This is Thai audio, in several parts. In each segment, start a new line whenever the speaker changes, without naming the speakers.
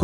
ค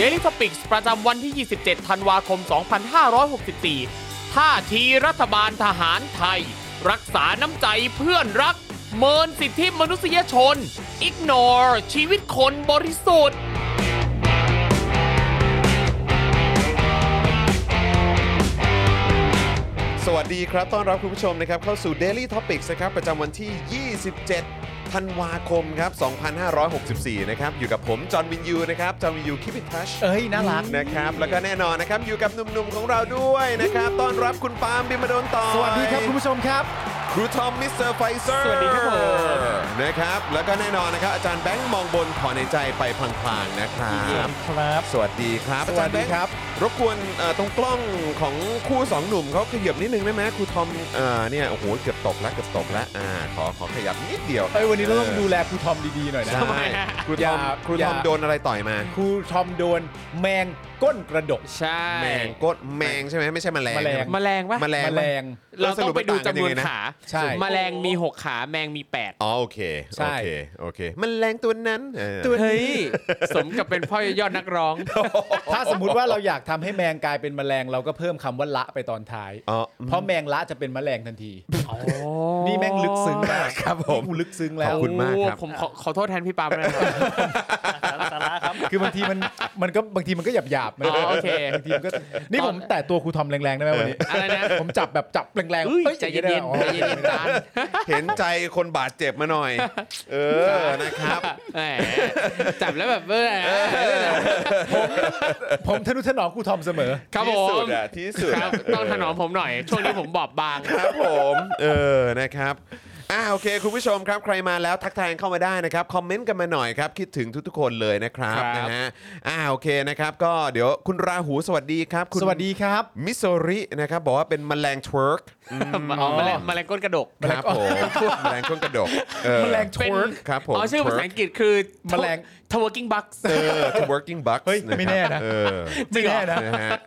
Daily Topics ประจำวันที่ 27 ธันวาคม 2564 ท่าทีรัฐบาลทหารไทย รักษาน้ำใจเพื่อนรัก เมินสิทธิมนุษยชน ignore ชีวิตคนบริสุทธิ์
สวัสดีครับ ต้อนรับคุณผู้ชมนะครับเข้าสู่ Daily Topics นะครับ ประจำวันที่ 27 ธันวาคมครับ 2564 นะครับ อยู่กับผม จอห์นวินยู นะครับ จอห์นวินยูคิปิทัช
เอ้ย น่ารัก
นะครับ แล้วก็แน่นอนนะครับ อยู่กับหนุ่มๆ ของเราด้วยนะครับ ต้อนรับคุณปาล์มบิมโดนต่อ
สวัสดีครับ คุณผู้ชมครับ
ครูทอม มิสเตอร์ไฟเซอร์
สวัสดีครับผม
นะครับ แล้วก็แน่นอนนะครับ อาจารย์แบงค์มองบนถอนในใจไปพลางๆ นะครับ
ครับ
สวัสดีครับ
สวัสดีครับ
อาจาย์แงรบกวนเอ่อตรงกล้องของคู่สองหนุ่มเขาขยับนิดนึงได้ไหมครูทอมเอ่อเนี่ยโอ้โหเกือบตกแล้วเกือบตกแล้วอ่าขอขอขยับนิดเดียว
เอ้ย วันนี้เราต้องดูแลครูทอมดีๆหน่อยนะ
ใช่ครูท
อย่า
อมครู
อ
ท
ย่า
อมโดนอะไรต่อยมา
ครูทอมโดนแมงก้นกระดก
ใช่
แมงกดแมงใช่ไหมไม่ใช่แมลง
แมลง
แมลงวะ
แมลง
แมลง
เราต้องไปดู
สรุ
จำนวน
มัต่งกัยังไงะ
ขา
ใช่
แมลงมี 6 ขาแมงมี 8
อ๋อโอเค
ใช่
โอเคโอเคแมลงตัวนั้นเออ
เฮ้ย สมกับเป็นพ่อยอดนักร้อง
ถ้าสมมุติว่าเราอยากทำให้แมงกลายเป็นแมลง เราก็เพิ่มคำว่าละไปตอนท้าย
อ๋อ
เพราะแมงละจะเป็นแมลงทันที นี่แม่งลึกซึ้งมาก
ครับผม
นี่กูลึกซึ้งแล้ว
ขอบคุณมากครับ
โอ้ผมขอขอโทษแทนพี่ปาล์มด้วยนะครับ
คือบางทีมันมันก็บางทีมันก็หยาบหยาบๆนะ
อ๋อโอเค
บางทีมันก็นี่
ตอน
ผมแตะตัวครูทอมแรงๆได้ไหมวันนี้
อะไรนะ
ผมจับแบบจับแรงๆ
เฮ้ย
อ้
ใจเย็น
อ๋อ
ๆใจเย็นๆจาน
เห็นใจคนบาดเจ็บมาหน่อย เออนะครับ
แหมจับแล้วแบบเออ
ผมทนุถนอมครูทอมเสมอ
ครับผ
ที่สุ
ม
ดอะที่สุด
ค
อะ
รับต้องถนอมผมหน่อย ช่วงนี้ผมบอบบาง
ครับผมเออนะครับอ่าโอเค คุณผู้ชมครับใครมาแล้วทักทายเข้ามาได้นะครับ คอมเมนต์กันมาหน่อยครับ คิดถึงทุกๆคนเลยนะครับ
ครับ
นะฮะอ่าโอเคนะครับ ก็เดี๋ยวคุณราหูสวัสดีครับคุณ
สวัสดีครับ
มิโซรินะครับ บอกว่าเป็นแมลงทวิร์ก
อ๋อแมลงแมลงก้นกระดก
ครับผมแมลงก้นกระดกเออ
แมลง
เป็น
Twerk
ครับผม
อ๋อชื่อภาษาอังกฤษคือ
แมลง
ทว r กิ้งบัค
เออ twerking bucks
เฮ้ยไม่แน่นะ
เออ
ไม่แน่นะ
นะฮะ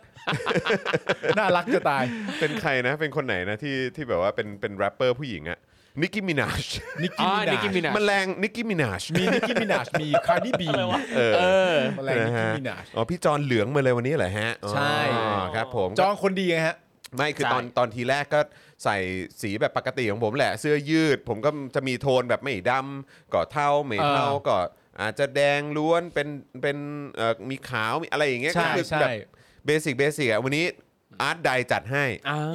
น่ารักจะตาย
เป็นใครนะ เป็นคนไหนนะที่ที่แบบว่าเป็นเป็นแรปเปอร์ผู้หญิงอะนิกกี้มินาช
นิก
อ๋
กี้
อ
มิ
นิก
นา
กี้มินา
แมลงนิกกี้มินาช
มีนิกกี้มินาชมีคาร์ดิบี
เออ
เออ
แมลงนิ
นะ
กกี้
ฮะ
มินาช
อ๋อพี่จอนเหลืองมาเลยวันนี้เหรอฮะอ๋อ
ใช่
ครับผม
จองคนดีไงฮะ
ไม่คือ
ใช่
ตอนตอนทีแรกก็ใส่สีแบบปกติของผมแหละเสื้อยืด ผมก็จะมีโทนแบบไม่ดำก่อเทาไม่เทา
เออ
ก่ออาจจะแดงล้วนเป็นเป็นเอ่อมีขาวมีอะไรอย่างเงี้ย
ใช่
ก็คื
ใช่
แบบเบสิกเบสิกอ่ะวันนี้อาร์ตไดจัดให้
อ้าว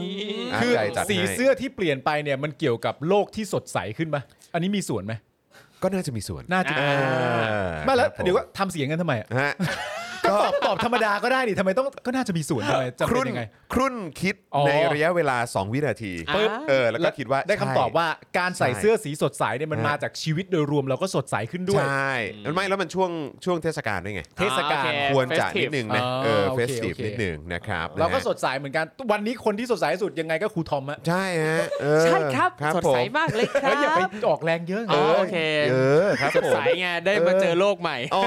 ช่
คือ
ใช่จัดให้
สีเสื้อที่เปลี่ยนไปเนี่ยมันเกี่ยวกับโลกที่สดใสขึ้นไหมอันนี้มีส่วนไหม
ก็น่าจะมีส่วน
น่าจะ
อ่า
ไม่แล้ว
ครับผ
เดี๋ยวก็ทำเสียงกันทำไมอะ
ฮะ
ก็ตอบตอบธรรมดาก็ได้นี่ทำไมต้องก็น่าจะมีส่วนทำไม
ค
จะเป็
รุ่
น
น
ยังไง
ครุ่นคิด
อ๋อ
ในระยะเวลา 2 วินาที
อ่ะ
ปึ๊บ
เออแล้วก็คิดว่า
ได้คำตอบ
ใช่
ว่าการใส่เสื้อสีสดใสเนี่ยมัน
ฮะ
มาจากชีวิตโดยรวมเราก็สดใสขึ้นด้วย
ใช่มันไม่แล้วมันช่วงช่วงเทศกาลด้วยไง
เทศกาล
อ่โอเ
ควรจะ
Festive
นิดนึงนะ
อ๋อ
เออ
โอ
เฟ
เค
สติฟ
โอเค
นิดนึงนะครับ
เราก็
นะฮะ
สดใสเหมือนกันวันนี้คนที่สดใสที่สุดยังไงก็ครูทอมอะ
ใช่ฮะเออ
ใช่ครับ สดใส
ผม
มากเลยค
เฮ้
รั
ยอย่าไป
บ
ออกแรงเยอะ
อ๋อ
นะ
โอเค
เออครับ
สด
ผม
ใสไงได้มา
เออ
เจอโลกใหม่
อ๋อ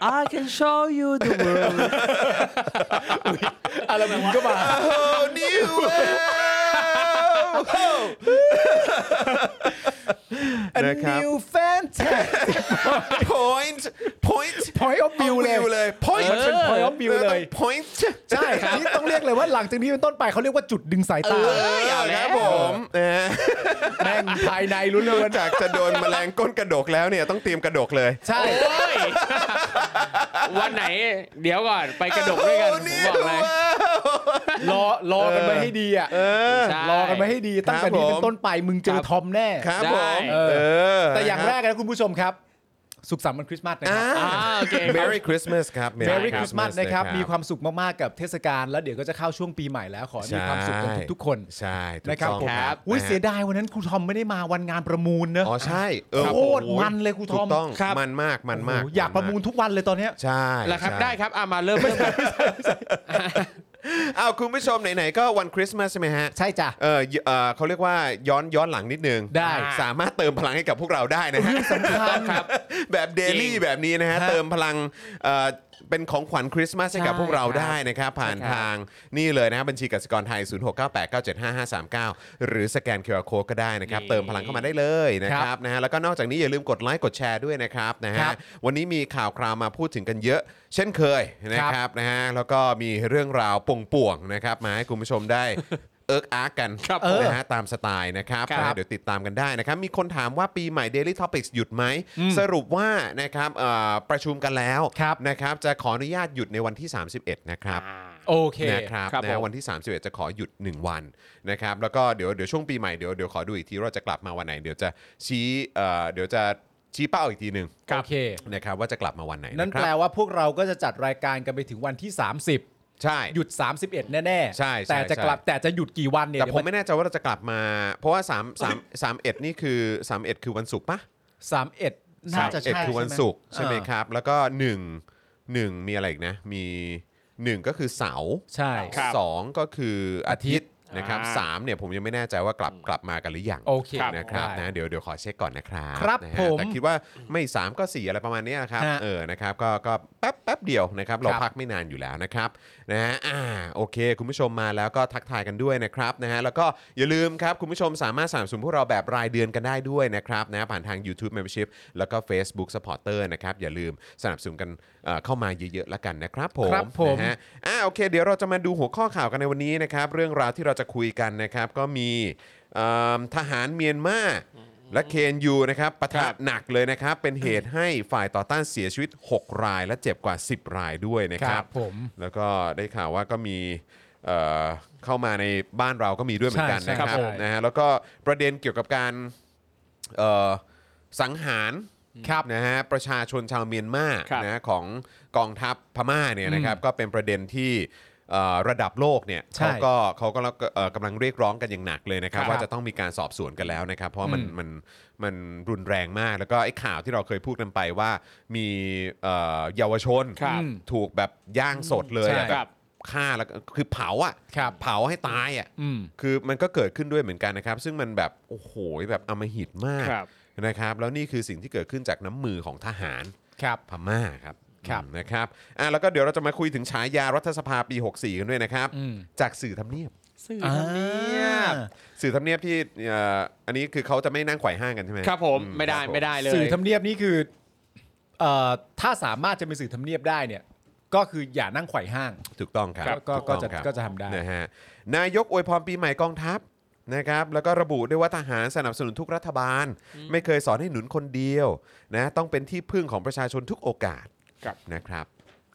I can show you the world
อะไรแบบนี้ก็มา
Oh new world นะครับ
New Fantastic
point point
Point of View เลย
เลย point
มันเป็น Point of View เลย
ต้อง point
ใช่นี่ต้องเรียกเลยว่าหลังจากนี้เป็นต้นไปเขาเรียกว่าจุดดึงสาย
เอ
ตา
ออย่า
เอา
แล้
แล้
ว วผมนะฮะ
แม่งภายในลุ้
นอก
น
จากจะโดนแมลงก้นกระดกแล้วเนี่ยต้องเตรียมกระดกเลย
ๆใช่
โอ้ย วันไหน เดี๋ยวก่อนไปกระดกด้วยกัน
Oh
ผม
new
บอกเลย
world
รอรอกันไว้ให้ดีอ่ะ
ใช่
รอกันไว้ให้ดีตั้งแต่นี้เป็นต้นไปมึงเจอทอมแน่
ครับ
ได้
ผม
เออ
เออ
แต่อย่างแร
นะ
กนะคุณผู้ชมครับ สุขสันต์วันคริสต์มาสนะค
อ่า
รับ
อ่าโอเคครับ
Merry Christmas ครับ Merry
เมรี่คริสต์มาส
Christmas
นะครับ มีความสุขมาก ๆ กับเทศกาลแล้วเดี๋ยวก็จะเข้าช่วงปีใหม่แล้ว ขอให้มีความสุขกันทุก ๆ คน
ใช่ถูก
นะครับ
ต้อง
ผม
ครับ
อุ้ย
นะฮะ
เสียดายวันนั้นครูทอมไม่ได้มาวันงานประมูลเนอะ
อ๋อใช่เออ
โคตรมันเลยครูท
ถู
อม
กต้อง
ครับ
มันมากมันมาก
โอ้โหอยากประมูลทุกวันเลยตอนเนี้ย
ใช่
แล้วครับ
ใช่
ได้ครับอ่ะมาเริ่มเริ่มกัน
เอาคุณผู้ชมไหนๆก็วันคริสต์มาสใช่ไหมฮะ
ใช่จ้ะ
เออเอ่อเขาเรียกว่าย้อนย้อนหลังนิดนึง
ได้
สามารถเติมพลังให้กับพวกเราได้นะฮะ
สำคัญ
แบบเดลี่
จริง
แบบนี้นะฮะ
ฮะ
เติมพลังเอ่อเป็นของขวัญคริสต์มาสให้กับ
ใช่
พวกเรา
ครับ
ได้นะครับ ผ่าน
ใช่ครับ
ทางนี่เลยนะฮะบัญชีกสิกรไทย 0698975539 หรือสแกน QR Code ก็ได้นะครับ เติมพลังเข้ามาได้เลยนะครับนะฮะแล้วก็นอกจากนี้อย่าลืมกดไลค์กดแชร์ด้วยนะครับนะ
ค
ฮะ
รับ
วันนี้มีข่าวคราวมาพูดถึงกันเยอะ เช่นเคยนะครับ ครับนะฮะแล้วก็มีเรื่องราวป่วงๆนะครับมาให้คุณผู้ชมได้ เอิกอาร์กกัน
ครับ
นะฮะตามสไตล์นะครับ
ครับ
นะฮะเดี๋ยวติดตามกันได้นะครับ มีคนถามว่าปีใหม่ Daily Topics หยุดไหม สรุปว่านะครับเอ่อประชุมกันแล้ว
ครับ
นะครับ จะขออนุญาตหยุดในวันที่ 31 นะครับ
โอเค
นะครับ
ครับ
นะฮะ
ผม
วันที่ 31 จะขอหยุด 1 วันนะครับ แล้วก็เดี๋ยวเดี๋ยวช่วงปีใหม่เดี๋ยวเดี๋ยวขอดูอีกทีว่าจะกลับมาวันไหน เดี๋ยวจะชี้เอ่อเดี๋ยวจะชี้เป้าอีกทีหนึ่ง
ครับโอเค
นะครับว่าจะกลับมาวันไหน
นั่น
นะค
แปล
รับ
ว่าพวกเราก็จะจัดรายการกันไปถึงวันที่ 30
ใช่
หยุด 31 แน่ๆ
ใช่ใช่
แต่จะ
ใช่
กลับแต่จะหยุดกี่วันเนี่ย
แต่ผมไม่แน่ใจว่าเราจะกลับมา เพราะว่า3 3 3 1นี่คือ3 1คือวันศุกร์ปะ
สามเอ็ดน่าจะ
เอ็ด
ใช่
คือวัน
ใช่ไหม
ศุกร์ใช่ไหม
เออ
ครับ แล้วก็ 1 1 มีอะไรอีกนะ มี 1 ก็คือเสาร์
ใช่
ครับ
สองก็คืออาทิตย์นะครับ
อ่า
สามเนี่ยผมยังไม่แน่ใจว่ากลับกลับมากันหรือยัง
โอเค
นะครับ
ได้
นะเดี๋ยวเดี๋ยวขอเช็คก่อนนะครับ
ครับ
นะฮะ
ผม
แต่คิดว่าไม่ 3 ก็ 4 อะไรประมาณเนี้ยนะครับ
ฮะ
เออนะครับก็ก็แป๊บแป๊บเดียวนะครับเรา
ครับ
พักไม่นานอยู่แล้วนะครับนะฮะอ่าโอเค คุณผู้ชมมาแล้วก็ทักทายกันด้วยนะครับนะฮะแล้วก็อย่าลืมครับ คุณผู้ชมสามารถสนับสนุนพวกเราแบบรายเดือนกันได้ด้วยนะครับนะผ่านทาง YouTube Membership แล้วก็ Facebook Supporter นะครับอย่าลืมสนับสนุนกันเอ่อเข้ามาเยอะๆแล้วกันนะครับผม
ครับผม
นะฮะ อ่าโอเค เดี๋ยวเราจะมาดูหัวข้อข่าวกันในวันนี้นะครับ เรื่องราวที่เราจะคุยกันนะครับ ก็มีเอิ่มทหารเมียนมาและเคนยูนะครับปะทะหนักเลยนะครับ เป็นเหตุให้ฝ่ายต่อต้านเสียชีวิต 6 รายและเจ็บกว่า 10 รายด้วยนะค
ค
รั
รั
บบ
ผม
แล้วก็ได้ข่าวว่าก็มีเอ่อเข้ามาในบ้านเราก็มีด้วยเหมือนกัน
ใช่
นะค
ใช่ครั
รับบ
ผม
นะฮะแล้วก็ประเด็นเกี่ยวกับการเอ่อสังหาร
ครับ
นะฮะประชาชนชาวเมียนมา
ครับ
นะของกองทัพพม่าเนี่ยนะครับก็เป็นประเด็นที่เอ่อระดับโลกเนี่ย
ใช่
เขาก็เขาก็เอ่อกำลังเรียกร้องกันอย่างหนักเลยนะครับ
ครับ
ว่าจะต้องมีการสอบสวนกันแล้วนะครับ เพราะว่ามัน
อืม
มันมันรุนแรงมาก แล้วก็ไอ้ข่าวที่เราเคยพูดกันไปว่ามีเอ่อเยาวชน
ครับ
ถูกแบบย่างสดเลยอะ
ใช่
แบบฆ่าแล้วก็คือเผาอ่ะ
ครับ
เผาให้ตายอ่ะ
อืม
คือมันก็เกิดขึ้นด้วยเหมือนกันนะครับ ซึ่งมันแบบโอ้โหแบบอำมหิตมาก
ครับ
นะครับ แล้วนี่คือสิ่งที่เกิดขึ้นจากน้ำมือของทหาร
ครับ
พม่าครับ
ครับ
อืมนะครับอ่ะแล้วก็เดี๋ยวเราจะมาคุยถึงฉายารัฐสภาปี 64 กันด้วยนะครับ
อืม
จากสื่อทำเนียบ
สื่อ
อ่า
ทำเนียบ
สื่อทำเนียบที่เอ่ออันนี้คือเขาจะไม่นั่งไขว่ห้างกันใช่ไหม
ครับผม
อื
ไม่ได้
ครับผ
ไม่ได้เลย
สื่อทำเนียบนี่คือเอ่อถ้าสามารถจะเป็นสื่อทำเนียบได้เนี่ย ก็คืออย่านั่งไขว่ห้าง
ถูกต้องครับ
ครับก็
ถูต้อง
ก็จะ
ครับ
ก็จะทำได้
นะฮะนายกอวยพรปีใหม่กองทัพนะครับ แล้วก็ระบุด้วยว่าทหารสนับสนุนทุกรัฐบาล ไม่เคยสอนให้หนุนคนเดียวนะต้องเป็นที่พึ่งของประชาชนทุกโอกาส
ครับ
นะครับ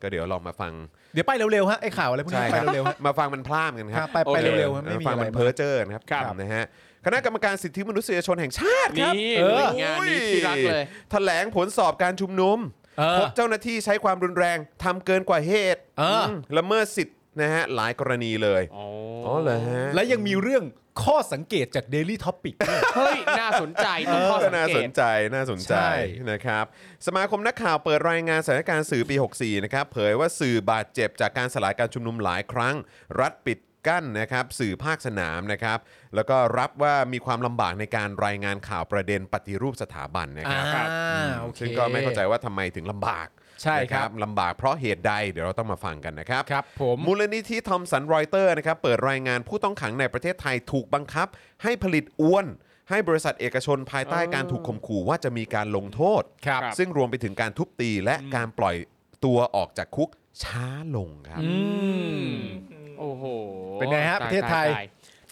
ก็เดี๋ยวลองมาฟัง
เดี๋ยวไปเร็วๆฮะไอ้ข่าวอะไรพวกนี้
ค
ไป
รับ
เร็วๆฮะ
มาฟังมันพลามกันค
ครั
รั
บบ ไปไปเร็วๆฮะไม่มี
ฟัง
อะไร
มัน
มา
เพ้อก เจอนะครับ
ครับ
นะฮะคณะกรรมการสิทธิมนุษยชนแห่งชาติครับ
นี่
เออ
งานนี้ที่รักเลย
แถลงผลสอบการชุมนุม
เออ
พบเจ้าหน้าที่ใช้ความรุนแรงทำเกินกว่าเหตุ
เอออื
มละเมิดสิทธินะฮะหลายกรณีเลย
อ๋อ
อ๋อเหรอฮะ
และยังมีเรื่องข้อสังเกตจาก Daily Topic ด้วย
เฮ้ย น่าสนใจตรงข้อสัง
น่า
เก
ส
ต
นใจน่าสนใจ
ใช่
นะครับ สมาคมนักข่าวเปิดรายงานสถานการณ์สื่อปี 64 นะครับ เผยว่าสื่อบาดเจ็บจากการสลายการชุมนุมหลายครั้ง รัฐปิดกั้นนะครับ สื่อภาคสนามนะครับ แล้วก็รับว่ามีความลำบากในการรายงานข่าวประเด็นปฏิรูปสถาบันนะครับ
อ่า
อืม
โอเค
ซึ่งก็ไม่เข้าใจว่าทำไมถึงลำบาก
ใช่ครับ
นะลำบากเพราะเหตุใดเดี๋ยวเราต้องมาฟังกันนะครับ
ครับผม
มูลนิธิทอมสันรอยเตอร์นะครับเปิดรายงานผู้ต้องขังในประเทศไทยถูกบังคับ ให้ผลิตอ้วน ให้บริษัทเอกชนภายใต้การถูกข่มขู่ว่าจะมีการลงโทษ
ครับ
ซึ่งรวมไปถึงการทุบตีและการปล่อยตัวออกจากคุกช้าลงครับ
โอ้โห
เป็นไงฮะ
ตา
ประเทศไทย
ตา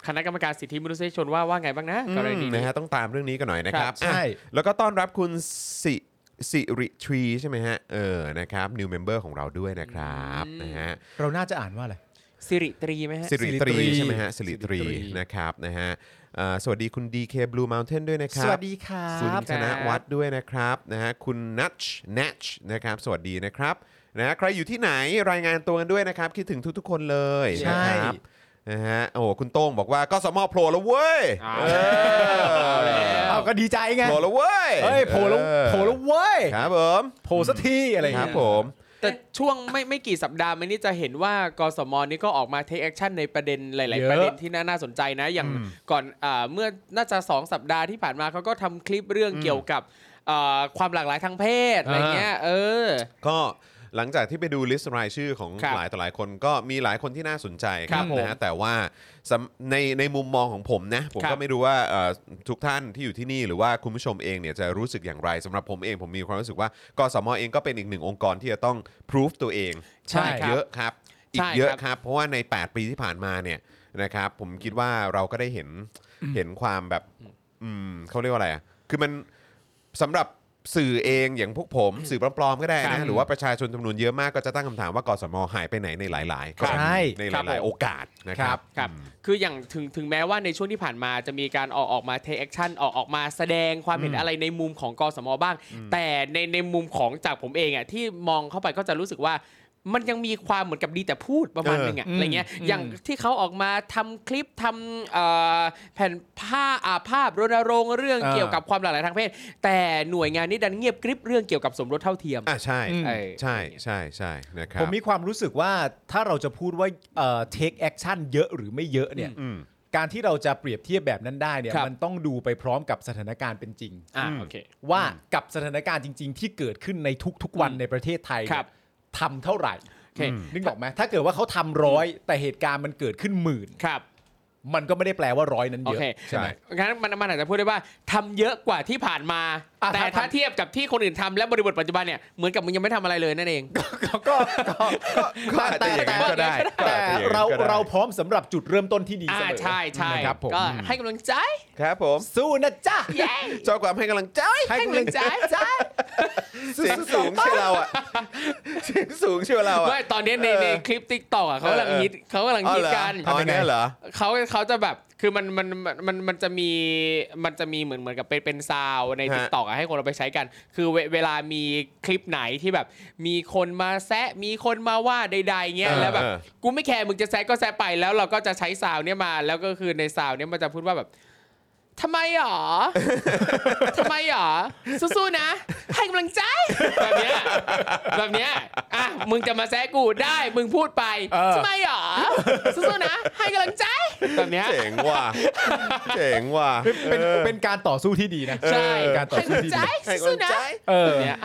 คณะกรรมการสิทธิมนุษยชนว่าว่าไงบ้างนะกรณี
นะ
นี้
ฮะต้องตามเรื่องนี้กันหน่อยนะค
ค
รั
รั
บบ อ่ะ
ใช่
แล้วก็ต้อนรับคุณสิสิริทรีใช่ไหมฮะเออนะครับ new member ของเราด้วยนะครับนะฮะ
เราน่าจะอ่านว่าอะไร
สิริตรีไหมฮะ
สิริตรี
สิริตรี
ใช่ไหมฮะสิริตรี
สิริตรี
นะครับนะฮะเอ่อสวัสดีคุณ DK Blue Mountain ด้วยนะครั
ส
บ
วัสดีครั
คุณ
บ
ธนวัฒน์ด้วยนะครับนะฮะคุณนัชนัชนะครับ สวัสดีนะครับนะฮะใครอยู่ที่ไหนรายงานตัวกันด้วยนะครับ คิดถึงทุกๆคนเลย
ใช่
นะครับนะฮะโอ้โหคุณโต้งบอกว่าก็สมอโผล่แล้วเว้ย
เอา
เอ
เอาแล้
อ
เอาก็ดีใจไง
โผล่แล้วเว้ย
เอ้ยโผล่แล้ว
เออ
โผล่แล้วเว้ย
ครับผม
โผล่สักทีอะไรอย่าง
ครั
เงี้
บ
ย
ผม
แต่ช่วง ไม่ไม่กี่สัปดาห์มานี้จะเห็นว่ากสมนี่ก็ออกมาเทคแอคชั่นในประเด็นหลาย
เย
ๆ
อะ
ประเด็นที่น่าน่าสนใจนะ อย่างก่อนอาเมื่อน่าจะ 2 สัปดาห์ที่ผ่านมาเขาก็ทำคลิปเรื่องเกี่ยวกับอ่าความหลากหลายทางเพศอะไรเงี้ยเออ
ก็หลังจากที่ไปดูลิสต์รายชื่อของ
ครับ
หลายต่อหลายคนก็มีหลายคนที่น่าสนใจค
ครั
รับบ
ผม
นะฮะแต่ว่าสำในในมุมมองของผมนะ ผม
ครั
ก็
บ
ไม่รู้ว่าเอ่อทุกท่านที่อยู่ที่นี่หรือว่าคุณผู้ชมเองเนี่ยจะรู้สึกอย่างไรสำหรับผมเองผมมีความรู้สึกว่ากสมเองก็เป็นอีกหนึ่งองค์กรที่จะต้องพิสูจตัวเอง
ใช่ครับ
เยอะครับอี
ใช่
ก
ครับ
เยอะครับ เพราะว่าใน 8 ปีที่ผ่านมาเนี่ยนะครับผมคิดว่าเราก็ได้เห็นเห็นความแบบอืมเขาเรียกว่าอะไรอ่ะคือมัน สำหรับสื่อเองอย่างพวกผมสื่อปลอมๆก็ได้
ครั
นะ
บ
หรือว่าประชาชนจำนวนเยอะมากก็จะตั้งคำถามว่ากสมหายไปไหนในหลายๆกร
ใช่
ณีในห
ครับ
ลาย
ผ
ๆ
ม
โอกาสนะครับ
ครับ คืออย่างถึงถึงแม้ว่าในช่วงที่ผ่านมาจะมีการออกออกมาเทคแอคชั่นออกออกมาแสดงความเห็นอะไรในมุมของกสมบ้าง แต่ในในมุมของจากผมเองอ่ะที่มองเข้าไปก็จะรู้สึกว่า มันยังมีความเหมือนกับดีแต่พูดประมาณ
เออ
นึงอ่ะ
อืม
อะไรเงี้ย
อืม
อย่างที่เขาออกมาทำคลิปทำเอ่อแผ่นผ้าอาภาพรณรงค์เรื่องเกี่ยวกับความหลากหลายทางเพศ แต่หน่วยงานนี้ดันเงียบกริบเรื่องเกี่ยวกับสมรสเท่าเทียม
อ่ะใช่
อืม
เออ
ใช่ใช่ใช่นะครับ
ผมมีความรู้สึกว่าถ้าเราจะพูดว่าเอ่อ take action เยอะหรือไม่เยอะเนี่ย
อืม
การที่เราจะเปรียบเทียบแบบนั้นได้เนี่ย
ครับ
มันต้องดูไปพร้อมกับสถานการณ์เป็นจริง
อ่าโอเค
ว่ากับสถานการณ์จริง ๆ ที่เกิดขึ้นในทุก ๆ วัน
อืม
ในประเทศไทย
ครับ
เนี่ยทำเท่าไหร่
โอเค
นึกออกไหมถ้าเกิดว่าเขาทำร้อยแต่เหตุการณ์มันเกิดขึ้นหมื่น
ครับ
มันก็ไม่ได้แปลว่าร้อยนั้น
โอ
เยอะ
เค
ใช่ไหม
งั้นมันมันอาจจะพูดได้ว่าทำเยอะกว่าที่ผ่านมา
อ่ะ
แต่
ถ้า
ถ้า
ทำ
เทียบกับที่คนอื่นทำและบริบทปัจจุบันเนี่ย เหมือนกับมึงยังไม่ทำอะไรเลยนั่นเอง
ก็ก็ก็
ก็อาจจะอย่างนั้นก็ได้ก็
แต่
อาจจะอย่างนั้นก็ได้
เราเราพร้อมสำหรับจุดเริ่มต้นที่ดีเส
อ่าม
อ
ใช่ใช่
นะครับผม
ก็ให้กำลังใจ
ครับผม
สู้นะจ๊ะ
เย้
ชอบความให้กำลังใจ
ให้
ให้
กำ
กำ
ลั
ลั
ง
ง
ใจ
ใจจ้า
เสียงสูงเชื่อเราอ่ะเสียงสูงเชื่อเราอ่ะ
ไม่ตอนนี้ใน
เออ
ในคลิปติ๊กตอกเขากำลัง
เออเออ
ฮิตเขากำลัง
อ๋อ
ฮิต
เหรอ
กัน
อ๋อเนี่ยเหรอ
เขาเขาจะแบบคือมันมันมันมันมันจะมีมันจะมีเหมือนเหมือนกับเป็นเป็นซาวใน
ฮะ
ติ๊กตอกให้คนเราไปใช้กัน คือเวเวลามีคลิปไหนที่แบบ มีคนมาแซะมีคนมาว่าใดๆเงี้ยแล้วแบบ
เออ
กูไม่แคร์มึงจะแซะก็แซะไปแล้วเราก็จะใช้ซาวเนี่ยมา แล้วก็คือในซาวเนี่ยมันจะพูดว่าแบบทำไมหรอ ทำไมหรอ สู้ๆนะ ให้กำลังใจ แบบเนี้ยแบบเนี้ยอ่ะมึงจะมาแซะกูได้มึงพูดไป
เออ
ทำไมหรอ สู้ๆนะ ให้กำลังใจ แบบเนี้ย
เจ๋งว่ะเจ๋งว่ะ
เป็นเป็นการต่อสู้ที่ดีนะ
ใช่
เป็นการต่อ
ให้กำ
สู้
ลัง
ที่
ใจ
ดี
ให้กำลั
สู้
ง
ๆน
ใจ
ะ
เอ
แบ
อบ
เนี้ย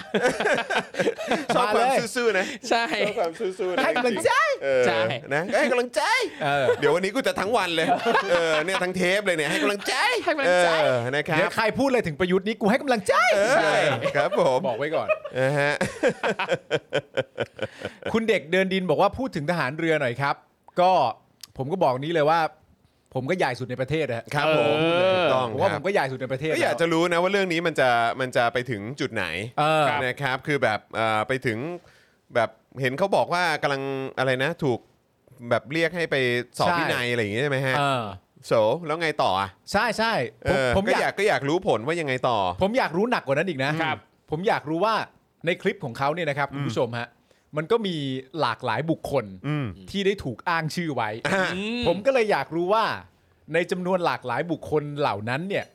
ชอบ
มา
ค
เล
วาม
ย
ซื่อๆนะ
ใช่
ชอบความซื่อๆนะ
ให้กำลังใจ
เออ
ใช่
นะให้กำลังใจ
เออ
เดี๋ยววันนี้กูจะทั้งวันเลย เออ เนี่ยทั้งเทปเลยเนี่ยให้กำลังใจ
ให้กำลังใจ
เออนะครั
เดี๋ย
บ
วใครพูดอะไรถึงประยุทธ์นี้กูให้กำลังใจ
เออครับผม
บอกไว้ก่อน
นะฮะ
คุณเด็กเดินดินบอกว่าพูดถึงทหารเรือหน่อยครับ ก็ผมก็บอกนี้เลยว่า ผมก็ใหญ่สุดในประเทศนะฮะ
ครับผมถูกต้อง
ผม
ค
ว่า
รับ
ผมก็ใหญ่สุดในประเทศ
ก็อยากจะรู้นะว่าเรื่องนี้มันจะมันจะไปถึงจุดไหน
เออ
นะครับ คือแบบเอ่อไปถึงแบบเห็นเขาบอกว่ากำลังอะไรนะ ถูกแบบเรียกให้ไปสอบ
ใช่
วินัยอะไรอย่างเงี้ยใช่ไหมฮะ
เออ
โสแล้วไงต่ออ่ะ
ใช่ใช่
เอ
ผม
อ
ผม
ก็อ
อาย
ยากกก็อยากรู้ผลว่ายังไงต่อ
ผมอยากรู้หนักกว่านั้นอีกนะครับ ผมอยากรู้ว่าในคลิปของเขาเนี่ยนะครับคุณผู้ชมฮะมันก็มีหลากหลายบุคคล
อืม
ที่ได้ถูกอ้างชื่อไว้
อ่ะ
ผมก็เลยอยากรู้ว่า ในจำนวนหลากหลายบุคคลเหล่านั้นเนี่ย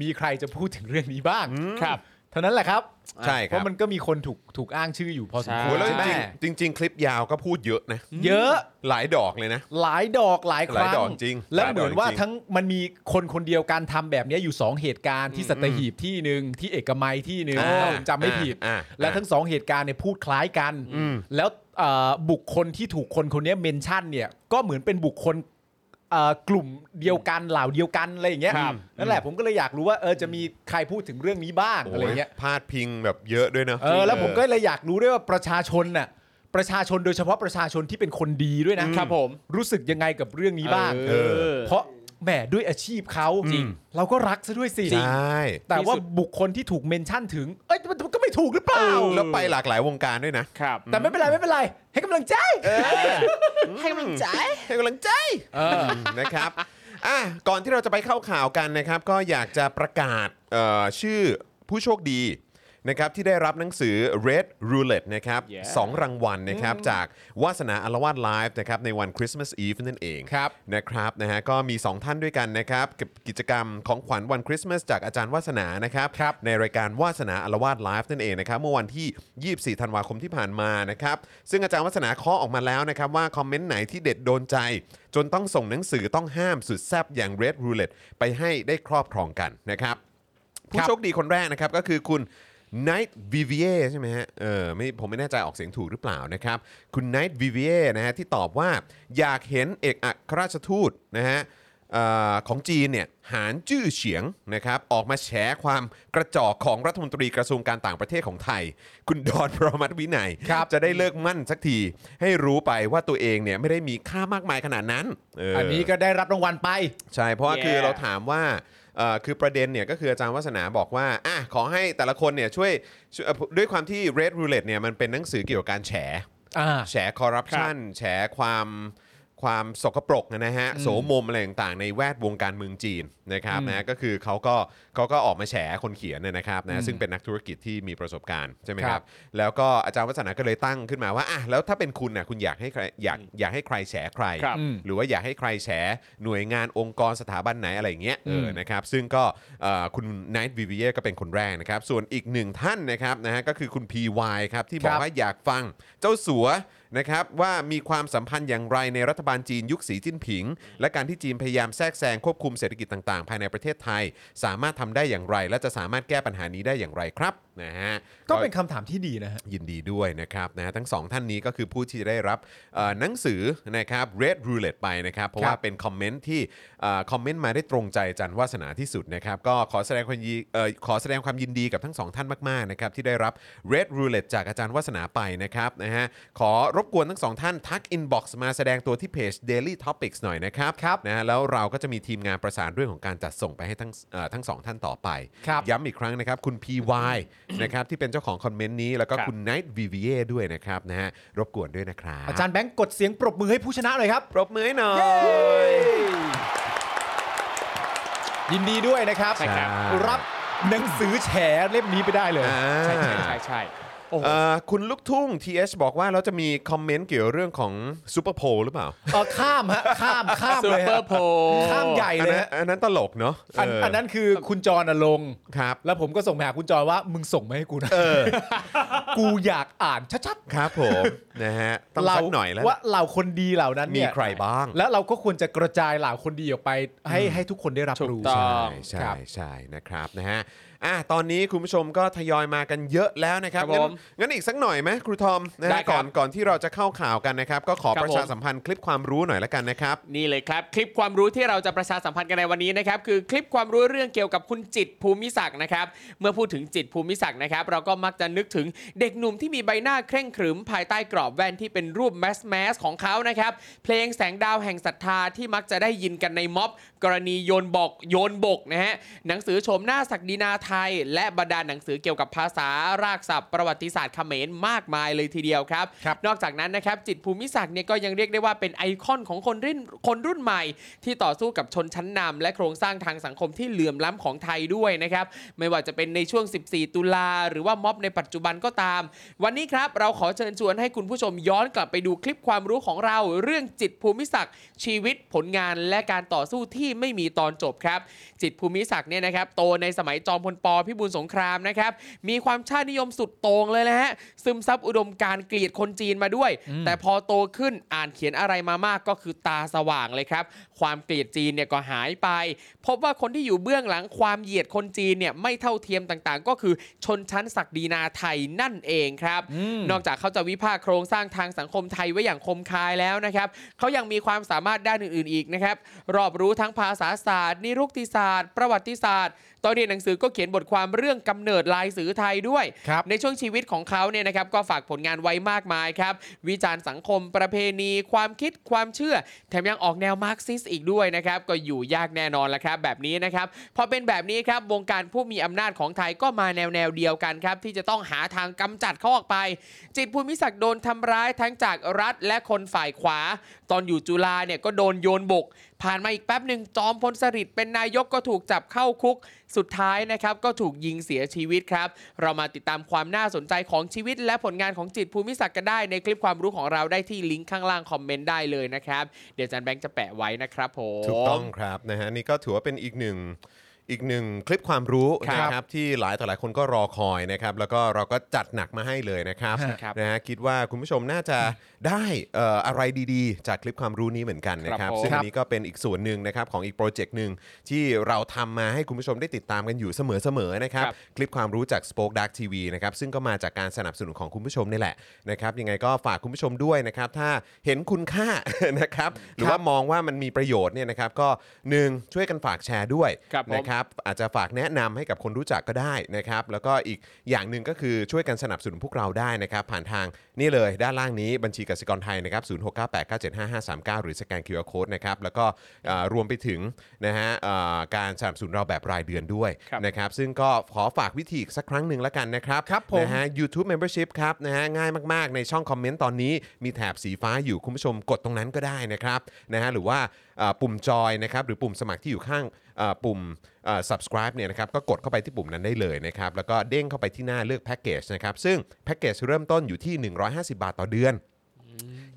มีใครจะพูดถึงเรื่องนี้บ้าง
ครับ
เท่านั้นแหละครับ
ใช่ครับ
เพราะมันก็มีคนถูกถูกอ้างชื่ออยู่พอสมคว
โอ้
ร
โหแล้ว
แม่
จริงๆจริง ๆ คลิปยาวก็พูดเยอะนะ
เยอะ
หลายดอกเลยนะ
หลายดอกหลายค
หลา
รั้
ย
ง
ดอกจริง
และ
หลาย
เห
ดอก
มือนว่า
จริง
ทั้งมันมีคนคนเดียวการทำแบบเนี้ยอยู่ 2 เหตุการณ์ที่สัตหีบที่หนึ่งที่เอกมัยที่หนึ่งถ้าผมจำไม่ผิด
อ่า
และทั้งสองเหตุการณ์เนี่ยพูดคล้ายกัน แล้วเอ่อบุคคลที่ถูกคนคนเนี้เมนชั่นเนี่ยก็เหมือนเป็นบุคคลเอ่อกลุ่มเดียวกันเหล่าเดียวกันอะไรอย่างเงี้ย
ครับ
นั่นแหละผมก็เลยอยากรู้ว่าเออจะมีใครพูดถึงเรื่องนี้บ้าง
โอ้
อะไร
ย
เงี้ย
พาดพิงแบบเยอะด้วยเนอะ
เออแล้วผมก็เลยอยากรู้ด้วยว่าประชาชนน่ะประชาชนโดยเฉพาะประชาชนที่เป็นคนดีด้วยนะครับ
ผม
รู้สึกยังไงกับเรื่องนี้บ้าง
เออ
เพราะแหมด้วยอาชีพเขา
จริง
เราก็รักซะด้วยสิ
ใช่
แต่ว่า
ที่สุด
บุคคลที่ถูกเมนชั่นถึง เอ้ยมันก็ไม่ถูกหรือเปล่า
แล้วไปหลากหลายวงการด้วยนะ
ครับ
แต่ไม่เป็นไรไม่เป็นไร ให้กำลังใจ
ให้กำลังใจให้กำลังใจนะครับอ่ะก่อนที่เราจะไปเข้าข่าวกันนะครับ ก็อยากจะประกาศเอ่อชื่อผู้โชคดีนะครับที่ได้รับหนังสือ Red Roulette นะครับ
Yeah
สองรางวัลนะครับ จากวาสนาอารวาสไลฟ์นะครับในวันคริสต์มาสอีฟนั่นเอง
ครับ
นะครับนะฮะก็มี 2 ท่านด้วยกันนะครับกับกิจกรรมของขวัญวันคริสต์มาสจากอาจารย์วาสนานะครับ
ครับ
ในรายการวาสนาอารวาสไลฟ์นั่นเองนะครับเมื่อวันที่ 24 ธันวาคมที่ผ่านมานะครับ ซึ่งอาจารย์วาสนาเคาะออกมาแล้วนะครับ ว่าคอมเมนต์ไหนที่เด็ดโดนใจ จนต้องส่งหนังสือต้องห้ามสุดแซบอย่าง Red Roulette ไปให้ได้ครอบครองกันนะครับ ผู้
ครับ
โชคดีคนแรกนะครับก็คือคุณ Night Vivier ใช่ไหมฮะเออไม่ผมไม่แน่ใจออกเสียงถูกหรือเปล่านะครับ คุณ Night Vivier นะฮะที่ตอบว่าอยากเห็นเอกอัครราชทูตนะฮะเอ่อของจีนเนี่ยหานจื้อเฉียงนะครับออกมาแฉความกระจอกของรัฐมนตรีกระทรวงการต่างประเทศของไทย คุณด อนประมัติวินัย
ครับ
จะได้เลิกมั่นสักที ให้รู้ไปว่าตัวเองเนี่ยไม่ได้มีค่ามากมายขนาดนั้นเ
อันนี้ก็ได้รับรางวัลไป
ใช่ เพราะว่า
Yeah.
คือเราถามว่าเอ่อคือประเด็นเนี่ยก็คืออาจารย์วัฒนาบอกว่าอ่ะขอให้แต่ละคนเนี่ยช่วยช่วยเอ่อด้วยความที่ Red Roulette เนี่ยมันเป็นหนังสือเกี่ยวกับการแฉ
อ่า
แฉคอร์รัปชันแฉความความสกปรกนะฮะโสมมอะไรต่างๆในแวดวงการเมืองจีนนะครับนะก็คือเขาก็เขาก็ออกมาแฉคนเขียนเนี่ยนะครับนะซึ่งเป็นนักธุรกิจที่มีประสบการณ์ใช่ไหมค
ครั
รับ
บ
แล้วก็อาจารย์วัฒนาก็เลยตั้งขึ้นมาว่าอ่ะแล้วถ้าเป็นคุณน่ะคุณอยากให้ใครอยากอยากให้ใครแฉใคร
ครับ
หรือว่าอยากให้ใครแฉหน่วยงานองค์กรสถาบันไหนอะไรอย่างเงี้ยเอออนะครับซึ่งก็เอ่อคุณ Night v i v i e r ก็เป็นคนแรกนะครับ ส่วนอีกหนึ่งท่านนะครับนะฮะก็คือคุณ PY ครับ ที่บอก
ครับ
ว่าอยากฟังเจ้าสัวนะครับว่ามีความสัมพันธ์อย่างไรในรัฐบาลจีนยุคสีจิ้นผิง และการที่จีนพยายามแทรกแซงควบคุมเศรษฐกิจต่างๆ ภายในประเทศไทย สามารถทำได้อย่างไร และจะสามารถแก้ปัญหานี้ได้อย่างไรครับนะฮะ
ก็เป็นคำถามที่ดีนะฮะ
ยินดีด้วยนะครับนะฮะทั้งสองท่านนี้ก็คือผู้ที่ได้รับเอ่อหนังสือนะครับ Red Roulette ไปนะครับ เพราะว่าเป็นคอมเมนต์ที่เอ่อคอมเมนต์มาได้ตรงใจอาจันวาสนาที่สุดนะครับ ก็ขอแสดงความยินเอ่อขอแสดงความยินดีกับทั้งสองท่านมากๆนะครับที่ได้รับ Red Roulette จากอาจารย์วาสนาไปนะครับนะฮะขอรบกวนทั้งสองท่านทัก Inbox มาแสดงตัวที่เพจ Daily Topics หน่อยนะครับ
ครับ
นะฮะแล้วเราก็จะมีทีมงานประสานเรื่องของการจัดส่งไปให้ทั้งเอ่อทั้งสองท่านต่อไป
ครับ
ย้ำอีกครั้งนะครับ คุณ PY นะครับที่เป็นเจ้าของคอมเมนต์นี้ แล้วก็
ครับ
คุณ Night v i v i e r ด้วยนะครับนะฮะรบกวนด้วยนะครับ
อาจารย์แบงค์กดเสียงปรบมือให้ผู้ชนะเลยครับ
ปรบมือให้หน่อย
ยินดีด้วยนะครับ
ใช่ครับ
รับหนังสือแฉเล่มนี้ไปได้เลย
อ่า
ใช่ใช่ใช่ใช่
เอ่อคุณลูกทุ่ง TH บอกว่าเราจะมีคอมเมนต์เกี่ยวเรื่องของซูเปอร์โพลหรือเปล่า
เออข้ามฮะข้ามข้ามเลยฮะ
Super Pro
ข้ามใหญ่
อัน
เล
นั้น
ยฮะ
อันนั้นตลกเนาะ
อัน
เ
อันนั้นคือคุณจรอลงค์
ครับ
แล้วผมก็ส่งไปหาคุณจรว่ามึงส่งมาให้กูนะ กูอยากอ่านชัดๆ
ครับผมนะฮะต้องสักหน่อยแล้ว
ว่าเหล่าคนดีเหล่านั้น
มี
เนี่ย
ใครบ้าง
แล้วเราก็ควรจะกระจายเหล่าคนดีออกไปให้ให้ทุกคนได้รับรู้
ถูกต้อง
ใช่
ค
ใช่
รับ
ใช่นะครับนะฮะอ่ะตอนนี้คุณผู้ชมก็ทยอยมากันเยอะแล้วนะครับ
ครับผม
งั้นงั้นอีกสักหน่อยไหมครูทอมนะ
ได้
ฮะ
ครับ
ก่อนก่อนที่เราจะเข้าข่าวกันนะครับ ก็ขอ
ครับ
ประชา
ผม
สัมพันธ์คลิปความรู้หน่อยละกันนะครับ
นี่เลยครับ คลิปความรู้ที่เราจะประชาสัมพันธ์กันในวันนี้นะครับ คือคลิปความรู้เรื่องเกี่ยวกับคุณจิตรภูมิศักดิ์นะครับ เมื่อพูดถึงจิตรภูมิศักดิ์นะครับ เราก็มักจะนึกถึงเด็กหนุ่มที่มีใบหน้าเคร่งขรึม ภายใต้กรอบแว่นที่เป็นรูปแมสแมสของเขานะครับ เพลงแสงดาวแห่งศรัทธาที่มักจะได้ยินกันในม็อบ กรณีโยนบอกโยนบกนะฮะหนังสือโฉมหน้าศักดินาไทย และบรรดาหนังสือเกี่ยวกับภาษารากศัพท์ประวัติศาสตร์เขมรมากมายเลยทีเดียวครับ
ครับ
นอกจากนั้นนะครับจิตรภูมิศักดิ์เนี่ยก็ยังเรียกได้ว่าเป็นไอคอนของคนรุ่นคนรุ่นใหม่ ที่ต่อสู้กับชนชั้นนำและโครงสร้างทางสังคมที่เหลื่อมล้ำของไทยด้วยนะครับ ไม่ว่าจะเป็นในช่วง 14 ตุลาหรือว่าม็อบในปัจจุบันก็ตาม วันนี้ครับเราขอเชิญชวนให้คุณผู้ชม ผู้ชมย้อนกลับไปดูคลิปความรู้ของเราเรื่องจิตภูมิศักดิ์ชีวิตผลงานและการต่อสู้ที่ไม่มีตอนจบครับ จิตภูมิศักดิ์เนี่ยนะครับโตในสมัยจอมพลปพิบูลสงครามนะครับมีความชาตินิยมสุดโต่งเลยนะฮะซึมซับอุดมการณ์เกลียดคนจีนมาด้วย แต่พอโตขึ้นอ่านเขียนอะไรมามากก็คือตาสว่างเลยครับ ความเกลียดจีนเนี่ยก็หายไป พบว่าคนที่อยู่เบื้องหลังความเหยียดคนจีนเนี่ยไม่เท่าเทียมต่างๆ ก็คือชนชั้นศักดินาไทยนั่นเองครับ นอกจากเขาจะวิพากษ์โครงสร้างทางสังคมไทยไว้อย่างคมคายแล้วนะครับเขายังมีความสามารถด้านอื่นๆอีกนะครับ รอบรู้ทั้งภาษาศาสตร์ นิรุกติศาสตร์ ประวัติศาสตร์ ตอนเรียนหนังสือก็เขียนบทความเรื่องกำเนิดลายสือไทยด้วย
ครับ
ในช่วงชีวิตของเขาเนี่ยนะครับก็ฝากผลงานไว้มากมายครับ วิจารณ์สังคมประเพณี ความคิดความเชื่อ แถมยังออกแนวมาร์กซิสต์อีกด้วยนะครับ ก็อยู่ยากแน่นอนละครับ แบบนี้นะครับ พอเป็นแบบนี้ครับ วงการผู้มีอำนาจของไทยก็มาแนวแนวๆเดียวกันครับ ที่จะต้องหาทางกำจัดเขาออกไป จิตรภูมิศักดิ์โดนทำร้ายทั้งจากรัฐและคนฝ่ายขวา ตอนอยู่จุฬาเนี่ยก็โดนโยนบก ผ่านมาอีกแป๊บหนึ่งจอมพลสฤษดิ์เป็นนายกก็ถูกจับเข้าคุก สุดท้ายนะครับก็ถูกยิงเสียชีวิตครับ เรามาติดตามความน่าสนใจของชีวิต และผลงานของจิตรภูมิศักดิ์กันได้ในคลิปความรู้ของเราได้ที่ลิงก์ข้างล่างคอมเมนต์ได้เลยนะครับ เดี๋ยวอาจารย์แบงค์จะแปะไว้นะครับผม
ถูกต้องครับนะฮะนี่ก็ถือว่าเป็นอีกหนึ่งอีกหนึ่งคลิปความรู้
ครับ
นะครับที่หลายต่อหลายคนก็รอคอยนะครับแล้วก็เราก็จัดหนักมาให้เลยนะครับ
ใช่ครับ
นะฮะคิดว่าคุณผู้ชมน่าจะได้เอ่ออะไรดีๆ จากคลิปความรู้นี้เหมือนกันนะค
ครั
รับบ
ผม
ซึ่งอันนี้ก็เป็นอีกส่วนหนึ่งนะครับของอีกโปรเจกต์หนึ่งที่เราทำมาให้คุณผู้ชมได้ติดตามกันอยู่เสมอๆนะครับ นะครับคลิปความรู้จาก Spoke Dark TV นะครับซึ่งก็มาจากการสนับสนุนของคุณผู้ชมนี่แหละนะครับยังไงก็ฝากคุณผู้ชมด้วยนะครับถ้าเห็นคุณค่า นะครับหรือว่ามองว่ามันมีประโยชน์เนี่ยนะครับก็หนึ่งช่วยกันฝากแชร์ด้วย
ครับผม
นะครับอาจจะฝากแนะนำให้กับคนรู้จักก็ได้นะครับแล้วก็อีกอย่างหนึ่งก็คือช่วยกันสนับสนุนพวกเราได้นะครับผ่านทางนี่เลยด้านล่างนี้บัญชีกสิกรไทยนะครับ0 6 9 8 9 7 5 5 3 9 หรือสแกน QR Code นะครับแล้วก็เอ่อรวมไปถึงนะฮะเอ่อการสนับสนุนเราแบบรายเดือนด้วย
ครับ
นะครับซึ่งก็ขอฝากวิธีอีกสักครั้งหนึ่งแล้วกันนะครับ
ครับผม
นะฮะ YouTube Membership ครับนะฮะง่ายมาก ๆ ในช่องคอมเมนต์ตอนนี้มีแถบสีฟ้าอยู่คุณผู้ชมกดตรงนั้นก็ได้นะครับนะฮะหรือว่าเอ่อปุ่มจอยนะครับหรือปุ่มสมัครที่อยู่ข้างเอ่อปุ่มเอ่อ subscribe เนี่ยนะครับก็กดเข้าไปที่ปุ่มนั้นได้เลยนะครับแล้วก็เด้งเข้าไปที่หน้าเลือกแพ็กเกจนะครับซึ่งแพ็กเกจเริ่มต้นอยู่ที่ 150 บาทต่อเดือน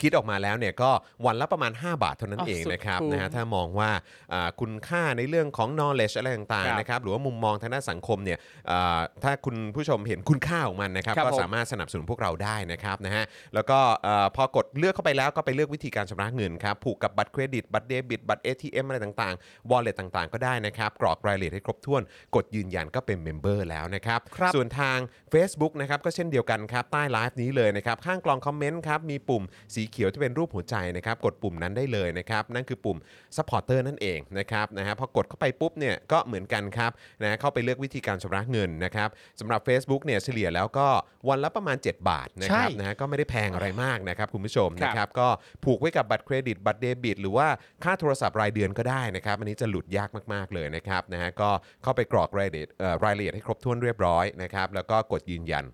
คิดออกมาแล้วเนี่ยก็วันละประมาณ 5 บาทเท่านั้น
อ๋อ
เอง
สุด
นะครับ
คุ้ม
นะฮะถ้ามองว่าอ่าคุณค่าในเรื่องของ knowledge อะไรต่าง
ครับ
ๆนะครับหรือว่ามุมมองทางด้านสังคมเนี่ยอ่าถ้าคุณผู้ชมเห็นคุณค่าของมันนะครับ
ครับ
ก็
ผม
สามารถสนับสนุนพวกเราได้นะครับนะฮะแล้วก็อ่าพอกดเลือกเข้าไปแล้วก็ไปเลือกวิธีการชำระเงินครับผูกกับบัตรเครดิตบัตรเดบิตบัตร ATM อะไรต่างๆ wallet ต่างๆ ก็ได้นะครับกรอกรายละเอียดให้ครบถ้วนกดยืนยันก็เป็นเมมเบอร์แล้วนะครับ
ครับ
ส่วนทาง Facebook นะครับก็เช่นเดียวกันครับใต้ไลฟ์นี้เลยนะครับข้างกล่องคอมเมนต์ครับมีปุ่มสีเขียวที่เป็นรูปหัวใจนะครับกดปุ่มนั้นได้เลยนะครับนั่นคือปุ่ม supporter นั่นเองนะครับนะฮะพอกดเข้าไปปุ๊บเนี่ยก็เหมือนกันครับนะเข้าไปเลือกวิธีการชำระเงินนะครับสำหรับ Facebook เนี่ยเฉลี่ยแล้วก็วันละประมาณ 7 บาทนะครับ
ใช่
นะฮะก็ไม่ได้แพงอะไรมากนะครับคุณผู้ชม
ครับ
นะครับ นะครับก็ผูกไว้กับบัตรเครดิต บัตรเดบิต หรือว่าค่าโทรศัพท์รายเดือนก็ได้นะครับ อันนี้จะหลุดยากมาก ๆ เลยนะครับนะฮะก็เข้าไปกรอกรายละเอียดเอ่อรายละเอียดให้ครบถ้วนเรียบร้อยนะครับ แล้วก็กดยืนยัน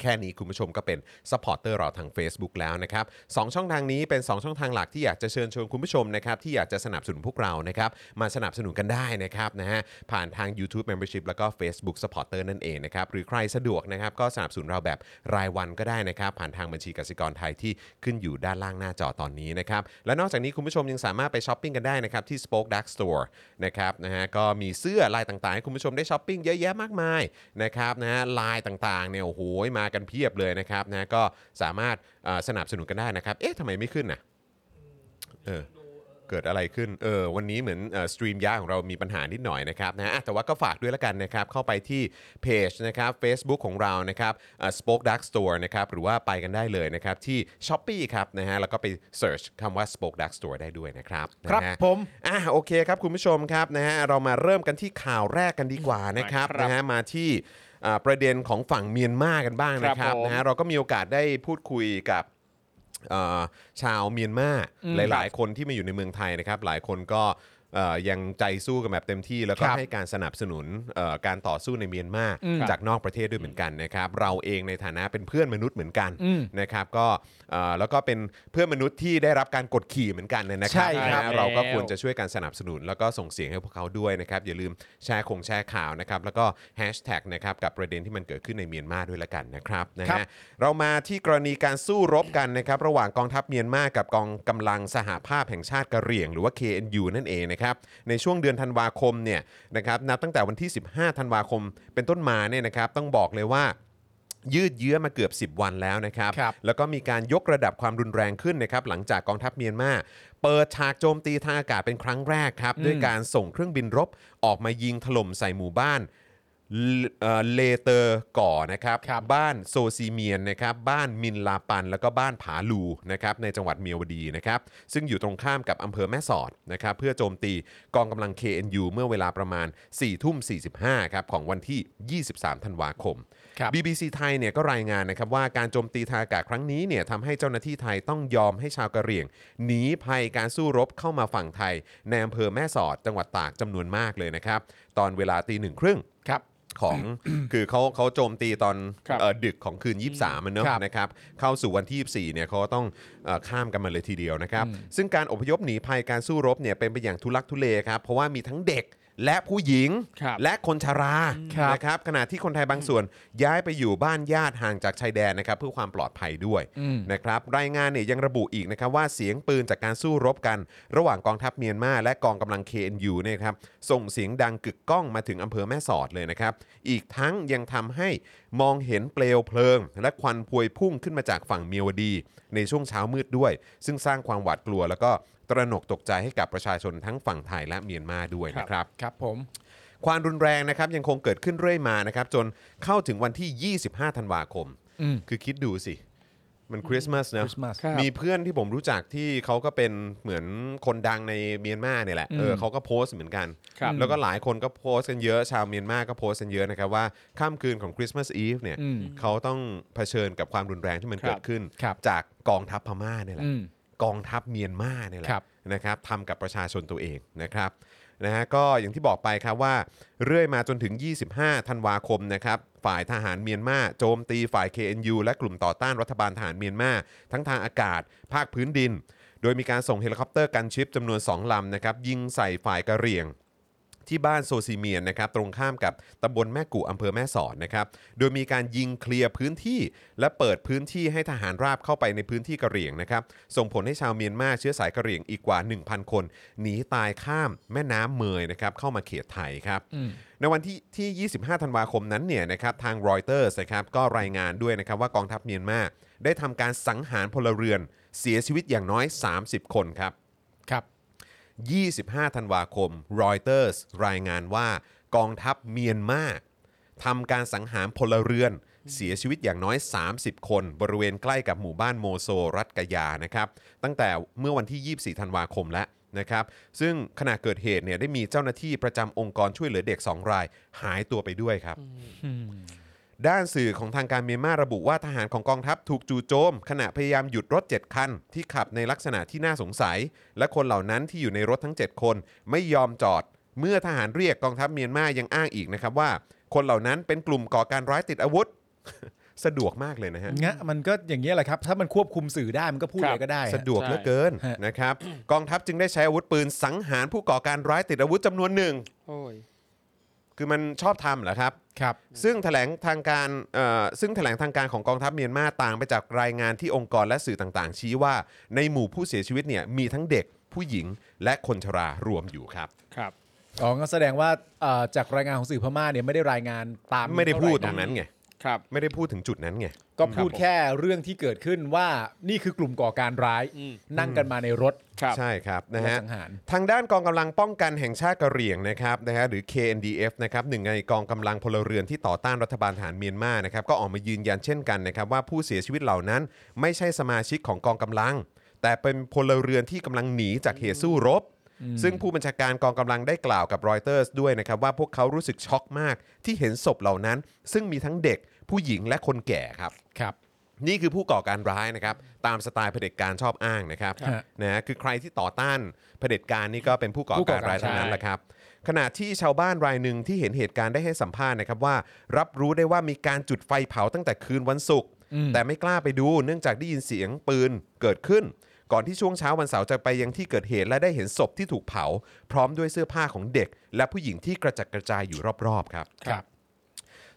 แค่นี้คุณผู้ชมก็เป็นสปอร์เตอร์เราทาง Facebook แล้วนะครับสองช่องทางนี้เป็น 2 ช่องทางหลักที่อยากจะเชิญชวนคุณผู้ชมนะครับที่อยากจะสนับสนุนพวกเรานะครับมาสนับสนุนกันได้นะครับนะฮะผ่านทาง YouTube Membership แล้วก็ Facebook Supporter นั่นเองนะครับหรือใครสะดวกนะครับก็สนับสนุนเราแบบรายวันก็ได้นะครับผ่านทางบัญชีกสิกรไทยที่ขึ้นอยู่ด้านล่างหน้าจอตอนนี้นะครับและนอกจากนี้คุณผู้ชมยังสามารถไปช้อปปิ้งกันได้นะครับที่ Spoke Dark Store นะครับนะฮะก็มีเสื้อลายต่างๆให้คุณผู้ชมได้ช้อปปิ้งเยอะแยะมากมายนะครับนะฮะลายต่างๆเนี่ยโอ้โหมากันเพียบเลยนะครับนะก็สามารถเอ่อสนับสนุนกันได้นะครับเอ๊ะทำไมไม่ขึ้นน่ะเออเกิดอะไรขึ้นเออวันนี้เหมือนสตรีมยาของเรามีปัญหานิดหน่อยนะครับนะอ่ะแต่ว่าก็ฝากด้วยละกันนะครับเข้าไปที่เพจนะครับ Facebook ของเรานะครับเอ่อ Spoke Dark Store นะครับหรือว่าไปกันได้เลยนะครับที่ s h o p e e ครับนะฮะแล้วก็ไป Search คำว่า Spoke Dark Store ได้ด้วยนะครับ
ครับ
นะฮะ
ผม
อ่ะโอเคครับ คุณผู้ชมครับนะฮะเรามาเริ่มกันที่ข่าวแรกกันดีกว่านะครับ
ครับ
นะฮะมาที่อ่าประเด็นของฝั่งเมียนมากันบ้างนะค
ครั
รับบ
ผม
นะฮะเราก็มีโอกาสได้พูดคุยกับเอ่อชาวเมียนมาหลาย ๆ คนที่มาอยู่ในเมืองไทยนะครับ หลายคนก็ เอ่อยังใจสู้กันแบบเต็มที่แล้วก็
ครับ
ให้การสนับสนุนเอ่อการต่อสู้ในเมียนมา
อืม
จากนอกประเทศด้วยเหมือนกันนะครับ เราเองในฐานะเป็นเพื่อนมนุษย์เหมือนกัน
อืม
นะครับก็เอ่อแล้วก็เป็นเพื่อนมนุษย์ที่ได้รับการกดขี่เหมือนกันนะครั
ใช่ครับ
นะเราก็ควร
แล้ว
จะ ช่วยการสนับสนุนแล้วก็ส่งเสียงให้พวกเขาด้วยนะครับ อย่าลืมแชร์คงแชร์ข่าวนะครับ แล้วก็แฮชแท็กนะครับกับประเด็นที่มันเกิดขึ้นในเมียนมาด้วยละกันนะครับนะ
ครั
ฮะ
บ
เรามาที่กรณีการสู้รบกันนะครับ ระหว่างกองทัพเมียนมากับกองกำลังสหภาพแห่งชาติกะเหรี่ยง หรือว่า KNU นั่นเองนะครับในช่วงเดือนธันวาคมเนี่ยนะครับนับตั้งแต่วันที่ 15 ธันวาคม เป็นต้นมาเนี่ยนะครับต้องบอกเลยว่า ยืดเยื้อมาเกือบ 10 วันแล้วนะครับ
ครับ
แล้วก็มีการยกระดับความรุนแรงขึ้นนะครับ หลังจากกองทัพเมียนมาเปิดฉากโจมตีทางอากาศเป็นครั้งแรกครับ ด้วยการส่งเครื่องบินรบออกมายิงถล่มใส่หมู่บ้านเลเอ่อเลเตอร์ก่อนะครับ
ครับ
บ้านโซซีเมียนนะครับบ้านมินลาปัน แล้วก็บ้านผาลูนะครับในจังหวัดเมียวดีนะครับซึ่งอยู่ตรงข้ามกับอำเภอแม่สอดนะครับเพื่อโจมตีกองกำลัง KNU เมื่อเวลาประมาณ4ทุ่ม45ครับของวันที่ 23ธันวาคม
ครับ
BBC ไทยเนี่ยก็รายงานนะครับว่าการโจมตีทางอากาศครั้งนี้เนี่ยทำให้เจ้าหน้าที่ไทยต้องยอมให้ชาวกะเหรี่ยงหนีภัยการสู้รบเข้ามาฝั่งไทยในอำเภอแม่สอดจังหวัดตากจำนวนมากเลยนะครับ ตอนเวลาตีหนึ่งครึ่ง
ครับ
ของ คือเขาเขาโจมตีตอน
ครับ
เอ่อดึกของคืน 23มันเนอะ
ครับ
นะครับเข้าสู่วันที่ 24เนี่ยเขาต้องเอ่อข้ามกันมาเลยทีเดียวนะครับ ซึ่งการอพยพหนีภัยการสู้รบเนี่ยเป็นไปอย่างทุลักทุเลครับ เพราะว่ามีทั้งเด็กและผู้หญิง
ครับ
และคนชรา
ครับ
นะครับขณะที่คนไทยบางส่วนย้ายไปอยู่บ้านญาติห่างจากชายแดนนะครับเพื่อความปลอดภัยด้วยนะครับรายงานเนี่ยยังระบุอีกนะครับว่าเสียงปืนจากการสู้รบกัน ระหว่างกองทัพเมียนมาและกองกำลัง KNU เนี่ยครับส่งเสียงดังกึกก้องมาถึงอำเภอแม่สอดเลยนะครับ อีกทั้งยังทำให้มองเห็นเปลวเพลิง และควันพวยพุ่งขึ้นมาจากฝั่งเมียวดี ในช่วงเช้ามืดด้วย ซึ่งสร้างความหวาดกลัว แล้วก็ตระหนกตกใจให้กับประชาชนทั้งฝั่งไทยและเมียนมาด้วย
ครับ
นะครับ
ครับผม
ความรุนแรงนะครับยังคงเกิดขึ้นเรื่อยมานะครับ จนเข้าถึงวันที่ 25 ธันวาคม
อืม
คือคิดดูสิ มันคริสต์มาสนะ
Christmas
ครับ
มีเพื่อนที่ผมรู้จักที่เขาก็เป็นเหมือนคนดังในเมียนมาเนี่ยแหละเออเขาก็โพสต์เหมือนกัน
ครับ
แล้วก็หลายคนก็โพสต์กันเยอะชาวเมียนมาก็โพสต์กันเยอะนะครับว่าค่ำคืนของคริสต์มาสอีฟเนี่ย
อืม
เขาต้องเผชิญกับความรุนแรงที่มันเกิดขึ้น
ครับ
จากกองทัพพม่าเนี่ยแหละ
อืม
กองทัพเมียนมาเนี่ยแหละ
ครับ
นะครับทำกับประชาชนตัวเองนะครับนะฮะก็อย่างที่บอกไปครับว่า เรื่อยมาจนถึง 25 ธันวาคมนะครับฝ่ายทหารเมียนมาโจมตีฝ่าย KNU และกลุ่มต่อต้านรัฐบาลทหารเมียนมาทั้งทางอากาศ ภาคพื้นดิน โดยมีการส่งเฮลิคอปเตอร์กันชิปจำนวน 2 ลำนะครับยิงใส่ฝ่ายกะเหรี่ยง ที่บ้านโซซีเมียนนะครับตรงข้ามกับตำบลแม่กู่อำเภอแม่สอดนะครับโดยมีการยิงเคลียร์พื้นที่ และเปิดพื้นที่ให้ทหารราบเข้าไปในพื้นที่กะเหรี่ยงนะครับส่งผลให้ชาวเมียนมาเชื้อสายกะเหรี่ยงอีกกว่า 1,000 คนหนีตายข้ามแม่น้ำเมยนะครับเข้ามาเขตไทยครับ ในวันที่ที่ 25 ธันวาคมนั้นเนี่ยนะครับทางรอยเตอร์นะครับก็รายงานด้วยนะครับว่ากองทัพเมียนมาได้ทำการสังหารพลเรือน เสียชีวิตอย่างน้อย 30 คนครับ
ครับ
25 ธันวาคม รอยเตอร์สรายงานว่ากองทัพเมียนมาทำการสังหารพลเรือน เสียชีวิตอย่างน้อย 30 คน บริเวณใกล้กับหมู่บ้านโมโซรัตกะยานะครับ ตั้งแต่เมื่อวันที่ 24 ธันวาคมแล้วนะครับ ซึ่งขณะเกิดเหตุเนี่ยได้มีเจ้าหน้าที่ประจำองค์กรช่วยเหลือเด็ก 2 ราย หายตัวไปด้วยครับ ด้านสื่อของทางการเมียนมาระบุว่าทหารของกองทัพถูกจู่โจม ขณะพยายามหยุดรถ 7 คัน ที่ขับในลักษณะที่น่าสงสัย และคนเหล่านั้นที่อยู่ในรถทั้ง 7 คน ไม่ยอมจอด เมื่อทหารเรียกกองทัพเมียนมายังอ้างอีกนะครับว่า คนเหล่านั้นเป็นกลุ่มก่อการร้ายติดอาวุธ สะดวกมากเลยนะฮะ
งะมันก็อย่างนี้ยแหละครับ ถ้ามันควบคุมสื่อได้มันก็พูด
ครับ
อะไรก็ได้ฮ
สะดวก
ใช่
เหลือเกิน
ฮะ
นะครับ กองทัพจึงได้ใช้อาวุธปืนสังหารผู้ก่อการร้ายติดอาวุธจำนวนหนึ่ง
โอ้ย
คือมันชอบทำเหรอครับ
ครับ
ซึ่งแถลงทางการเอ่อซึ่งแถลงทางการของกองทัพเมียนมาต่างไปจากรายงานที่องค์กรและสื่อต่างๆ ชี้ว่าในหมู่ผู้เสียชีวิตเนี่ยมีทั้งเด็กผู้หญิงและคนชรารวมอยู่ครับ
ครับ
อ๋อก็แสดงว่าเอ่อจากรายงานของสื่อพม่าเนี่ยไม่ได้รายงานตาม
ไม่ได้พูดต
เท่า
รง
ห
นั้นไง
ครับ
ไม่ได้พูดถึงจุดนั้นไง
ก็พูดแค่เรื่องที่เกิดขึ้นว่านี่คือกลุ่มก่อการร้าย
อืม
นั่งกันมาในรถ
ครับ
ใช่ครับนะ
และ
ฮะ
สังหาร
ทางด้านกองกำลังป้องกันแห่งชาติกะเหรี่ยงนะครับนะฮะหรือ KNDF นะครับหนึ่งในกองกำลังพลเรือนที่ต่อต้านรัฐบาลทหารเมียนมานะครับก็ออกมายืนยันเช่นกันนะครับว่าผู้เสียชีวิตเหล่านั้น ไม่ใช่สมาชิกของกองกำลัง แต่เป็นพลเรือนที่กำลังหนีจากเหตุสู้รบ ซึ่งผู้บัญชาการกองกำลังได้กล่าวกับรอยเตอร์สด้วยนะครับว่าพวกเขารู้สึกช็อกมากที่เห็นศพเหล่านั้น ซึ่งมีทั้งเด็กผู้หญิงและคนแก่ครับ
ครับ
นี่คือผู้ก่อการร้ายนะครับ ตามสไตล์เผด็จการชอบอ้างนะครับ
ฮะ
นะฮะคือใครที่ต่อต้านเผด็จการนี่ก็เป็นผู้ก่อ
ผู้ก่
กา
อ
ร
การ
ร้ายทั้งนั้น
ใช่
แหละครับ ขณะที่ชาวบ้านรายหนึ่งที่เห็นเหตุการณ์ได้ให้สัมภาษณ์นะครับว่า รับรู้ได้ว่ามีการจุดไฟเผาตั้งแต่คืนวันศุกร์แต่ไม่กล้าไปดูเนื่องจากได้ยินเสียงปืนเกิดขึ้น ก่อนที่ช่วงเช้าวันเสาร์จะไปยังที่เกิดเหตุและได้เห็นศพที่ถูกเผา พร้อมด้วยเสื้อผ้าของเด็ก และผู้หญิงที่กระจัดกระจายอยู่รอบๆครับ
ครับ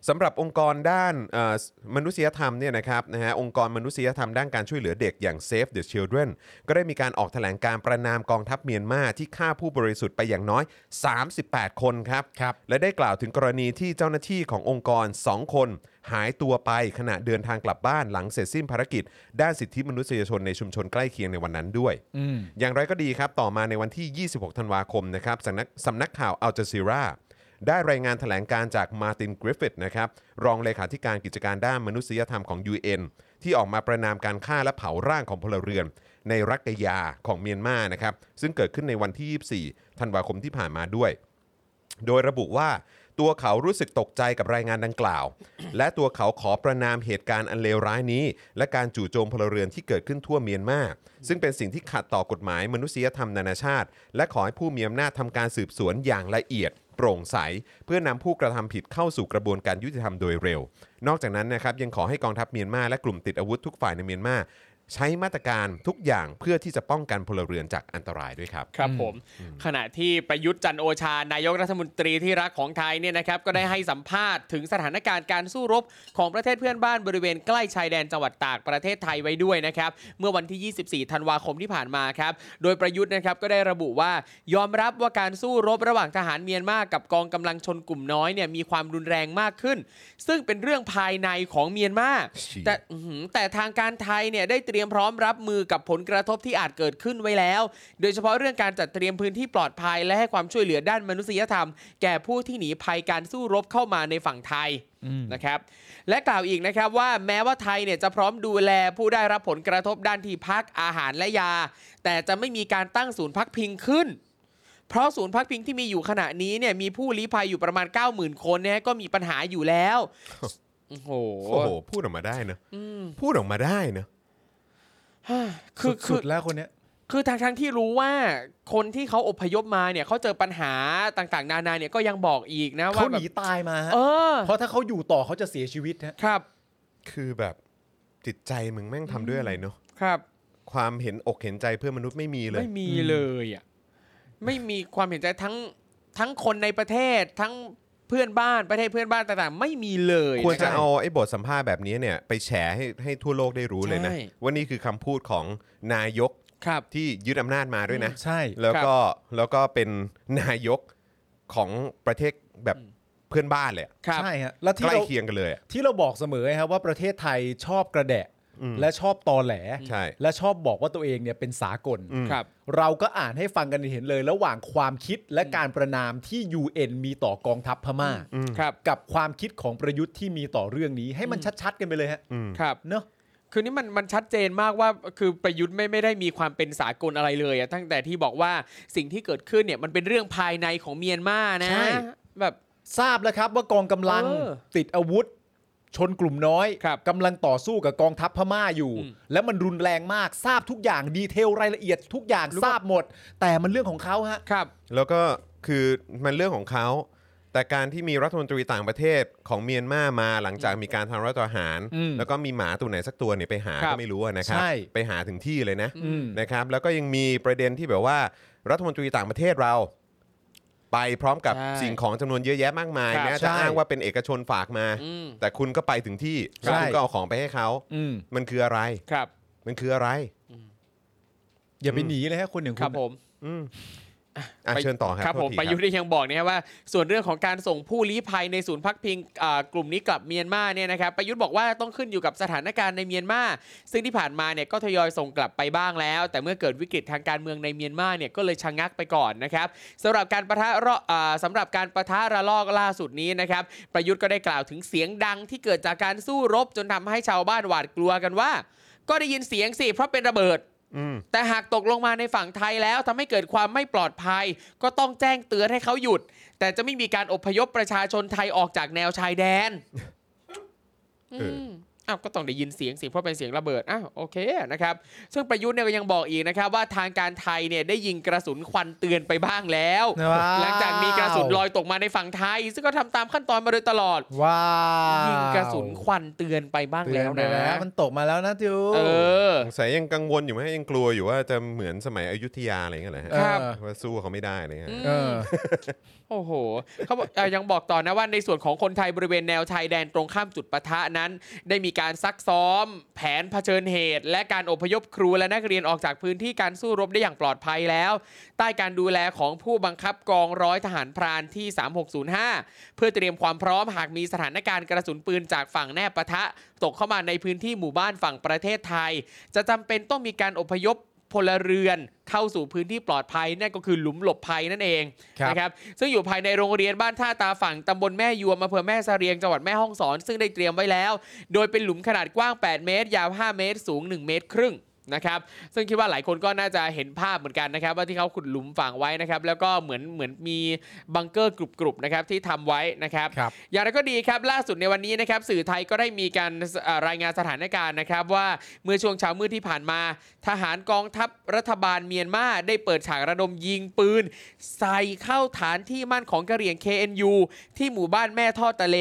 สำหรับองค์กรด้านเอ่อมนุษยธรรมเนี่ยนะครับนะฮะองค์กรมนุษยธรรมด้านการช่วยเหลือเด็กอย่าง Save the Children ก็ได้มีการออกแถลงการประนามกองทัพเมียนมาที่ฆ่าผู้บริสุทธิ์ไปอย่างน้อย 38 คนครับ
ครับ
และได้กล่าวถึงกรณีที่เจ้าหน้าที่ขององค์กร 2 คน หายตัวไปขณะเดินทางกลับบ้านหลังเสร็จสิ้นภารกิจ ด้านสิทธิมนุษยชนในชุมชนใกล้เคียงในวันนั้นด้วย อย่างไรก็ดีครับ ต่อมาในวันที่ 26 ธันวาคมนะครับสำนักสำนักข่าวอัลจซีรา ได้รายงานแถลงการจากมาร์ตินกริฟฟิธนะครับรองเลขาธิการกิจการด้านมนุษยธรรมของ UN ที่ออกมาประนามการฆ่าและเผาร่างของพลเรือน ในรักกยาของเมียนมานะครับซึ่งเกิดขึ้นในวันที่ 24 ธันวาคมที่ผ่านมาด้วย โดยระบุว่าตัวเขารู้สึกตกใจกับรายงานดังกล่าว และตัวเขาขอประนามเหตุการณ์อันเลวร้ายนี้ และการจู่โจมพลเรือนที่เกิดขึ้นทั่วเมียนมาซึ่งเป็นสิ่งที่ขัดต่อกฎหมายมนุษยธรรมนานาชาติ และขอให้ผู้มีอำนาจทำการสืบสวนอย่างละเอียด โปร่งใส เพื่อนำผู้กระทำผิดเข้าสู่กระบวนการยุติธรรมโดยเร็ว นอกจากนั้นนะครับยังขอให้กองทัพเมียนมาและกลุ่มติดอาวุธทุกฝ่ายในเมียนมาใช้มาตรการทุกอย่างเพื่อที่จะป้องกันพลเรือนจากอันตรายด้วยครับ
ครับผมขณะที่ประยุทธ์จันทร์โอชานายกรัฐมนตรีที่รักของไทยเนี่ยนะครับก็ได้ให้สัมภาษณ์ถึงสถานการณ์การสู้รบของประเทศเพื่อนบ้านบริเวณใกล้ชายแดนจังหวัดตากประเทศไทยไว้ด้วยนะครับเมื่อวันที่ 24 ธันวาคมที่ผ่านมาครับโดยประยุทธ์นะครับก็ได้ระบุว่ายอมรับว่าการสู้รบระหว่างทหารเมียนมากับกองกำลังชนกลุ่มน้อยเนี่ยมีความรุนแรงมากขึ้น ซึ่งเป็นเรื่องภายในของเมียนมา
ชี้
แต่ อื้อหือแต่ทางการไทยเนี่ยได้เตรียมพร้อมรับมือกับผลกระทบที่อาจเกิดขึ้นไว้แล้ว โดยเฉพาะเรื่องการจัดเตรียมพื้นที่ปลอดภัยและให้ความช่วยเหลือด้านมนุษยธรรม แก่ผู้ที่หนีภัยการสู้รบเข้ามาในฝั่งไทยนะครับ และกล่าวอีกนะครับว่าแม้ว่าไทยเนี่ยจะพร้อมดูแลผู้ได้รับผลกระทบด้านที่พักอาหารและยา แต่จะไม่มีการตั้งศูนย์พักพิงขึ้น เพราะศูนย์พักพิงที่มีอยู่ขณะนี้เนี่ยมีผู้ลี้ภัยอยู่ประมาณ 90,000 คนเนี่ยก็มีปัญหาอยู่แล้วโอ้โห
โอ้โหพูดออกมาได้เนอะพูดออกมาได้เนอะ
คือคื
สุ
อ
ดๆแล้วคนเนี้ย
คือทางทางๆที่รู้ว่าคนที่เขาอพยพมาเนี่ยเขาเจอปัญหาต่างๆ นานาเนี่ยก็ยังบอกอีกนะว่า
เขาห
แบบ
นีตายมาฮะ
เออ
เพราะถ้าเขาอยู่ต่อเขาจะเสียชีวิตฮะ
ครับ
คือแบบจิตใจมึงแม่งทำด้วยอะไรเนาะ
ครับ
ความเห็นอกเห็นใจเพื่อนมนุษย์ไม่มีเลย
ไม่มีเลยอ่ะไม่มีความเห็นใจทั้งทั้งคนในประเทศทั้งเพื่อนบ้านประเทศเพื่อนบ้านต่างๆ ไม่มีเลย
ควรจะ
น
เอาไอ้บทสัมภาษณ์แบบนี้เนี่ยไปแฉให้ให้ทั่วโลกได้รู้เลยนะ
ใช่
ว่านี่คือคำพูดของนายก
ครับ
ที่ยึดอำนาจมาด้วยนะ
ใช่
แล้วก็แล้วก็เป็นนายกของประเทศแบบเพื่อนบ้านเลยอะ
ครับ
ใช่ฮะแล้วที่
ใกล้
เรา
เคียงกันเลยอะ
ที่เราบอกเสมอไงครับว่าประเทศไทยชอบกระแดะ และชอบตอแหล
ใช่
และชอบบอกว่าตัวเองเนี่ยเป็นสากล
ครับ
เราก็อ่านให้ฟังกันเห็นเลย ระหว่างความคิดและการประนามที่ UN มีต่อกองทัพพม่า
ครับ
กับความคิดของประยุทธ์ที่มีต่อเรื่องนี้ ให้มันชัดๆกันไปเลยฮะ
ครับ
เนอะ
คือนี่มันมันชัดเจนมากว่าคือประยุทธ์ไม่ไม่ได้มีความเป็นสากลอะไรเลยอะตั้งแต่ที่บอกว่าสิ่งที่เกิดขึ้นเนี่ยมันเป็นเรื่องภายในของเมียนมานะ
ใช่
แบบ
ทราบแล้วครับว่ากองกำลัง
เออ
ติดอาวุธ ชนกลุ่มน้อย
ครับ
กำลังต่อสู้กับกองทัพพม่าอยู่
อืม
และมันรุนแรงมากทราบทุกอย่างดีเทลรายละเอียดทุกอย่าง
รู้ว่า
ทราบหมด แต่มันเรื่องของเขาฮะ
ครับ
แล้วก็คือมันเรื่องของเขา แต่การที่มีรัฐมนตรีต่างประเทศของเมียนมามาหลังจากมีการทำรัฐประหาร
อืม
แล้วก็มีหมาตัวไหนสักตัวเนี่ยไปหา
ครั
ก็
บ
ไม่รู้อะนะครับ
ใช่
ไปหาถึงที่เลยนะ
อืม
นะครับแล้วก็ยังมีประเด็นที่แบบว่า รัฐมนตรีต่างประเทศเรา ไปพร้อมกับ
ใช่
สิ่งของจำนวนเยอะแยะมากมาย
ครับ
แม้
ใช่
จะอ้างว่าเป็นเอกชนฝากมา
อืม
แต่คุณก็ไปถึงที่
ใช่
แล้วคุณก็เอาของไปให้เขา
อืม
มันคืออะไร
ครับ
มันคืออะไร
อย่าไปหนีเลยฮะคนอย่าง
ค
คุ
รับ
ณ
ผม
อ่ะ
ไป
เชิญต่อครับ
ครับ
โทษ
ผม
ที
ประยุทธ์ยังบอกนะครับว่า ส่วนเรื่องของการส่งผู้ลี้ภัยในศูนย์พักพิงอ่ากลุ่มนี้กลับเมียนมาเนี่ยนะครับประยุทธ์บอกว่าต้องขึ้นอยู่กับสถานการณ์ในเมียนมาซึ่งที่ผ่านมาเนี่ยก็ทยอยส่งกลับไปบ้างแล้ว แต่เมื่อเกิดวิกฤตทางการเมืองในเมียนมาเนี่ยก็เลยชะงงักไปก่อนนะครับสำหรับการประทะรออ่าสำหรับการประทะระลอกล่าสุดนี้นะครับประยุทธ์ก็ได้กล่าวถึงเสียงดังที่เกิดจากการสู้รบจนทำให้ชาวบ้านหวาดกลัวกันว่า ก็ได้ยินเสียงสิเพราะเป็นระเบิด แต่หากตกลงมาในฝั่งไทยแล้วทำให้เกิดความไม่ปลอดภัย ก็ต้องแจ้งเตือนให้เขาหยุด แต่จะไม่มีการอพยพประชาชนไทยออกจากแนวชายแดน
เอออื
ม อ้าวก็ต้องได้ยินเสียงสิเพราะเป็นเสียงระเบิดอ้าวโอเคนะครับซึ่งประยุทธ์เนี่ยก็ยังบอกอีกนะครับ ว่าทางการไทยเนี่ยได้ยิงกระสุนควันเตือนไปบ้างแล้ว
ว้าว
หลังจากมีกระสุนลอยตกมาในฝั่งไทย ซึ่งก็ทำตามขั้นตอนมาโดยตลอด
ว้าว
ยิงกระสุนควันเตือนไปบ้างแล้ว
เตือ
นะ
ไปมันตกมาแล้วนะจู
เออ
สงสัยยังกังวลอยู่ไหมยังกลัวอยู่ว่าจะเหมือนสมัยอยุธยาอะไรอย่างเงี้ยเหรอฮะ
ครับ
ว่าสู้เขาไม่ได้อะไรเงี้ย
เออ
โอ้โหเขาบอกเอ่อยังบอกต่อนะว่าในส่วนของคนไทยบริเวณแนวชายแดนตรงข้ามจุดปะทะนั้น ได้มีการซักซ้อม แผนเผชิญเหตุ และการอพยพครูและนักเรียนออกจากพื้นที่การสู้รบได้อย่างปลอดภัยแล้ว ใต้การดูแลของผู้บังคับกองร้อยทหารพรานที่ 3605 เพื่อเตรียมความพร้อมหากมีสถานการณ์กระสุนปืนจากฝั่งแนบปะทะ ตกเข้ามาในพื้นที่หมู่บ้านฝั่งประเทศไทย จะจำเป็นต้องมีการอพยพพลเรือนเข้าสู่พื้นที่ปลอดภัยนั่นก็คือหลุมหลบภัยนั่นเอง
ครับ
นะครับซึ่งอยู่ภายในโรงเรียนบ้านท่าตาฝั่งตำบลแม่ยวมอำเภอแม่เสรียงจังหวัดแม่ฮ่องสอน ซึ่งได้เตรียมไว้แล้ว โดยเป็นหลุมขนาดกว้าง 8 เมตร ยาว 5 เมตร สูง 1 เมตรครึ่งนะครับ ซึ่งคิดว่าหลายคนก็น่าจะเห็นภาพเหมือนกันนะครับ ว่าที่เขาขุดหลุมฝังไว้นะครับ แล้วก็เหมือนเหมือนมีบังเกอร์กรุบๆนะครับที่ทำไว้นะครับ
ครับ
อย่างไรก็ดีครับล่าสุดในวันนี้นะครับสื่อไทยก็ได้มีการเอ่อรายงานสถานการณ์นะครับ ว่าเมื่อช่วงเช้ามืดที่ผ่านมา ทหารกองทัพรัฐบาลเมียนมาได้เปิดฉากระดมยิงปืน ใส่เข้าฐานที่มั่นของกะเหรี่ยง KNU ที่หมู่บ้านแม่ท่อตะเล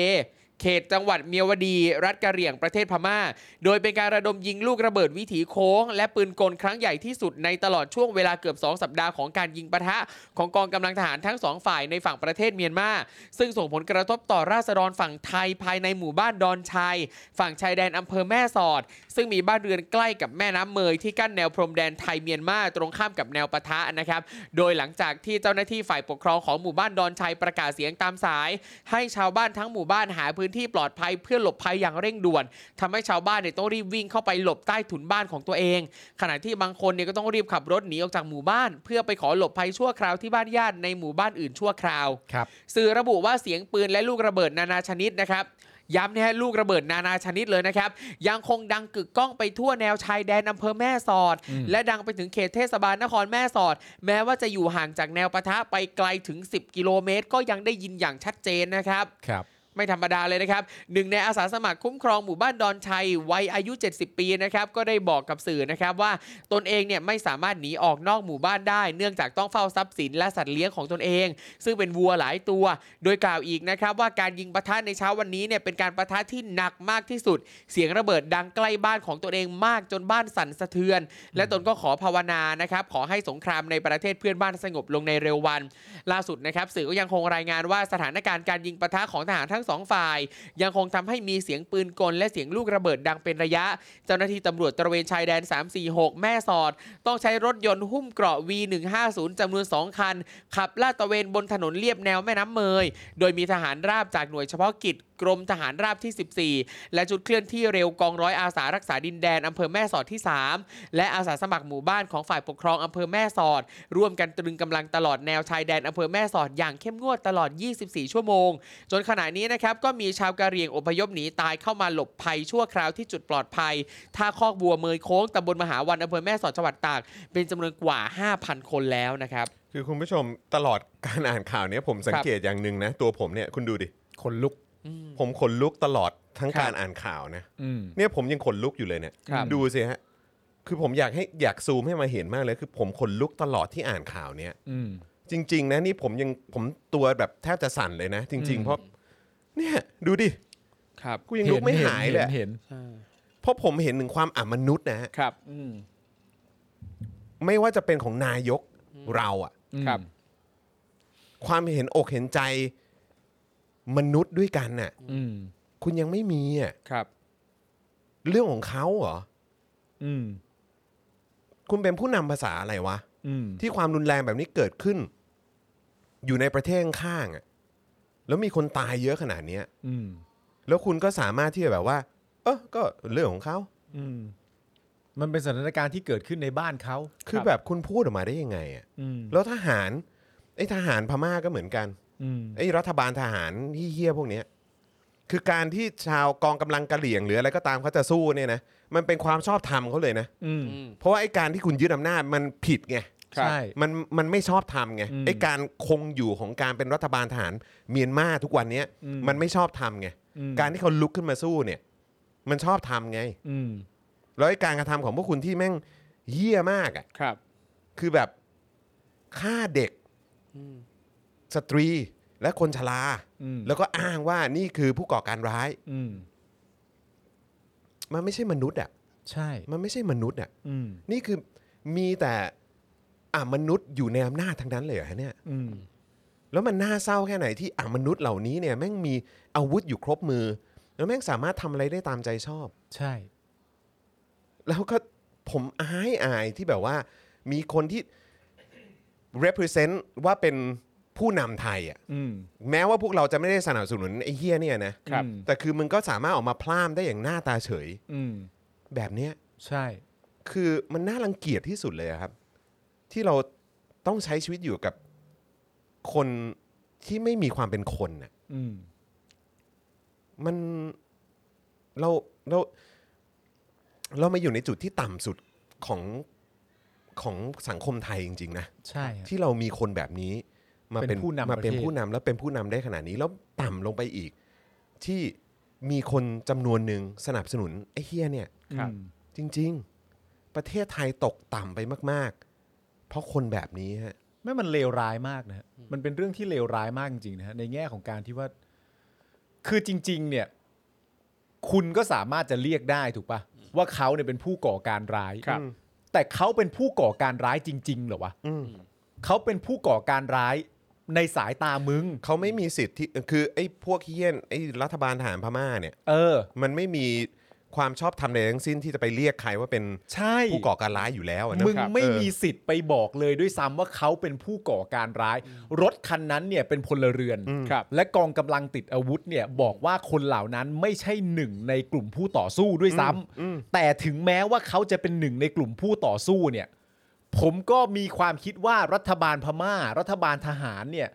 เขตจังหวัดเมียวดี รัฐกะเหรี่ยงประเทศพม่า โดยเป็นการระดมยิงลูกระเบิดวิถีโค้ง และปืนกลครั้งใหญ่ที่สุดในตลอดช่วงเวลาเกือบ 2 สัปดาห์ของการยิงปะทะ ของกองกำลังทหารทั้งสองฝ่ายในฝั่งประเทศเมียนมา ซึ่งส่งผลกระทบต่อราษฎรฝั่งไทยภายในหมู่บ้านดอนชัย ฝั่งชายแดนอำเภอแม่สอด ซึ่งมีบ้านเรือนใกล้กับแม่น้ำเมยที่กั้นแนวพรมแดนไทยเมียนมาตรงข้ามกับแนวปะทะนะครับ โดยหลังจากที่เจ้าหน้าที่ฝ่ายปกครองของหมู่บ้านดอนชัยประกาศเสียงตามสาย ให้ชาวบ้านทั้งหมู่บ้านหาพื้นที่ปลอดภัยเพื่อหลบภัยอย่างเร่งด่วนทำให้ชาวบ้านเนี่ยต้องรีบวิ่งเข้าไปหลบใต้ถุนบ้านของตัวเอง ขณะที่บางคนเนี่ยก็ต้องรีบขับรถหนีออกจากหมู่บ้าน เพื่อไปขอหลบภัยชั่วคราวที่บ้านญาติในหมู่บ้านอื่นชั่วคราว
ครับ
สื่อระบุว่าเสียงปืนและลูกระเบิดนานาชนิดนะครับย้ำนะฮะลูกระเบิดนานาชนิดเลยนะครับ ยังคงดังกึกก้องไปทั่วแนวชายแดนอำเภอแม่สอด และดังไปถึงเขตเทศบาลนครแม่สอด แม้ว่าจะอยู่ห่างจากแนวปะทะไปไกลถึง 10 กิโลเมตร ก็ยังได้ยินอย่างชัดเจนนะครับ
ครับ
ไม่ธรรมดาเลยนะครับ หนึ่งในอาสาสมัครคุ้มครองหมู่บ้านดอนชัยวัยอายุ 70 ปีนะครับ ก็ได้บอกกับสื่อนะครับว่าตนเองเนี่ยไม่สามารถหนีออกนอกหมู่บ้านได้ เนื่องจากต้องเฝ้าทรัพย์สินและสัตว์เลี้ยงของตนเอง ซึ่งเป็นวัวหลายตัว โดยกล่าวอีกนะครับว่าการยิงปะทะในเช้าวันนี้เนี่ยเป็นการปะทะที่หนักมากที่สุด เสียงระเบิดดังใกล้บ้านของตนเองมากจนบ้านสั่นสะเทือน และตนก็ขอภาวนานะครับขอให้สงครามในประเทศเพื่อนบ้านสงบลงในเร็ววัน ล่าสุดนะครับสื่อก็ยังคงรายงานว่าสถานการณ์การยิงปะทะของทหารทั้งสองฝ่าย ยังคงทำให้มีเสียงปืนกลและเสียงลูกระเบิดดังเป็นระยะ เจ้าหน้าที่ตำรวจตระเวนชายแดน 346 แม่สอด ต้องใช้รถยนต์หุ้มเกราะ V150 จำนวน 2 คัน ขับลาดตระเวนบนถนนเลียบแนวแม่น้ำเมย โดยมีทหารราบจากหน่วยเฉพาะกิจกรมทหารราบที่ 14 และจุดเคลื่อนที่เร็วกองร้อยอาสารักษาดินแดนอำเภอแม่สอดที่ 3 และอาสาสมัครหมู่บ้านของฝ่ายปกครองอำเภอแม่สอด ร่วมกันตรึงกำลังตลอดแนวชายแดนอำเภอแม่สอดอย่างเข้มงวดตลอด 24 ชั่วโมง จนขณะนี้นะครับก็มีชาวกะเหรี่ยงอพยพหนีตายเข้ามาหลบภัยชั่วคราวที่จุดปลอดภัยท่าคอกบัวเมยโค้งตำบลมหาวันอำเภอแม่สอดจังหวัดตาก เป็นจำนวนกว่า 5,000 คนแล้วนะครับ
คือคุณผู้ชมตลอดการอ่านข่าวเนี้ยผมสังเกตอย่างหนึ่งนะ ตัวผมเนี่ยคุณดูดิ
ขนลุก
ผมขนลุกตลอดทั้ง
ครับ
การอ่านข่าวนะ
อืม
เนี่ยผมยังขนลุกอยู่เลยเนี่ย
ครับ
ดูสิฮะ คือผมอยากให้อยากซูมให้มาเห็นมากเลย คือผมขนลุกตลอดที่อ่านข่าวเนี่ย
อืม
จริง ๆ นะนี่ผมยังผมตัวแบบแทบจะสั่นเลยนะ จริง ๆ เพราะเนี่ยดูดิ
ครับ
กูยังลุกไม่หายเลย
เห็น
เพราะผมเห็นถึงความอามนุษย์นะฮะ
ครับ
อืม
ไม่ว่าจะเป็นของนายกเราอะ
ครับ
ความเห็นอกเห็นใจมนุษย์ด้วยกันน่ะ
อืม
คุณยังไม่มีอ่ะ
ครับ
เรื่องของเขาเหรอ
อืม
คุณเป็นผู้นำภาษาอะไรวะ
อืม
ที่ความรุนแรงแบบนี้เกิดขึ้น อยู่ในประเทศข้างๆอะแล้วมีคนตายเยอะขนาดเนี้ย
อืม
แล้วคุณก็สามารถที่จะแบบว่า เออก็เรื่องของเขา
อืม มันเป็นสถานการณ์ที่เกิดขึ้นในบ้านเขา
คือแบบคุณพูดออกมาได้ยังไงอ่ะ
อืม
แล้วทหารไอ้ทหารพม่าก็เหมือนกัน
อืม
ไอ้รัฐบาลทหารที่เฮี้ยพวกเนี้ยคือการที่ชาวกองกำลังกะเหลี่ยงหรืออะไรก็ตามเขาจะสู้เนี่ยนะมันเป็นความชอบธรรมเขาเลยนะ
อืม
เพราะว่าไอ้การที่คุณยึดอำนาจมันผิดไง
ใช่
มันมันไม่ชอบธรรมไง
อืม
ไอ้การคงอยู่ของการเป็นรัฐบาลทหารเมียนมาทุกวันเนี้ย
อืม
มันไม่ชอบธรรมไง
อืม
การที่เขาลุกขึ้นมาสู้เนี่ย มันชอบทำไง
อืม
แล้วไอ้การกระทำของพวกคุณที่แม่งเหี้ยมากอ่ะ
ครับ
คือแบบฆ่าเด็กสตรีและคนชรา
อืม
แล้วก็อ้างว่านี่คือผู้ก่อการร้าย
อืม
มันไม่ใช่มนุษย์อ่ะ
ใช่
มันไม่ใช่มนุษย์อ่ะ
อืม
นี่คือมีแต่อ่ามนุษย์อยู่ในอำนาจทั้งนั้นเลยเหรอฮะเนี่ย
อืม
แล้วมันน่าเศร้าแค่ไหนที่อ่ามนุษย์เหล่านี้เนี่ยแม่งมีอาวุธอยู่ครบมือ แล้วแม่งสามารถทำอะไรได้ตามใจชอบ
ใช่
แล้วก็ผมอายอายที่แบบว่า มีคนที่ represent ว่าเป็นผู้นำไทยอ่ะ
อืม
แม้ว่าพวกเราจะไม่ได้สนับสนุนไอ้เฮี้ยเนี่ยนะครับ แต่คือมึงก็สามารถออกมาพล่ามได้อย่างหน้าตาเฉย
อืม
แบบเนี้ย
ใช่
คือมันน่ารังเกียจที่สุดเลยอะครับ ที่เราต้องใช้ชีวิตอยู่กับคนที่ไม่มีความเป็นคนน่ะ
อืม
มันเราเราเรามาอยู่ในจุดที่ต่ำสุดของของสังคมไทยจริง ๆ นะ
ใช่ฮะ
ที่เรามีคนแบบนี้มา
เป็น
เป็น
ผู้นำ
มาเป็น
ประเทศ
ผู้นำแล้วเป็นผู้นำได้ขนาดนี้ แล้วต่ำลงไปอีก ที่มีคนจำนวนหนึ่งสนับสนุนไอ้เฮียเนี่ย
ครับ
อืม
จริง ๆ ประเทศไทยตกต่ำไปมาก ๆ เพราะคนแบบนี้ฮะ
แม่มันเลวร้ายมากนะฮะมันเป็นเรื่องที่เลวร้ายมากจริงๆนะฮะในแง่ของการที่ว่า คือจริง ๆ เนี่ย คุณก็สามารถจะเรียกได้ถูกปะว่าเขาเนี่ยเป็นผู้ก่อการร้าย
ครับ
แต่เขาเป็นผู้ก่อการร้ายจริง ๆ เหรอวะ
อืม
เขาเป็นผู้ก่อการร้ายในสายตามึง
เขาไม่มีสิทธิ์ที่คือไอ้พวกเฮี้ยนไอ้รัฐบาลทหารพม่าเนี่ย
เออ
มันไม่มีความชอบธรรมใดทั้งสิ้นที่จะไปเรียกใครว่าเป็น
ใช่
ผู้ก่อการร้ายอยู่แล้วอะนะ
มึง
ครับ
ไม่
เออ
มีสิทธิ์ไปบอกเลยด้วยซ้ำว่าเขาเป็นผู้ก่อการร้าย รถคันนั้นเนี่ยเป็นพลเรือน
ครับ
และกองกำลังติดอาวุธเนี่ยบอกว่าคนเหล่านั้นไม่ใช่หนึ่งในกลุ่มผู้ต่อสู้ด้วยซ้ำแต่ถึงแม้ว่าเขาจะเป็นหนึ่งในกลุ่มผู้ต่อสู้เนี่ย ผมก็มีความคิดว่ารัฐบาลพม่า รัฐบาลทหารเนี่ย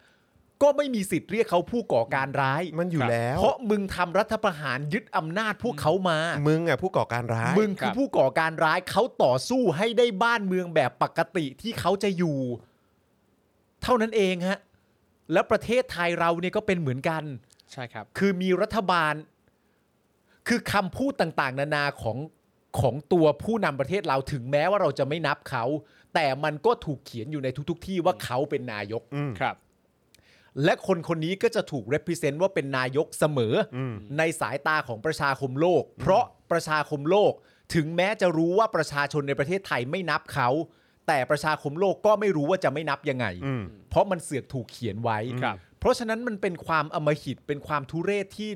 ก็ไม่มีสิทธิ์เรียกเขาผู้ก่อการร้าย
มันอยู่แล้ว
เพราะมึงทำรัฐประหารยึดอำนาจพวกเขามา
มึงอะผู้ก่อการร้าย
มึงคือผู้ก่อการร้ายเขาต่อสู้ให้ได้บ้านเมืองแบบปกติที่เขาจะอยู่ เท่านั้นเองฮะ แล้วประเทศไทยเราเนี่ยก็เป็นเหมือนกัน
ใช่ครับ
คือมีรัฐบาล คือคำพูดต่างๆ นานาของของตัวผู้นำประเทศเราถึงแม้ว่าเราจะไม่นับเขา แต่มันก็ถูกเขียนอยู่ในทุก ๆ ที่ว่าเขาเป็นนายก
ครับ
และคนคนนี้ก็จะถูก represent ว่าเป็นนายกเสมออในสายตาของประชาคมโลก เพราะประชาคมโลก ถึงแม้จะรู้ว่าประชาชนในประเทศไทยไม่นับเขา แต่ประชาคมโลกก็ไม่รู้ว่าจะไม่นับยังไง เพราะมันเสือกถูกเขียนไว้
ครับ
เพราะฉะนั้นมันเป็นความอำมหิตเป็นความทุเรศที่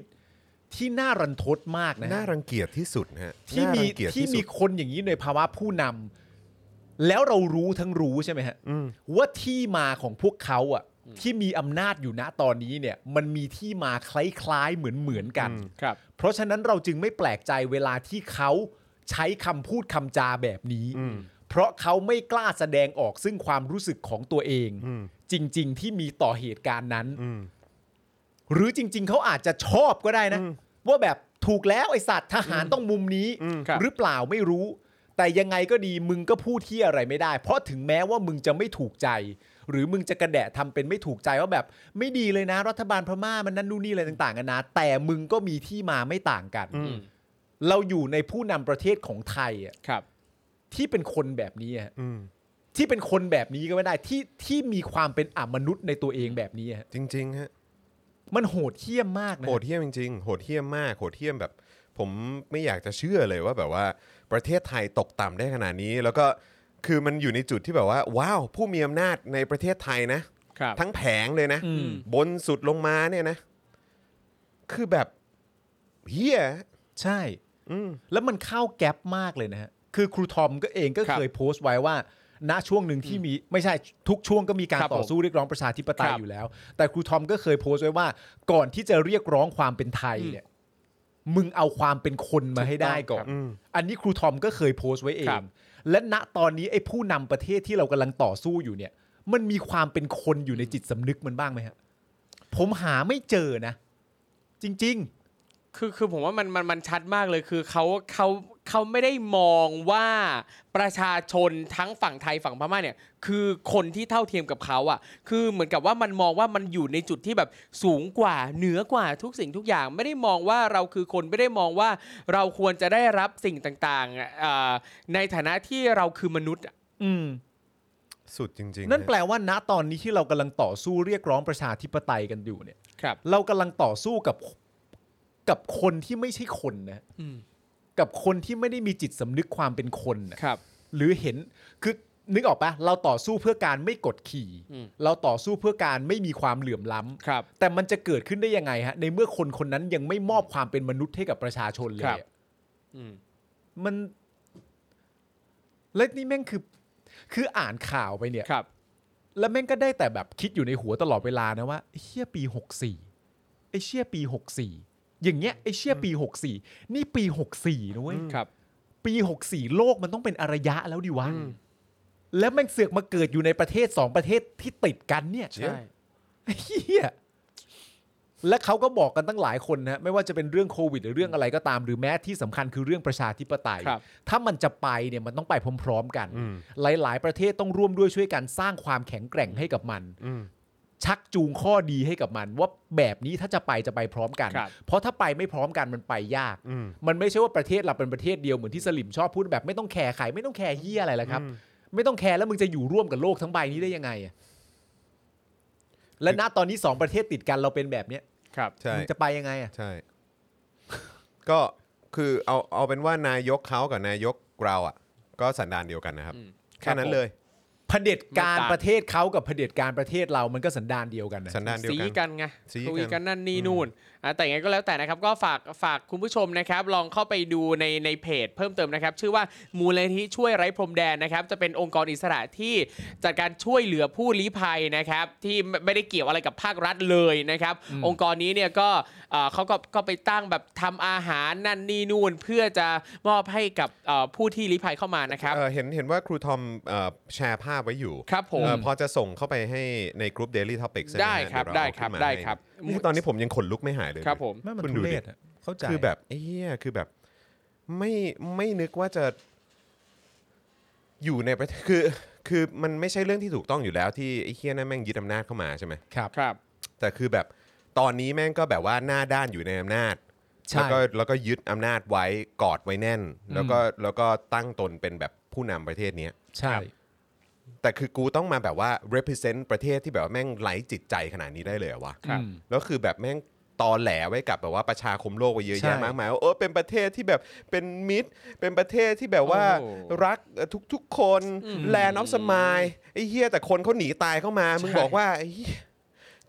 ที่น่ารันทดมากนะฮะ
น่ารังเกียจที่สุดฮะ
ที่มี
น่ารังเกียจ
ที่
สุ
มี
ด
คนอย่างนี้ในภาวะผู้นำแล้วเรารู้ทั้งรู้ใช่ไหมฮะว่าที่มาของพวกเขาอ่ะ ที่มีอำนาจอยู่ณตอนนี้เนี่ย มันมีที่มาคล้ายๆเหมือนเหมือนๆกัน
ครับ
เพราะฉะนั้นเราจึงไม่แปลกใจเวลาที่เขาใช้คำพูดคำจาแบบนี้ เพราะเขาไม่กล้าแสดงออกซึ่งความรู้สึกของตัวเอง จริง ๆ ที่มีต่อเหตุการณ์นั้น หรือจริง ๆ เขาอาจจะชอบก็ได้นะ ว่าแบบถูกแล้วไอสัตว์ทหารต้องมุมนี้
ครับ
หรือเปล่าไม่รู้ แต่ยังไงก็ดีมึงก็พูดที่อะไรไม่ได้ เพราะถึงแม้ว่ามึงจะไม่ถูกใจ หรือมึงจะกระแดะทำเป็นไม่ถูกใจว่าแบบ ไม่ดีเลยนะ รัฐบาลพม่ามันนั่นนู่นนี่อะไรต่างๆกันานะแต่มึงก็มีที่มาไม่ต่างกัน
อืม
เราอยู่ในผู้นำประเทศของไทยอะ
ครับ
ที่เป็นคนแบบนี้อะ
อืม
ที่เป็นคนแบบนี้ก็ไม่ได้ที่ที่มีความเป็นอมนุษย์ในตัวเองแบบนี้อะ
จริงๆฮะ
มันโหดเหี้ยมมากนะ
โหดเหี้ยมจริงๆ โหดเหี้ยมมาก โหดเหี้ยมแบบ ผมไม่อยากจะเชื่อเลยว่าแบบว่าประเทศไทยตกต่ำได้ขนาดนี้ แล้วก็คือมันอยู่ในจุดที่แบบว่า ว้าว ผู้มีอำนาจในประเทศไทยนะ
ครับ
ทั้งแผงเลยนะ
อืม
บนสุดลงมาเนี่ยนะ คือแบบเฮีย
ใช่ แล้วมันเข้าแก๊ปมากเลยนะฮะ คือครูทอมก็เองก็
ครับ
เคยโพสต์ไว้ว่า ณช่วงหนึ่งที่มีไม่ใช่ทุกช่วงก็มีการ
ครับ
ต่อสู้เรียกร้องประชาธิปไตย
ครับ
อยู่แล้ว แต่ครูทอมก็เคยโพสต์ไว้ว่า ก่อนที่จะเรียกร้องความเป็นไทยเนี่ย มึงเอาความเป็นคนมาให้ได้ก่อน อันนี้ครูทอมก็เคยโพสต์ไว้เอ
ครั
ง
บ
และณตอนนี้ไอ้ผู้นำประเทศที่เรากำลังต่อสู้อยู่เนี่ย มันมีความเป็นคนอยู่ในจิตสำนึกมันบ้างไหมฮะ ผมหาไม่เจอนะ จริง
คือคือผมว่ามันมันมันชัดมากเลยคือเขาเขา เขาไม่ได้มองว่าประชาชนทั้งฝั่งไทยฝั่งพม่าเนี่ย คือคนที่เท่าเทียมกับเขาอ่ะ คือเหมือนกับว่ามันมองว่ามันอยู่ในจุดที่แบบสูงกว่าเหนือกว่าทุกสิ่งทุกอย่าง ไม่ได้มองว่าเราคือคนไม่ได้มองว่าเราควรจะได้รับสิ่งต่างๆอ่าในฐานะที่เราคือมนุษย์อะ
อืม
สุดจริงๆ
นั่นแป
ะ
ลว่าณตอนนี้ที่เรากำลังต่อสู้เรียกร้องประชาธิปไตยกันอยู่เนี่ย
ครับ
เรากำลังต่อสู้กับกับคนที่ไม่ใช่คนนะกับคนที่ไม่ได้มีจิตสำนึกความเป็นคนนะ
ครับ
หรือเห็นคือนึกออกปะเราต่อสู้เพื่อการไม่กดขี่
อืม
เราต่อสู้เพื่อการไม่มีความเหลื่อมล้ำ
ครับ
แต่มันจะเกิดขึ้นได้ยังไงฮะ ในเมื่อคนคนนั้นยังไม่มอบความเป็นมนุษย์ให้กับประชาชนเลย
ครับ
อะมันและนี่แม่งคือ คืออ่านข่าวไปเนี่ย
ครับ
แล้วแม่งก็ได้แต่แบบคิดอยู่ในหัวตลอดเวลานะว่าไอ้เชี่ยปี 64ไอ้เชี่ยปี 64 อย่างเงี้ยไอ้เชี่ยปี 64 นี่ปี 64นะเว้ย
ครับ
ปี 64 โลกมันต้องเป็นอารยะแล้วดิวะ แล้วแมันเสือกมาเกิดอยู่ในประเทศสองประเทศที่ติดกันเนี่ย
ใช่
เฮียและเขาก็บอกกันตั้งหลายคนนะไม่ว่าจะเป็นเรื่องโควิดหรือเรื่องอะไรก็ตาม หรือแม้ที่สำคัญคือเรื่องประชาธิปไตย
ครับ
ถ้ามันจะไปเนี่ยมันต้องไปพร้อม ๆ กัน หลาย ๆ ประเทศต้องร่วมด้วยช่วยกันสร้างความแข็งแกร่งให้กับมัน
อืม
ชักจูงข้อดีให้กับมัน ว่าแบบนี้ถ้าจะไปจะไปพร้อมกัน
ครับ
เพราะถ้าไปไม่พร้อมกันมันไปยาก
อืม
มันไม่ใช่ว่าประเทศเราเป็นประเทศเดียวเหมือนที่สลิมชอบพูดแบบไม่ต้องแคร์ใครไม่ต้องแคร์เฮียอะไรแล้วครับ ไม่ต้องแคร์แล้วมึงจะอยู่ร่วมกับโลกทั้งใบนี้ได้ยังไงอะและณตอนนี้สองประเทศติดกันเราเป็นแบบเนี้ย
ครับ
ใช่
มึงจะไปยังไงอ่ะ
ใช่ ก็คือเอาเอาเป็นว่านายกเขากับนายกเราอ่ะ ก็สันดานเดียวกันนะครับ
อืม
แค่นั้
ครั
น
บ
เลย
เผด็จการ
มันต่าง
ประเทศเขากับเผด็จการประเทศเรามันก็สันดานเดียวกันนะ
สันดานเดียว
สี
กัน
กันไง
สีกัน
คุยกันนั่นนี่
อืม
นู่นอ่ะแต่ยังไงก็แล้วแต่นะครับ ก็ฝากฝากคุณผู้ชมนะครับ ลองเข้าไปดูในในเพจเพิ่มเติมนะครับ ชื่อว่ามูลนิธิช่วยไร้พรมแดนนะครับ จะเป็นองค์กรอิสระที่จัดการช่วยเหลือผู้ลี้ภัยนะครับ ที่ไม่ไม่ได้เกี่ยวอะไรกับภาครัฐเลยนะครับ องค์กรนี้เนี่ยก็เอ่อเขาก็ก็ไปตั้งแบบทำอาหารนั่นนี่นู่นเพื่อจะมอบให้กับเอ่อผู้ที่ลี้ภัยเข้ามานะครับ
เอ่อเห็นเห็นว่าครูทอมเอ่อแชร์ภาพไว้อยู่
ครับผม
เอ่อพอจะส่งเข้าไปให้ในกลุ่ม Daily Topic ใช่หม
ได้ครับ
เย
ได้
ว
ครับ
เาขึ้นมา
ได้
ให้
ครับ
นี่ตอนนี้ผมยังขนลุกไม่หายเลย
ครับผม
ไม่มัน
คุณ
ทุ
ดู
เร
ดิ
ศอะเข้าใจ
คือแบบเอ้ยคือแบบไม่ไม่นึกว่าจะอยู่ในประเทศ คือ คือมันไม่ใช่เรื่องที่ถูกต้องอยู่แล้วที่ไอ้เฮียนั่นแม่งยึดอำนาจเข้ามาใช่ไหม
ครับ
ครับ
แต่คือแบบตอนนี้แม่งก็แบบว่าหน้าด้านอยู่ในอำนาจ
ใช่
แล้วก็แล้วก็ยึดอำนาจไว้กอดไว้แน่น แล้วก็แล้วก็ตั้งตนเป็นแบบผู้นำประเทศเนี้ย
ใช่
แต่คือกูต้องมาแบบว่า represent ประเทศที่แบบว่าแม่งไหลจิตใจขนาดนี้ได้เลยเหรอวะ
ครับ
อืม
แล้วคือแบบแม่งตอแหลไว้กับแบบว่าประชาคมโลกไปเยอะแยะ
ใช่
มากมายว่าเออเป็นประเทศที่แบบเป็นมิตร เป็นประเทศที่แบบว่า
โอ้
รักทุกๆคนแลนด์ออฟสมายไอ้เหี้ยแต่คนเขาหนีตายเข้ามา มึง
ใช่
บอกว่าไอ้เหี้ย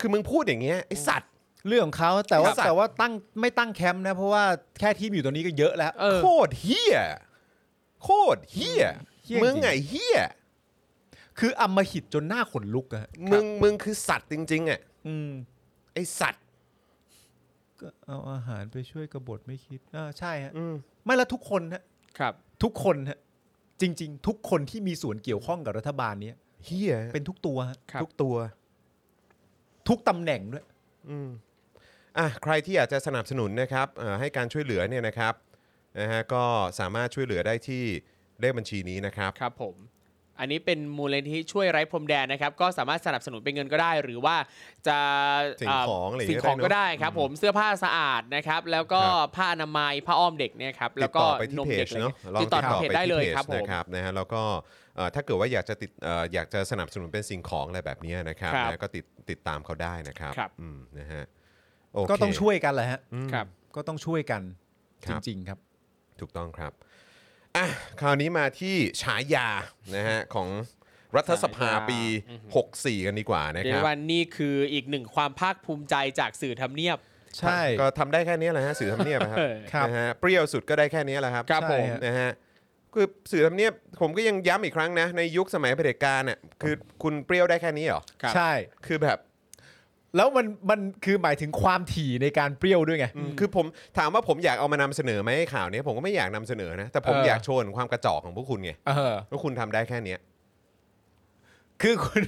คือมึงพูดอย่างเงี้ยไอ้สัตว์
เรื่องของเขาแต่ว่า
ไอ้สัตว์
แต่ว่าตั้งไม่ตั้งแคมป์นะเพราะว่าแค่ทีมอยู่ตรงนี้ก็เยอะแล้ว
เออ
โคตรเฮียโคตรเฮีย
เหี้ยจริง
มึงไงเฮีย
คืออำมหิตจนหน้าขนลุกอะ
มึงมึงคือสัตว์จริง ๆอ่ะ
อืม
ไอสัตว์
ก็เอาอาหารไปช่วยกบฏไม่คิดอ่าใช่ฮะ
อืม
ไม่และทุกคนฮะ
ครับ
ทุกคนฮะจริง ๆ ทุกคนที่มีส่วนเกี่ยวข้องกับรัฐบาลเนี้ย
เฮีย
เป็นทุกตัวฮะ
ครับ
ทุกตัว
ทุกตำแหน่งด้วย
อ่ะใครที่อยากจะสนับสนุนนะครับเอ่อให้การช่วยเหลือเนี่ยนะครับนะฮะก็สามารถช่วยเหลือได้ที่เลขบัญชีนี้นะครับ
ครับผม อันนี้เป็นมูลนิธิช่วยไร้พรมแดนนะครับ ก็สามารถสนับสนุนเป็นเงินก็ได้ หรือว่าจะ
สิ่งของอะไรอย่างเงี้
สิ่
ย
งของ
ก็
ก็
ได้
ได้
เนอะ
ครับผมเสื้อผ้าสะอาดนะครับ แล้วก็
ครับ
ผ้าอนามัยผ้าอ้อมเด็กเนี่ยครับ แล้วก็
ติดต่อไปที่
นม
เพ
เด็
จ
กอะไร
เนาะ
เงี้ย
ลอง
ติดต่อทางเพจได้เลย
ติดต่
ครั
อบ ไป
ผ
ที่
ม
เพจนะครับนะฮะแล้วก็เอ่อถ้าเกิดว่าอยากจะติดเอ่ออยากจะสนับสนุนเป็นสิ่งของอะไรแบบเนี้ยนะครับ
ครับ
นะก็ติดติดตามเขาได้นะครับ
ครับ
อืมนะฮะโเค
ก็ต้องช่วยกันแหละฮะ
ครับ
ก็ต้องช่วยกัน
ค
จ
รับ
ริง ๆ ครับ
ถูกต้องครับอ่ะคราวนี้มาที่ฉายานะฮะของรัฐสภา
ฉายา
ปี 64 กันดีกว่านะ
เรี
ค
ย
รั
ก
บ
ว่านี่คืออีกหนึ่งความภาคภูมิใจจากสื่อทำเนียบ
ใช่
ก็ทำได้แค่นี้แหละฮะสื่อทำเนียบอะครับ
เออ
ครับ
นะฮะเปรี้ยวสุดก็ได้แค่นี้แหละครับ
ครับผม
ใช่ฮะนะฮะคือสื่อทำเนียบผมก็ยังย้ำอีกครั้งนะ ในยุคสมัยเผด็จการเนี่ยคือคุณเปรี้ยวได้แค่นี้เหรอ
ครับ
ใช่
คือแบบ
แล้วมันมันคือหมายถึงความถี่ในการเปรี้ยวด้วยไง
อืมคือผมถามว่าผมอยากเอามานำเสนอไหมข่าวนี้ผมก็ไม่อยากนำเสนอนะ แต่ผม
เออ
อ
อ
ยากโชว์ถึงความกระจอกของพวกคุณไง
เออ
ว่าคุณทำได้แค่เนี้ย
คือคุณ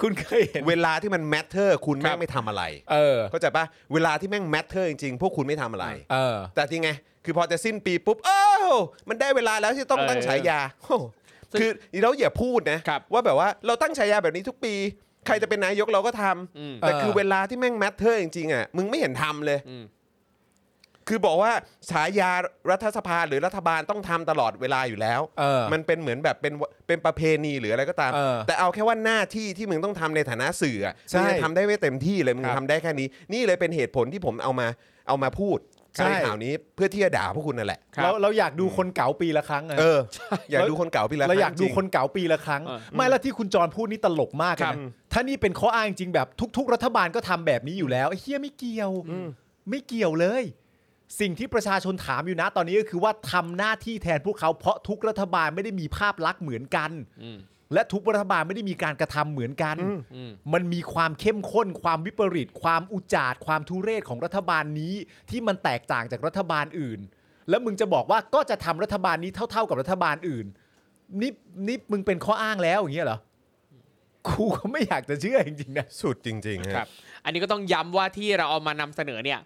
คุณเคยเห็น
เวลาที่มันแมทเทอร์คุณแม่
ครั
ง
บ
ไม่ทำอะไร
เออ
เข้าใจปะเวลาที่แม่งแมทเทอร์จริงๆ พวกคุณไม่ทำอะไร
เออ
แต่จริงไง คือพอจะสิ้นปีปุ๊บ เออ มันได้เวลาแล้วที่ต้องตั้งฉายาโอ้โหคือเราอย่าพูดนะครับ ว่าแบบว่าเราตั้งฉายาแบบนี้ทุกปี ใครจะเป็นนายกเราก็ทำแต่คือเวลาที่แม่งแมทเทอร์จริงๆอ่ะมึงไม่เห็นทำเลย คือบอกว่าฉายารัฐสภาหรือรัฐบาลต้องทำตลอดเวลาอยู่แล้ว
เออ
มันเป็นเหมือนแบบเป็นเป็นประเพณีหรืออะไรก็ตาม
เออ
แต่เอาแค่ว่าหน้าที่ที่มึงต้องทำในฐานะสื่ออะ
ใช่
มึงยังทำได้ไม่เต็มที่เลยมึง
ครับ
ทำได้แค่นี้ นี่เลยเป็นเหตุผลที่ผมเอามาเอามาพูด
ใช่
ในข่าวนี้เพื่อที่จะด่าพวกคุณนั่นแหละ
เราเราอยากดูคนเก๋าปีละครั้งอะ
เออ อยากดูคนเก่าพี่ละ
เราอยากดู
จง
คนเก๋าปีละครั้ง
เออ
ไม่และที่คุณจรพูดนี่ตลกมากเลยนะถ้านี่เป็นข้ออ้างจริงแบบทุก ๆ รัฐบาลก็ทำแบบนี้อยู่แล้วไอ้เฮียไม่เกี่ยวไม่เกี่ยวเลย สิ่งที่ประชาชนถามอยู่นะตอนนี้ก็คือว่าทำหน้าที่แทนพวกเขาเพราะทุกรัฐบาลไม่ได้มีภาพลักษณ์เหมือนกัน และทุกรัฐบาลไม่ได้มีการกระทำเหมือนกัน มันมีความเข้มข้น ความวิปริต ความอุจาดความทุเรศของรัฐบาลนี้ ที่มันแตกต่างจากรัฐบาลอื่น แล้วมึงจะบอกว่าก็จะทำรัฐบาลนี้เท่า ๆกับรัฐบาลอื่น นี่นี่มึงเป็นข้ออ้างแล้วอย่างเงี้ยเหรอกูก็ไม่อยากจะเชื่อจริงๆนะ
สุดจริงๆฮะ
ครับ อันนี้ก็ต้องย้ำว่าที่เราเอามานำเสนอเนี่ย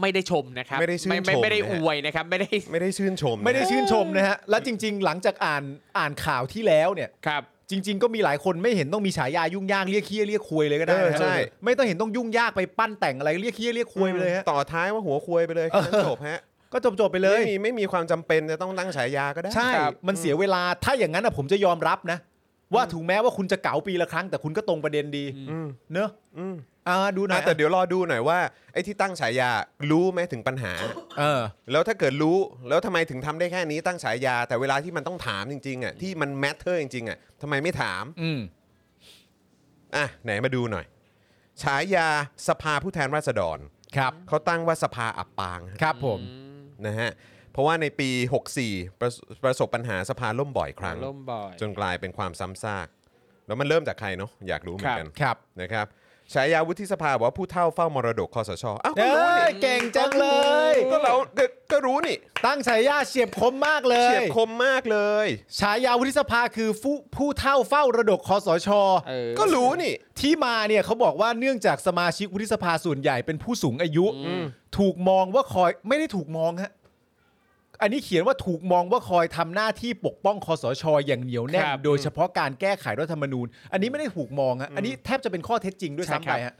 ไม่ได้ชมนะครับ
ไม่ได้ชื่นชม
ไม่ได้
นะ
อ
ฮะ
วยนะครับ ไม่ได้
ไม่ได้ชื่นชมนะ
ไม่ได้ชื่นชมนะฮะและจริง ๆ หลังจากอ่านอ่านข่าวที่แล้วเนี่ย
ครับ
จริง ๆ ก็มีหลายคนไม่เห็นต้องมีฉายายุ่งยากเรียกเคี้ยเรียกควยเลยก็ได้
เออ
นะ
ใช่
ไม่ต้องเห็นต้องยุ่งยากไปปั้นแต่งอะไรเรียกเคี้ยเรียกควยไปเลยฮะ
ต่อท้ายว่าหัวควยไปเลยแค่นั้นจบฮะ
ก็จบๆไปเลย
ไม่มีไม่มีความจำเป็นจะต้องตั้งฉายาก็ได้
ใช่
ครับ
มันเสียเวลา ถ้าอย่างนั้นนะผมจะยอมรับนะ ว่าถึงแม้ว่าคุณจะเก๋าปีละครั้ง แต่คุณก็ตรงประเด็นดี เนอะอ่าดูหน่อย
อ่ะแต่เดี๋ยวรอดูหน่อยว่าไอ้ที่ตั้งฉายารู้ไหมถึงปัญหา
เออ
แล้วถ้าเกิดรู้แล้วทำไมถึงทำได้แค่นี้ตั้งฉายา แต่เวลาที่มันต้องถามจริงๆอ่ะที่มันแมทเทอร์จริงๆอ่ะทำไมไม่ถาม
อืม
อ่ะไหนมาดูหน่อย ฉายาสภาผู้แทนราษฎร
ครับ
เขาตั้งว่าสภาอับปาง
ครับผม
นะฮะเพราะว่าในปี 64 ประสประสบปัญหาสภาล่มบ่อยครั้ง
ล่มบ่อย
จนกลายเป็นความซ้ำซาก แล้วมันเริ่มจากใครเนาะอยากรู้เหมือนกัน
ครับ
นะครับฉายาวุฒิสภาบอกว่าผู้เฒ่าเฝ้ามรดกคอสชอ้าว
เอ
ก็รู้
้
นี่
ยเก่งจังเลย
ก็เราก็ก็รู้นี่
ตั้งฉายาเฉียบคมมากเล
เฉี
ย
ยบคมมากเลย
ฉายาวุฒิสภาคือผู้ผู้เท่าเฝ้าระดกคอสช
เออ
ก็รู้นี่
ที่มาเนี่ยเขาบอกว่าเนื่องจากสมาชิกวุฒิสภาส่วนใหญ่เป็นผู้สูงอายุ ถูกมองว่าคอยไม่ได้ถูกมองฮะอันนี้เขียนว่าถูกมองว่าคอยทำหน้าที่ปกป้องคอสชอย่างเหนียวแน่น
ครับ
โดยเฉพาะการแก้ไขรัฐธรรมนูญ อันนี้ไม่ได้ถูกมองฮะอันนี้แทบจะเป็นข้อเท็จจริงด้วย
ใช่
ซ้ำ
ครั
ไป
บ
ฮะ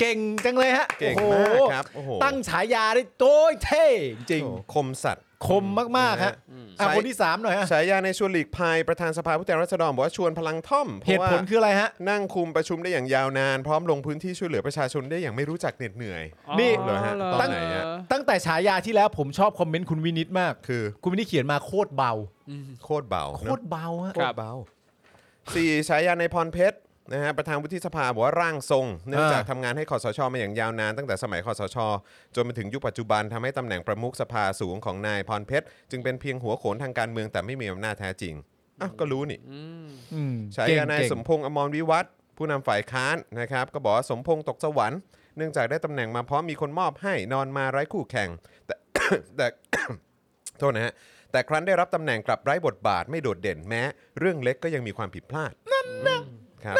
เก่งจังเลยฮะ
เก่ง
โอ้โห
มากครับโอ้โห
ตั้งฉายาได้โต้ยเท่จริง
โอ้คมสัตว์
คมมากๆฮะอ่ะ
ใช้
คนที่สามหน่อยฮะ
ฉายาในชวนหลีกภัยประธานสภาผู้แทนราษฎรบอกว่าชวนพลังท่อม
เหตุผ
พราะ
ล
ว่า
คืออะไรฮะ
นั่งคุมประชุมได้อย่างยาวนาน พร้อมลงพื้นที่ช่วยเหลือประชาชนได้อย่างไม่รู้จักเหน็ดเหนื่อย
นี่
เหรอฮะตอนไหนอะ
ตั้งแต่ฉายาที่แล้วผมชอบคอมเมนต์คุณวินิตมาก
คือ
คุณวินิตเขียนมาโคตรเบา
โคตรเบา
โคตรเบาฮะ
โคตรเบาสี่ฉายาในพรเพชรนะฮะประธานวุฒิสภาบอกว่าร่างทรง เนื่องจากทำงานให้คอสชมาอย่างยาวนาน ตั้งแต่สมัยคอสช จนมาถึงยุคปัจจุบันทำให้ตำแหน่งประมุขสภาสูงของนายพรเพชรจึงเป็นเพียงหัวโขนทางการเมืองแต่ไม่มีอำนาจแท้จริงอ้าวก็รู้นี่
อืม
ฉายานาย
เก่งๆ
สมพงษ์อมรวิวัฒน์ผู้นำฝ่ายค้านนะครับ ก็บอกว่าสมพงษ์ตกสวรรค์เนื่องจากได้ตำแหน่งมาเพราะมีคนมอบให้นอนมาไร้คู่แข่ง แต่ แต่ โทษนะฮะ แต่ครั้นได้รับตำแหน่งกลับไร้บทบาทไม่โดดเด่นแม้ เรื่องเล็กก็ยังมีความผิดพลาด นั่นนะครับ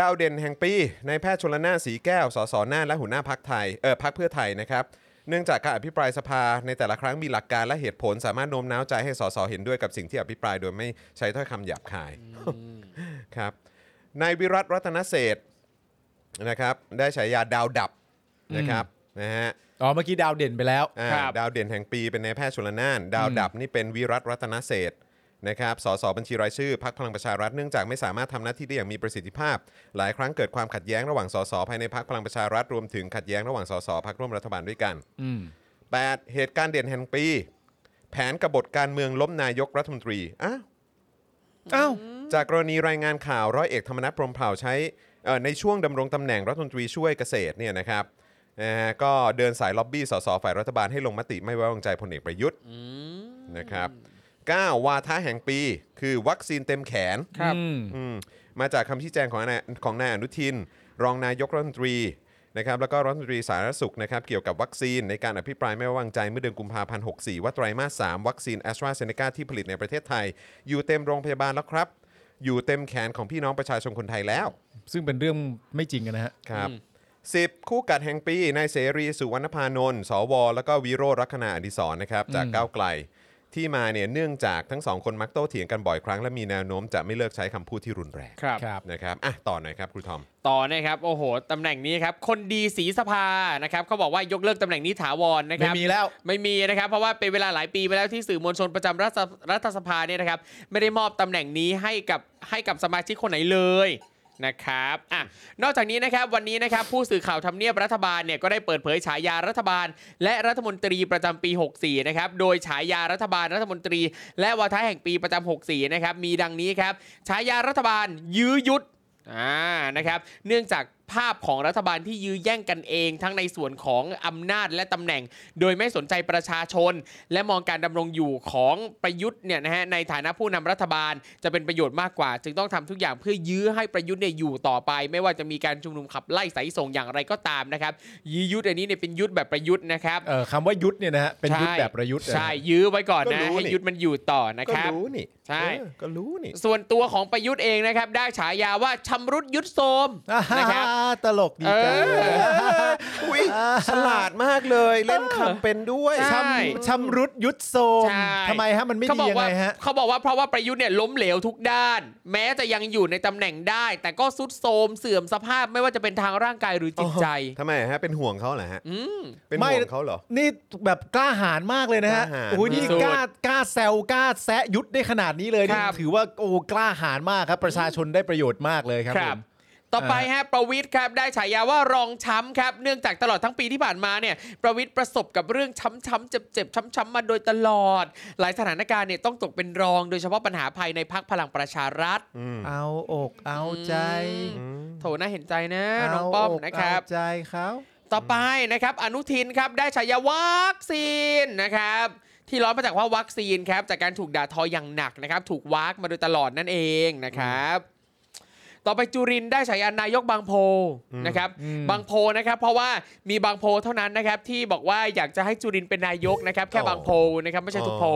ดาวเด่นแห่งปีนายแพทย์ชลนานสีแก้วสสน่านและหัวหน้าพักไทยเออพักเพื่อไทยนะครับ เนื่องจากการอภิปรายสภาในแต่ละครั้งมีหลักการและเหตุผล สามารถโน้มน้าวใจให้สสเห็นด้วยกับสิ่งที่อภิปรายโดยไม่ใช้ถ้อยคำหยาบคาย ครับ นายวิรัตรัตนเศรษฐ์นะครับ ได้ฉายาดาวดับนะครับนะฮะ
อ๋อเมื่อกี้ดาวเด่นไปแล้ว
อ่า
ครับ
ดาวเด่นแห่งปีเป็นนายแพทย์ชลนาน ดาวดับนี่เป็นวิรัตรัตนเศรษฐ์นะครับสสบัญชีรายชื่อพักพลังประชารัฐเนื่องจากไม่สามารถทำหน้าที่ได้อย่างมีประสิทธิภาพ หลายครั้งเกิดความขัดแย้งระหว่างสสภายในพักพลังประชารัฐรวมถึงขัดแย้งระหว่างสสพักร่วมรัฐบาลด้วยกัน
อืม
8 เหตุการณ์เด่นแห่งปี แผนกบฏการเมืองล้มนายกรัฐมนตรีอ้าว
อ้าว
จากกรณีรายงานข่าวร้อยเอกธรรมนัฐพรหมเผ่าใช้เอ่อในช่วงดำรงตำแหน่งรัฐมนตรีช่วยเกษตรเนี่ยนะครับนะฮะก็เดินสายล็อบบี้สสฝ่ายรัฐบาลให้ลงมติไม่ไว้วางใจพลเอกประยุทธ์นะครับเก้าวาทะแห่งปี คือวัคซีนเต็มแขน
ครับ
อืมมาจากคำชี้แจงของนายของนายอนุทิน รองนายกรัฐมนตรีนะครับแล้วก็รัฐมนตรีสาธารณสุขนะครับเกี่ยวกับวัคซีนในการอภิปรายไม่ไว้วางใจเมื่อเดือนกุมภาพันธ์64 ว่าไตรมาส 3 วัคซีนแอสตราเซเนกาที่ผลิตในประเทศไทย อยู่เต็มโรงพยาบาลแล้วครับ อยู่เต็มแขนของพี่น้องประชาชนคนไทยแล้ว
ซึ่งเป็นเรื่องไม่จริงอะนะฮะ
ครับ 10 คู่กัดแห่งปีนายเสรีสุวรรณพานนท์สว แล้วก็วิโรจน์ลักษณะอดิศรนะครับจากก้าวไกลที่มาเนี่ยเนื่องจากทั้งสองคนมักโต้เถียงกันบ่อยครั้งและมีแนวโน้มจะไม่เลิกใช้คำพูดที่รุนแรง
ครับ
ครับ
นะครับอ่ะต่อหน่อยครับครูทอม
ต่อนะครับ โอ้โหตำแหน่งนี้ครับ คนดีสีสภานะครับเขาบอกว่ายกเลิกตำแหน่งนี้ถาวรนะค
ไม่
รับ
มีแล้ว
ไม่มีนะครับ เพราะว่าเป็นเวลาหลายปีมาแล้วที่สื่อมวลชนประจำรัฐรัฐสภาเนี่ยนะครับ ไม่ได้มอบตำแหน่งนี้ให้กับให้กับสมาชิกคนไหนเลยนะครับอ่ะนอกจากนี้นะครับวันนี้นะครับผู้สื่อข่าวทำเนียบรัฐบาลเนี่ยก็ได้เปิดเผยฉายารัฐบาล และรัฐมนตรีประจำปี 64นะครับโดยฉายารัฐบาลรัฐมนตรี และวาทะแห่งปีประจำ64นะครับมีดังนี้ครับฉายารัฐบาลยื้อยุด อ่า นะครับ เนื่องจากภาพของรัฐบาลที่ยื้อแย่งกันเองทั้งในส่วนของอำนาจและตำแหน่ง โดยไม่สนใจประชาชน และมองการดำรงอยู่ของประยุทธ์เนี่ยนะฮะในฐานะผู้นำรัฐบาลจะเป็นประโยชน์มากกว่า จึงต้องทำทุกอย่างเพื่อยื้อให้ประยุทธ์เนี่ยอยู่ต่อไป ไม่ว่าจะมีการชุมนุมขับไล่สายส่งอย่างไรก็ตามนะครับยื้อยุทธ์อันนี้เนี่ยเป็นยุทธ์แบบประยุทธ์นะครับ
เอ่อคำว่ายุทธเนี่ยนะฮะเป็นยุทธแบบประยุทธ์นะฮะ
ใช่ยื้อไว้ก่อน
ก็
นะ
รู้
ให้
นี่
ยุทธ์มันอยู่ต่อนะ
ก็
ครับ
รู้นี่
ใช่
เออก็รู้นี่
ส่วนตัวของประยุทธ์เองนะครับได้ฉายาว่าชำรุดยุทธโทรมนะครับ
อ่าตลกดีจัง
เออ
อุ้ยฉลาดมากเลยเล่นคำเป็นด้วย
ใช่
ชำชำรุดยุดโทรม
ใช่
ทำไมฮะ มันไม่
เขา
ดี
บอก
ยัง
ว่า
ไงฮะ
เขาบอกว่าเพราะว่าประยุทธ์เนี่ยล้มเหลวทุกด้าน แม้จะยังอยู่ในตำแหน่งได้ แต่ก็สุดโทรมเสื่อมสภาพไม่ว่าจะเป็นทางร่างกายหรือจิตใจ
ทำไมฮะ เป็นห่วงเขาเหรอฮะ
อืม
เป็น
ไม่
ห่วงเขาเหรอ
นี่แบบกล้าหาญมากเลยนะฮะ
กล้าหาญ
โอ้ยนี่
สุด
กล้ากล้าแซวกล้าแซะยุดได้ขนาดนี้เลยนี่
ครับ
ถือว่าโอ้กล้าหาญมากครับ ประชาชนได้ประโยชน์มากเลยครับ
ครับ
ผม
ต่อไปฮะประวิทย์ครับได้ฉายาว่ารองช้ำครับ เนื่องจากตลอดทั้งปีที่ผ่านมาเนี่ยประวิทย์ประสบกับเรื่องช้ำๆเจ็บๆช้ำๆมาโดยตลอด หลายสถานการณ์เนี่ยต้องตกเป็นรอง โดยเฉพาะปัญหาภายในพักพลังประชารัฐ
อืม
เอาอกเอาใจ
อืม
โถน่าเห็นใจนะ
เา
น้องป้อม
ก
นะครับ
เอาใจเขา
ต่อไปนะครับอนุทินครับได้ฉายาวัคซีนนะครับที่ร้อนมาจากว่าวัคซีนครับจากการถูกด่าทออย่างหนักนะครับถูกวักมาโดยตลอดนั่นเองนะครับ ต่อไปจุรินทร์ได้ฉายานายกบางโพนะครับบางโพนะครับ เพราะว่ามีบางโพเท่านั้นนะครับที่บอกว่าอยากจะให้จุรินทร์เป็นนายกนะครับแค่บางโพนะครับไม่ใช่ทุกโพ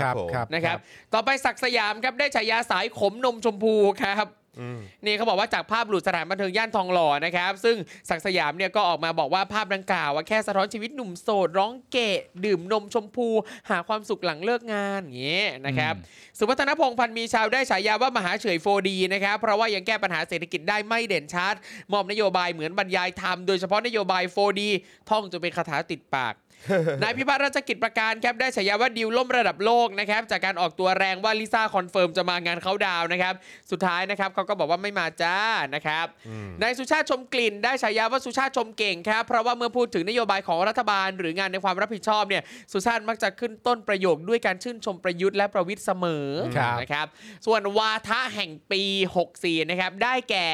ครับผม
ครับ
นะครับต่อไปศักดิ์สยามครับได้ฉายาสายขมนมชมพูครับ
อืม
นี่เขาบอกว่าจากภาพหลุดสถานบันเทิงย่านทองหล่อนะครับ ซึ่งศักดิ์สยามเนี่ยก็ออกมาบอกว่าภาพดังกล่าวว่าแค่สะท้อนชีวิตหนุ่มโสด ร้องเกะ ดื่มนมชมพู หาความสุขหลังเลิกงานอย่างเงี้ยนะครับ สุวัฒนพงษ์พันธ์มีชาวได้ฉายาว่ามหาเฉยโฟดีนะครับ เพราะว่ายังแก้ปัญหาเศรษฐกิจได้ไม่เด่นชัด มอบนโยบายเหมือนบรรยายธรรมโดยเฉพาะนโยบายโฟดีท่องจนเป็นคาถาติดปาก นายพิพัฒน์รัชกิจประการครับได้ฉายาว่าดิวล่มระดับโลกนะครับ จากการออกตัวแรงว่าลิซ่าคอนเฟิร์มจะมางานเขาดาวน์นะครับ สุดท้ายนะครับเขาก็บอกว่าไม่มาจ้านะครับนายสุชาติชมกลิ่น ได้ฉายาว่าสุชาติชมเก่งครับเพราะว่าเมื่อพูดถึงนโยบายของรัฐบาล หรืองานในความรับผิดชอบเนี่ยสุชาติมักจะขึ้นต้นประโยคด้วยการชื่นชมประยุทธ์และประวิทย์เสมอ
ครับ
นะครับ ส่วนวาทะแห่งปี 64นะครับได้แก่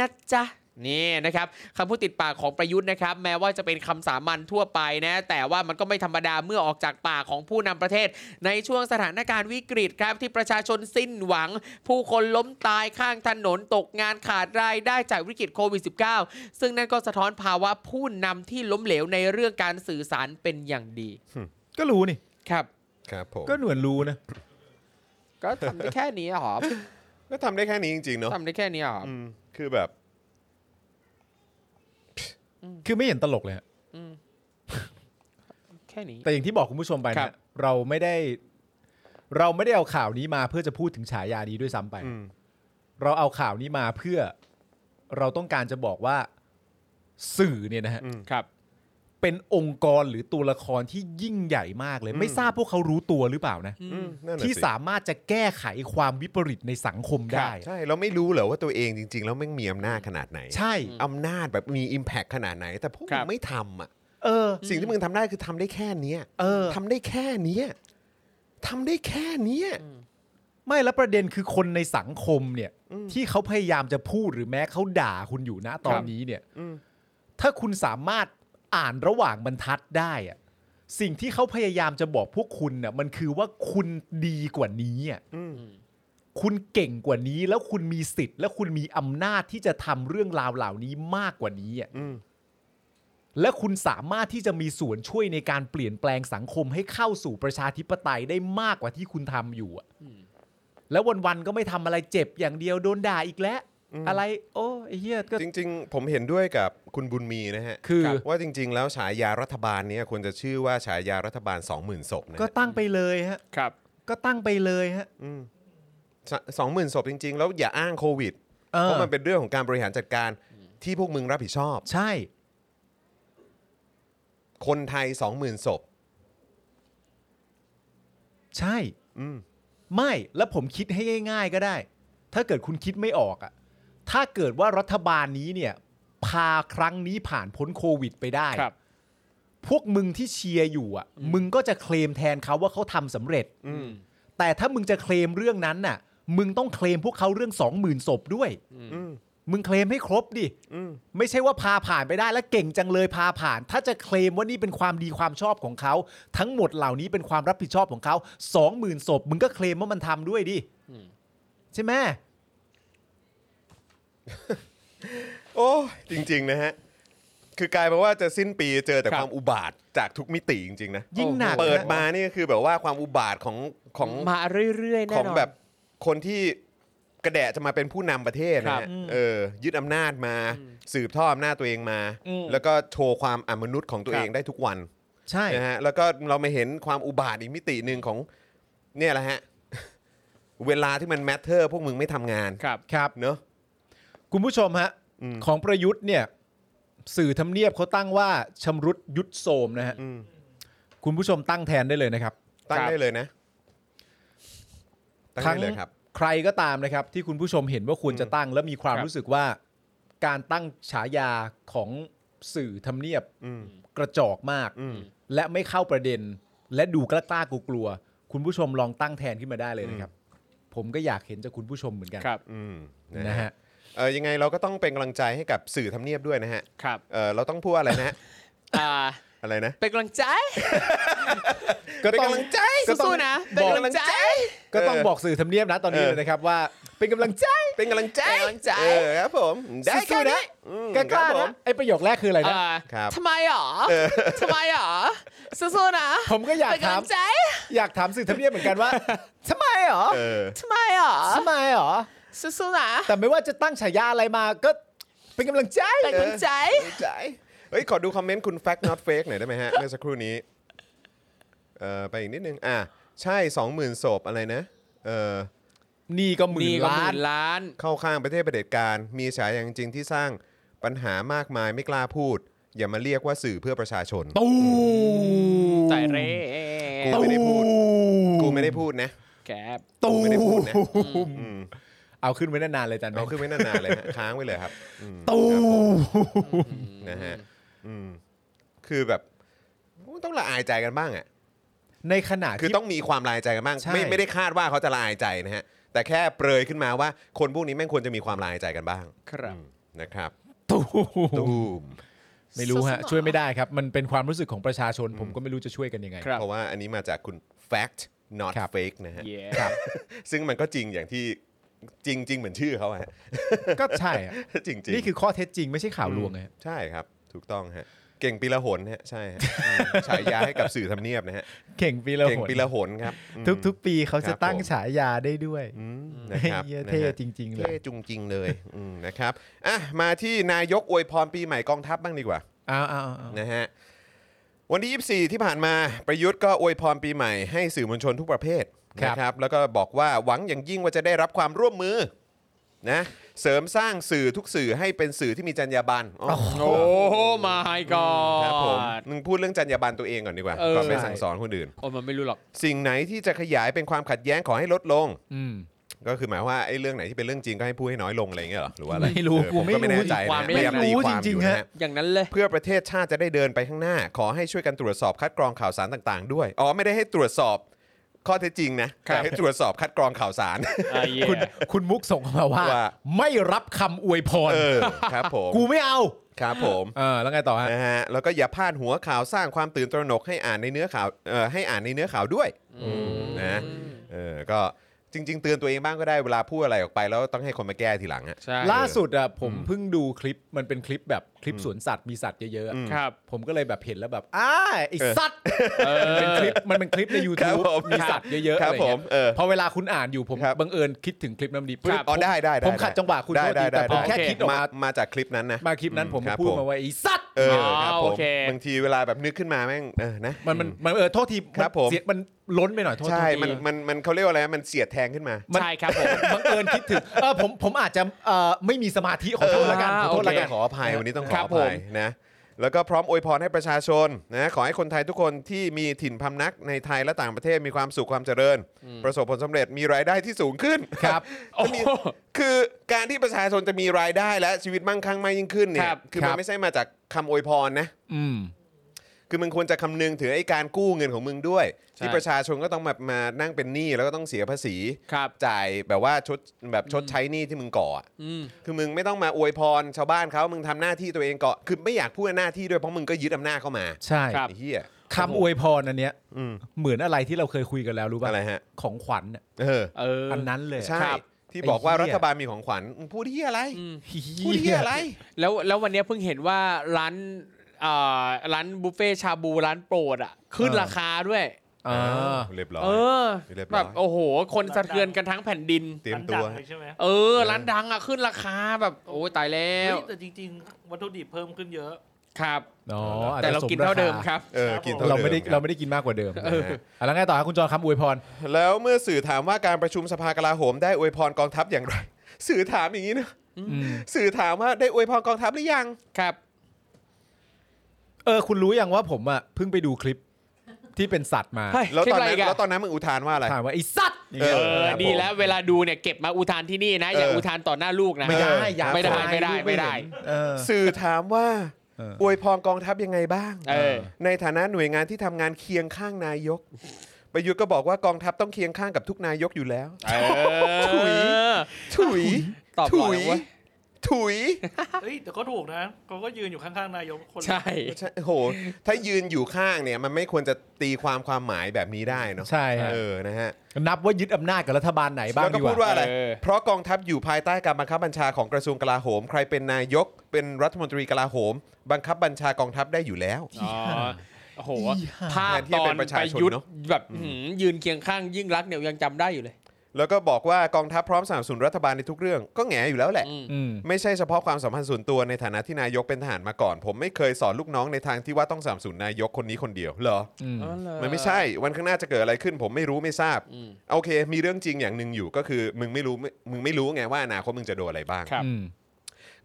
นะจ๊ะ นี่นะครับคำพูดติดปากของประยุทธ์นะครับ แม้ว่าจะเป็นคำสามัญทั่วไปนะ แต่ว่ามันก็ไม่ธรรมดาเมื่อออกจากปากของผู้นำประเทศ ในช่วงสถานการณ์วิกฤตครับที่ประชาชนสิ้นหวัง ผู้คนล้มตายข้างถนนตกงานขาดรายได้จากวิกฤตโควิด -19 ซึ่งนั่นก็สะท้อนภาวะผู้นำที่ล้มเหลวในเรื่องการสื่อสารเป็นอย่างดี
ก็รู้นี่
ครับ
ครับผม
ก็หนวนรู้นะ
ก็ทำได้แค่นี้เหร อ
ก็ทำได้แค่นี้จริงๆเนาะ
ทำได้แค่นี้เหรอ
อืมคือแบบ
คือไม่เห็นตลกเลยฮะ
แค่นี้
แต่อย่างที่บอกคุณผู้ชมไป
ครั
นะ
บ
เราไม่ได้ เราไม่ได้เอาข่าวนี้มาเพื่อจะพูดถึงฉายานี้ด้วยซ้ำไป
อืม
เราเอาข่าวนี้มาเพื่อเราต้องการจะบอกว่าสื่อเนี่ยนะฮะ
ครับ
เป็นองค์กรหรือตัวละครที่ยิ่งใหญ่มากเลย ไม่ทราบพวกเขารู้ตัวหรือเปล่านะ
อืมนั่นน่ะ
ที่สามารถจะแก้ไขความวิปริตในสังคมได้
ใช่เราไม่รู้เหรอว่าตัวเองจริง ๆ แล้วแม่งมีอำนาจขนาดไหน
ใช่
อำนาจแบบมี Impact ขนาดไหน แต่พวก
ครั
มึ
บ
งไม่ทำอ่ะ
เออ
สิ่งที่มึงทำได้คือทำได้แค่เนี้ย
เออ
ทำได้แค่เนี้ยทำได้แค่เนี้ย
ไม่แล้วประเด็นคือคนในสังคมเนี่ย ที่เขาพยายามจะพูดหรือแม้เขาด่าคุณอยู่นะตอนนี้เนี่ย
อืม
ถ้าคุณสามารถอ่านระหว่างบรรทัดได้อะสิ่งที่เขาพยายามจะบอกพวกคุณน่ะมันคือว่าคุณดีกว่านี้อะคุณเก่งกว่านี้ แล้วคุณมีสิทธิ์ และคุณมีอำนาจที่จะทำเรื่องราวเหล่านี้มากกว่านี้อะ
อืม
และคุณสามารถที่จะมีส่วนช่วยในการเปลี่ยนแปลงสังคมให้เข้าสู่ประชาธิปไตยได้มากกว่าที่คุณทำอยู่อะ แล้ววันๆก็ไม่ทำอะไรเจ็บอย่างเดียวโดนด่าอีกแล้ว อะไร โอ้ไอ้เฮียก็
จริง ๆ ผมเห็นด้วยกับคุณบุญมีนะฮะ
คือ
รับว่าจริง ๆ แล้วฉายารัฐบาลเนี้ควรจะชื่อว่าฉายารัฐบาล 20,000ศพนะ
ก็
ฮะ
ตั้งไปเลยฮะ
ครับ
ก็ตั้งไปเลยฮะ
สองหมื่นศพจริง ๆ แล้วอย่าอ้างโควิด
เออ
เพราะมันเป็นเรื่องของการบริหารจัดการที่พวกมึงรับผิดชอบ
ใช่
คนไทย 20,000ศพ
ใช่ไม่แล้วผมคิดให้ง่าย ๆ ก็ได้ ถ้าเกิดคุณคิดไม่ออกอะถ้าเกิดว่ารัฐบาลนี้เนี่ย พาครั้งนี้ผ่านพ้นโควิดไปได้
ครับ
พวกมึงที่เชียร์อยู่อะมึงก็จะเคลมแทนเขาว่าเขาทำสำเร็จ
อืม
แต่ถ้ามึงจะเคลมเรื่องนั้นน่ะ มึงต้องเคลมพวกเขาเรื่องสองหมื่นศพด้วย มึงเคลมให้ครบดิไม่ใช่ว่าพาผ่านไปได้แล้วเก่งจังเลยพาผ่าน ถ้าจะเคลมว่านี่เป็นความดีความชอบของเขา ทั้งหมดเหล่านี้เป็นความรับผิดชอบของเขาสองหมื่นศพมึงก็เคลมว่ามันทำด้วยดิใช่ไหม
โอ้ยจริง ๆ นะฮะ คือกลายเป็นว่าจะสิ้นปีเจอแต่
ครับ
ความอุบาทจากทุกมิติจริง ๆ นะ
ยิ่งหนัก
เปิด
นะ
มานี่คือแบบว่าความอุบาทของของ
มาเรื่อยๆ
ข
แน่
อง
นอน
แบบคนที่กระแดะจะมาเป็นผู้นำประเทศนะฮะเออยึดอำนาจมา สืบทอดอำนาจตัวเองมา แล้วก็โชว์ความอมนุษย์ของตัวเองได้ทุกวัน
ใช่
นะฮะแล้วก็เรามาเห็นความอุบาทอีกมิติหนึ่งของเนี่ยแหละฮะ เวลาที่มันแมทเทอร์พวกมึงไม่ทำงาน
ครับ
ครับ
เนอะ
คุณผู้ชมฮะ ของประยุทธ์เนี่ย สื่อทำเนียบเขาตั้งว่าชำรุดยุดโทรมนะฮะ
อืม
คุณผู้ชมตั้งแทนได้เลยนะครับ
ตั้ง
ครับ
ได้เลยนะตั้ง
ทั้
ได้
ง
เลยครับ
ใครก็ตามนะครับ ที่คุณผู้ชมเห็นว่าควรจะตั้ง และมีความ
ครับ
รู้สึกว่า การตั้งฉายาของสื่อทำเนียบกระจอกมาก และไม่เข้าประเด็น และดูกล้ากล้ากลัวๆคุณผู้ชมลองตั้งแทนขึ้นมาได้เลยนะครับ ผมก็อยากเห็นจากคุณผู้ชมเหมือนกัน
ครับ
อืมนะ
นะ
ฮะ
ฮะ
เออยังไงเราก็ต้องเป็นกำลังใจให้กับสื่อทำเนียบด้วยนะฮะ
ครับ
เออเราต้องพูดว่าอะไร นะฮะ
อ่า
อะไรนะ
เป็นกำลังใจ
เป็นกำลังใจ
ก็ต้อง
สู้ๆนะ เป็น
บอก
กำลังใจ
ก็ต้องบอกสื่อทำเนียบนะตอนนี้
เออ
เลยนะครับว่าเป็นกำลังใจ
เป็นกำลังใจ
เป็นกำลังใจ
เออครับผมได้
สู้
แค่
ๆนะ
นี้อืม
กล้ากล้า
ครับผม
นะไอประโยคแรกคืออะไรนะ
อ่า
ครับ
ทำไมหรอทำไมหรอสู้ๆนะ
ผมก็อยาก
เป็นกำ
ถา
ลั
ม
งใจ
อยากถามสื่อทำเนียบเหมือนกันว่าทำไมเหรอ
เออ
ทำไมหรอ
ทำไมเหรอ
สู้ๆนะ
แต่ไม่ว่าจะตั้งฉายาอะไรมาก็เป็นกำลังใจ
เป็นกำลังใจ
กำลังใจเฮ้ยขอดูคอมเมนต์คุณ fact not fake หน่อยได้ไหมฮะ เมื่อสักครู่นี้เออไปอีกนิดนึงอ่ะใช่ 20,000ศพอะไรนะเออ
นี่ก็หมื่น
นี่ก็ห
ล้า
มื่
น
นล้าน
เข้าข้างประเทศประเผด็จการมีฉายาจริงๆที่สร้างปัญหามากมายไม่กล้าพูด อย่ามาเรียกว่าสื่อเพื่อประชาชน
ตูม
ใจเร่
กูไม่ได้พูด กูไม่ได้พูดนะ
แกบ
ตู
กูไม่ได้พูดนะ
มเอาขึ้นไว้นานๆเลยจัน
เอาขึ้นไว้นานๆเลยฮะ ค้างไว้เลยครับอืม
ตู
ครับผม
ม
นะฮะอืมคือแบบต้องละอายใจกันบ้างอ่ะ
ในขณะ
คือ
ที่
ต้องมีความละอายใจกันบ้าง
ใช่
ไม่ไม่ได้คาดว่าเขาจะละอายใจนะฮะ แต่แค่เปรยขึ้นมาว่า คนพวกนี้แม่งควรจะมีความละอายใจกันบ้าง
ครับ
อืมนะครับ
ตูม
ตูม
ไม่รู้ฮะ
สู้ๆ
ช่วยไม่ได้ครับ มันเป็นความรู้สึกของประชาชน ผมก็ไม่รู้จะช่วยกันยังไง
ครับ
เพราะว่าอันนี้มาจากคุณ fact not
ครับ
fake นะฮะ
เย้
ซึ่งมันก็จริงอย่างที่จริงจริงเหมือนชื่อเขาอะฮะ
ก็ใช่อะ
จริงจริง
นี่คือข้อเท็จจริงไม่ใช่ข่าวลวงไงฮะ
ใช่ครับ ถูกต้องฮะ เก่งปีละหนฮะใช่ฮะอืมฉายาให้กับสื่อทำเนียบนะฮะ
เก่งปีละ
เก่ง
หน
ปีละหนครับอืม
ทุกๆ ปีเขา
ครั
จะ
บ
ตั้ง
ผม
ฉายาได้ด้วย
อืมนะครับ
เหี้ย
นะ
เท่
ฮะ
จริง ๆ เล
เท่
ย
จุงจริงเลย อืมนะครับอ่ะมาที่นายกอวยพรปีใหม่กองทัพบ้างดีกว่า
เอาเอาเอาเอา
นะฮะวันที่ 24 ที่ผ่านมาประยุทธ์ก็อวยพรปีใหม่ให้สื่อมวลชนทุกประเภทนะครับแล้วก็บอกว่าหวังอย่างยิ่งว่าจะได้รับความร่วมมือนะเสริมสร้างสื่อทุกสื่อให้เป็นสื่อที่มีจรรยาบรรณอ๋อ
โอ้มาไฮกอ
ครับผม
ด
มึงพูดเรื่องจรรยาบรรณตัวเองก่อนดีกว่า
เออ
ก่อนไปสั่งสอนคนอื่น
โอ้มันไม่รู้หรอก
สิ่งไหนที่จะขยายเป็นความขัดแย้งขอให้ลดลง
อืม
ก็คือหมายว่าไอ้เรื่องไหนที่เป็นเรื่องจริงก็ให้พูดให้น้อยลงอะไรอย่างเงี้ยเหรอหรือว่าอะไร
ไม่รู้
เออ
กู
ผม
ไม่
ก็ไม่
รู้
แน่ใจ
ความ
นะ
ไม่
พยายามตี
รู้
ความ
จริ
องยู่
ๆ
นะ
ฮะ
ฮะ
อย่างนั้นเลย
เพื่อประเทศชาติจะได้เดินไปข้างหน้า ขอให้ช่วยกันตรวจสอบคัดกรองข่าวสารต่างๆ ด้วยอ๋อไม่ได้ให้ตรวจสอบข้อเท็จจริงนะครับ แต่ให้ตรวจสอบคัดกรองข่าวสาร
คุณคุณมุกส่งเข้ามาว่า
ว่า
ไม่รับคำอวยพร
เออ ครับผม
กูไม่เอา
ครับผม
เออแล้วไงต่อฮะ
นะฮะแล้วก็อย่าพลาดหัวข่าวสร้างความตื่นตระหนกให้อ่านในเนื้อข่าวเอ่อให้อ่านในเนื้อข่าวด้วยนะเออก็ จริง ๆ เตือนตัวเองบ้างก็ได้เวลาพูดอะไรออกไป แล้วต้องให้คนมาแก้ทีหลังอะ
ใช่
ล่าสุดอ่ะผมเพิ่งดูคลิปมันเป็นคลิปแบบคลิปสวนสัตว์มีสัตว์เยอะๆอะ
อืม
ครับ
ผมก็เลยแบบเห็นแล้วแบบอ้าไอ
เออ
สัตว์มันเป็นคลิปมันเป็นคลิป
ค
ใน
รับ
YouTube
ผม
มีสัตว์เยอะๆ
ค
อะ
รับ
ไรเงี้
ผม
ย
เออ
พอเวลาคุณอ่านอยู่ผม
ครับ
บังเอิญคิดถึงคลิปนั้นดีปึ๊บ
อ๋อได้ได้ได้
ผมขัดจังหวะคุณ
ได้
โทษ
ได้
ที
ได้
แต่ผม
ได้
แค่
ได้
คิดออก
มา
มา
มาจากคลิปนั้นนะ
มาคลิปนั้นผม
ครับ
พู
ผ
ด
ม
มาว่าไอ้สัตว์
เออครับ
อ๋อ
ผ
โอ
ม
เค
บางทีเวลาแบบนึกขึ้นมาแม่งเออนะ
มันมันมันเออโทษที
ครับผม
เสียมันล้นไปหน่อยโทษ
ใช่
ที
มันมันมันเขาเรียกว่าอะไรนะมันเสียดแทงขึ้นมา
มัน
ใช่ครับผม
บังเอิญคิดถึงเออผมผมอาจจะเอ่อไม่มีสมาธิขอโทษละกันขอโทษ
แล้วก็
โเค
ละกัน
ขออภัยวันนี้ต้องข
ค
อ
รับ
อภัย
ผม
นะแล้วก็พร้อมอวยพรให้ประชาชนนะขอให้คนไทยทุกคนที่มีถิ่นพำนักในไทยและต่างประเทศมีความสุขความเจริญ ประสบผลสำเร็จมีรายได้ที่สูงขึ้น
ครับ
โอ้โห
คือการที่ประชาชนจะมีรายได้และชีวิตมั่งคั่งมากยิ่งขึ้นเนี่ย
ครับ
คือมันไม่ใช่มาจากคำอวยพรนะ
อืม
คือมึงควรจะคำนึงถึงไอ้การกู้เงินของมึงด้วย ที่ประชาชนก็ต้องมามานั่งเป็นหนี้แล้วก็ต้องเสียภาษี
ครับ
จ่ายแบบว่าชดแบบชดใช้หนี้ที่มึงก่ออะคือมึงไม่ต้องมาอวยพรชาวบ้านเขามึงทำหน้าที่ตัวเองก่อนคือไม่อยากพูดหน้าที่ด้วยเพราะมึงก็ยึดอำนาจเข้ามา
ใช่
ครับ
ไอ้เหี้ย
คำอวยพรอันเนี้ยเหมือนอะไรที่เราเคยคุยกันแล้วรู้ป่ะ
อะไรฮะ
ของขวัญน่ะ
เออ
เอออ
อันนั้นเลย
ใช่
ครับ
ที่บอกว่า
ไอ้เหี้
รั
ย
ฐบาลมีของขวัญมึงพูดเหี้ยอะไรพูด
เหี้
เหี้ย
ย
อะไร
แล้วแล้ววันเนี้ยเพิ่งเห็นว่าร้านอ่าร้านบุฟเฟ่ชาบูร้านโปรดอ่ะ ขึ้นราคาด้วย
อ่า
เรียบร้อย
เออ
เรียบร้อย
แบบโอ้โห คนสะเทือนกันทั้งแผ่นดิน
เตรียมตัว
ร้านดังเลยใช่ไหม
เออ ร้านดังอ่ะ ขึ้นราคาแบบ โอ้ยตายแล้
เฮ้
วย
แต่จริงๆ วัตถุดิบเพิ่มขึ้นเยอะ
ครับ
อ๋ออจ
แต่
จะ
เรา
ส
กินเท่าเดิมครับ
เออกินท่
เราไม่ได้
คบ
เราไม่ได้กินมากกว่าเดิม
เออ
เอาแล้วไงต่อครับคุณจอห์นครับอวยพร
แล้วเมื่อสื่อถามว่าการประชุมสภากลาโหมได้อวยพรกองทัพอย่างไร สื่อถามอย่างนี้นะสื่อถามว่าได้อวยพรกองทัพหรือยัง
ครับ
เออ คุณรู้ยังว่าผมอ่ะเพิ่งไปดูคลิปที่เป็นสัตว์มา
เฮ้ย
แล้วตอน
คลิป
นั้น
อะไรกัน
แล้วตอนนั้นมึงอุทานว่าอะไร
ถามว่าไอ้สัตว์
เออ
เออ ดีแล้วเวลาดูเนี่ยเก็บมาอุทานที่นี่นะ อย่า
เอออุ
อุทานต่อหน้าลูกนะ
ไม่ได้อย่า
ไม่ได้
ป
ไม่ได้
ลูก
ไม่ได้
เห็นเออ
สื่อถามว่า
เออ
อวยพรกองทัพยังไงบ้าง
เออ
ในฐานะหน่วยงานที่ทำงานเคียงข้างนายก ประยุทธ์ก็บอกว่ากองทัพต้องเคียงข้างกับทุกนายกอยู่แล้ว
เออ
ถุย ถุย
ตอบก่
ถุ
อน
ย
นะเว้ย
ถุย
เฮ้ย แต่ก็ถูกนะเขาก็ยืนอยู่ข้างๆ นายกคน
ใช่
ใช่โอ้โหถ้ายืนอยู่ข้างเนี่ย มันไม่ควรจะตีความความหมายแบบนี้ได้เนาะ
ใช่ฮะ
เออนะฮะ
นับว่ายึดอำนาจกับรัฐบาลไหนบ้าง
แล้วก็
ดีก
พูดว่า
ว่า
อะไร
เออ
เพราะกองทัพอยู่ภายใต้การบังคับบัญชาของกระทรวงกลาโหม ใครเป็นนายก เป็นรัฐมนตรีกลาโหม บังคับบัญชากองทัพได้อยู่แล้ว
อ๋อโอ้โหภาพตอน
ประชา
ไป
ชน
ยุทธ
เนอะ
แบบหืมยืนเคียงข้างยิ่งรักษณ์เนี่ยยังจำได้อยู่เลย
แล้วก็บอกว่ากองทัพพร้อมสนับสนุนรัฐบาลในทุกเรื่อง ก็แหงอยู่แล้วแหละ
อืม
อืม
ไม่ใช่เฉพาะความสัมพันธ์ส่วนตัวในฐานะที่นายกเป็นทหารมาก่อน ผมไม่เคยสอนลูกน้องในทางที่ว่าต้องสนับสนุนนายกคนนี้คนเดียวเหรอ
อืม
อ๋อเหรอ
มันไม่ใช่วันข้างหน้าจะเกิดอะไรขึ้น ผมไม่รู้ไม่ทราบ
อืม
โอเค มีเรื่องจริงอย่างหนึ่งอยู่ก็คือมึงไม่รู้มึงไม่รู้ไงว่าอนาคตมึงจะโดนอะไรบ้าง
ครับ
อืม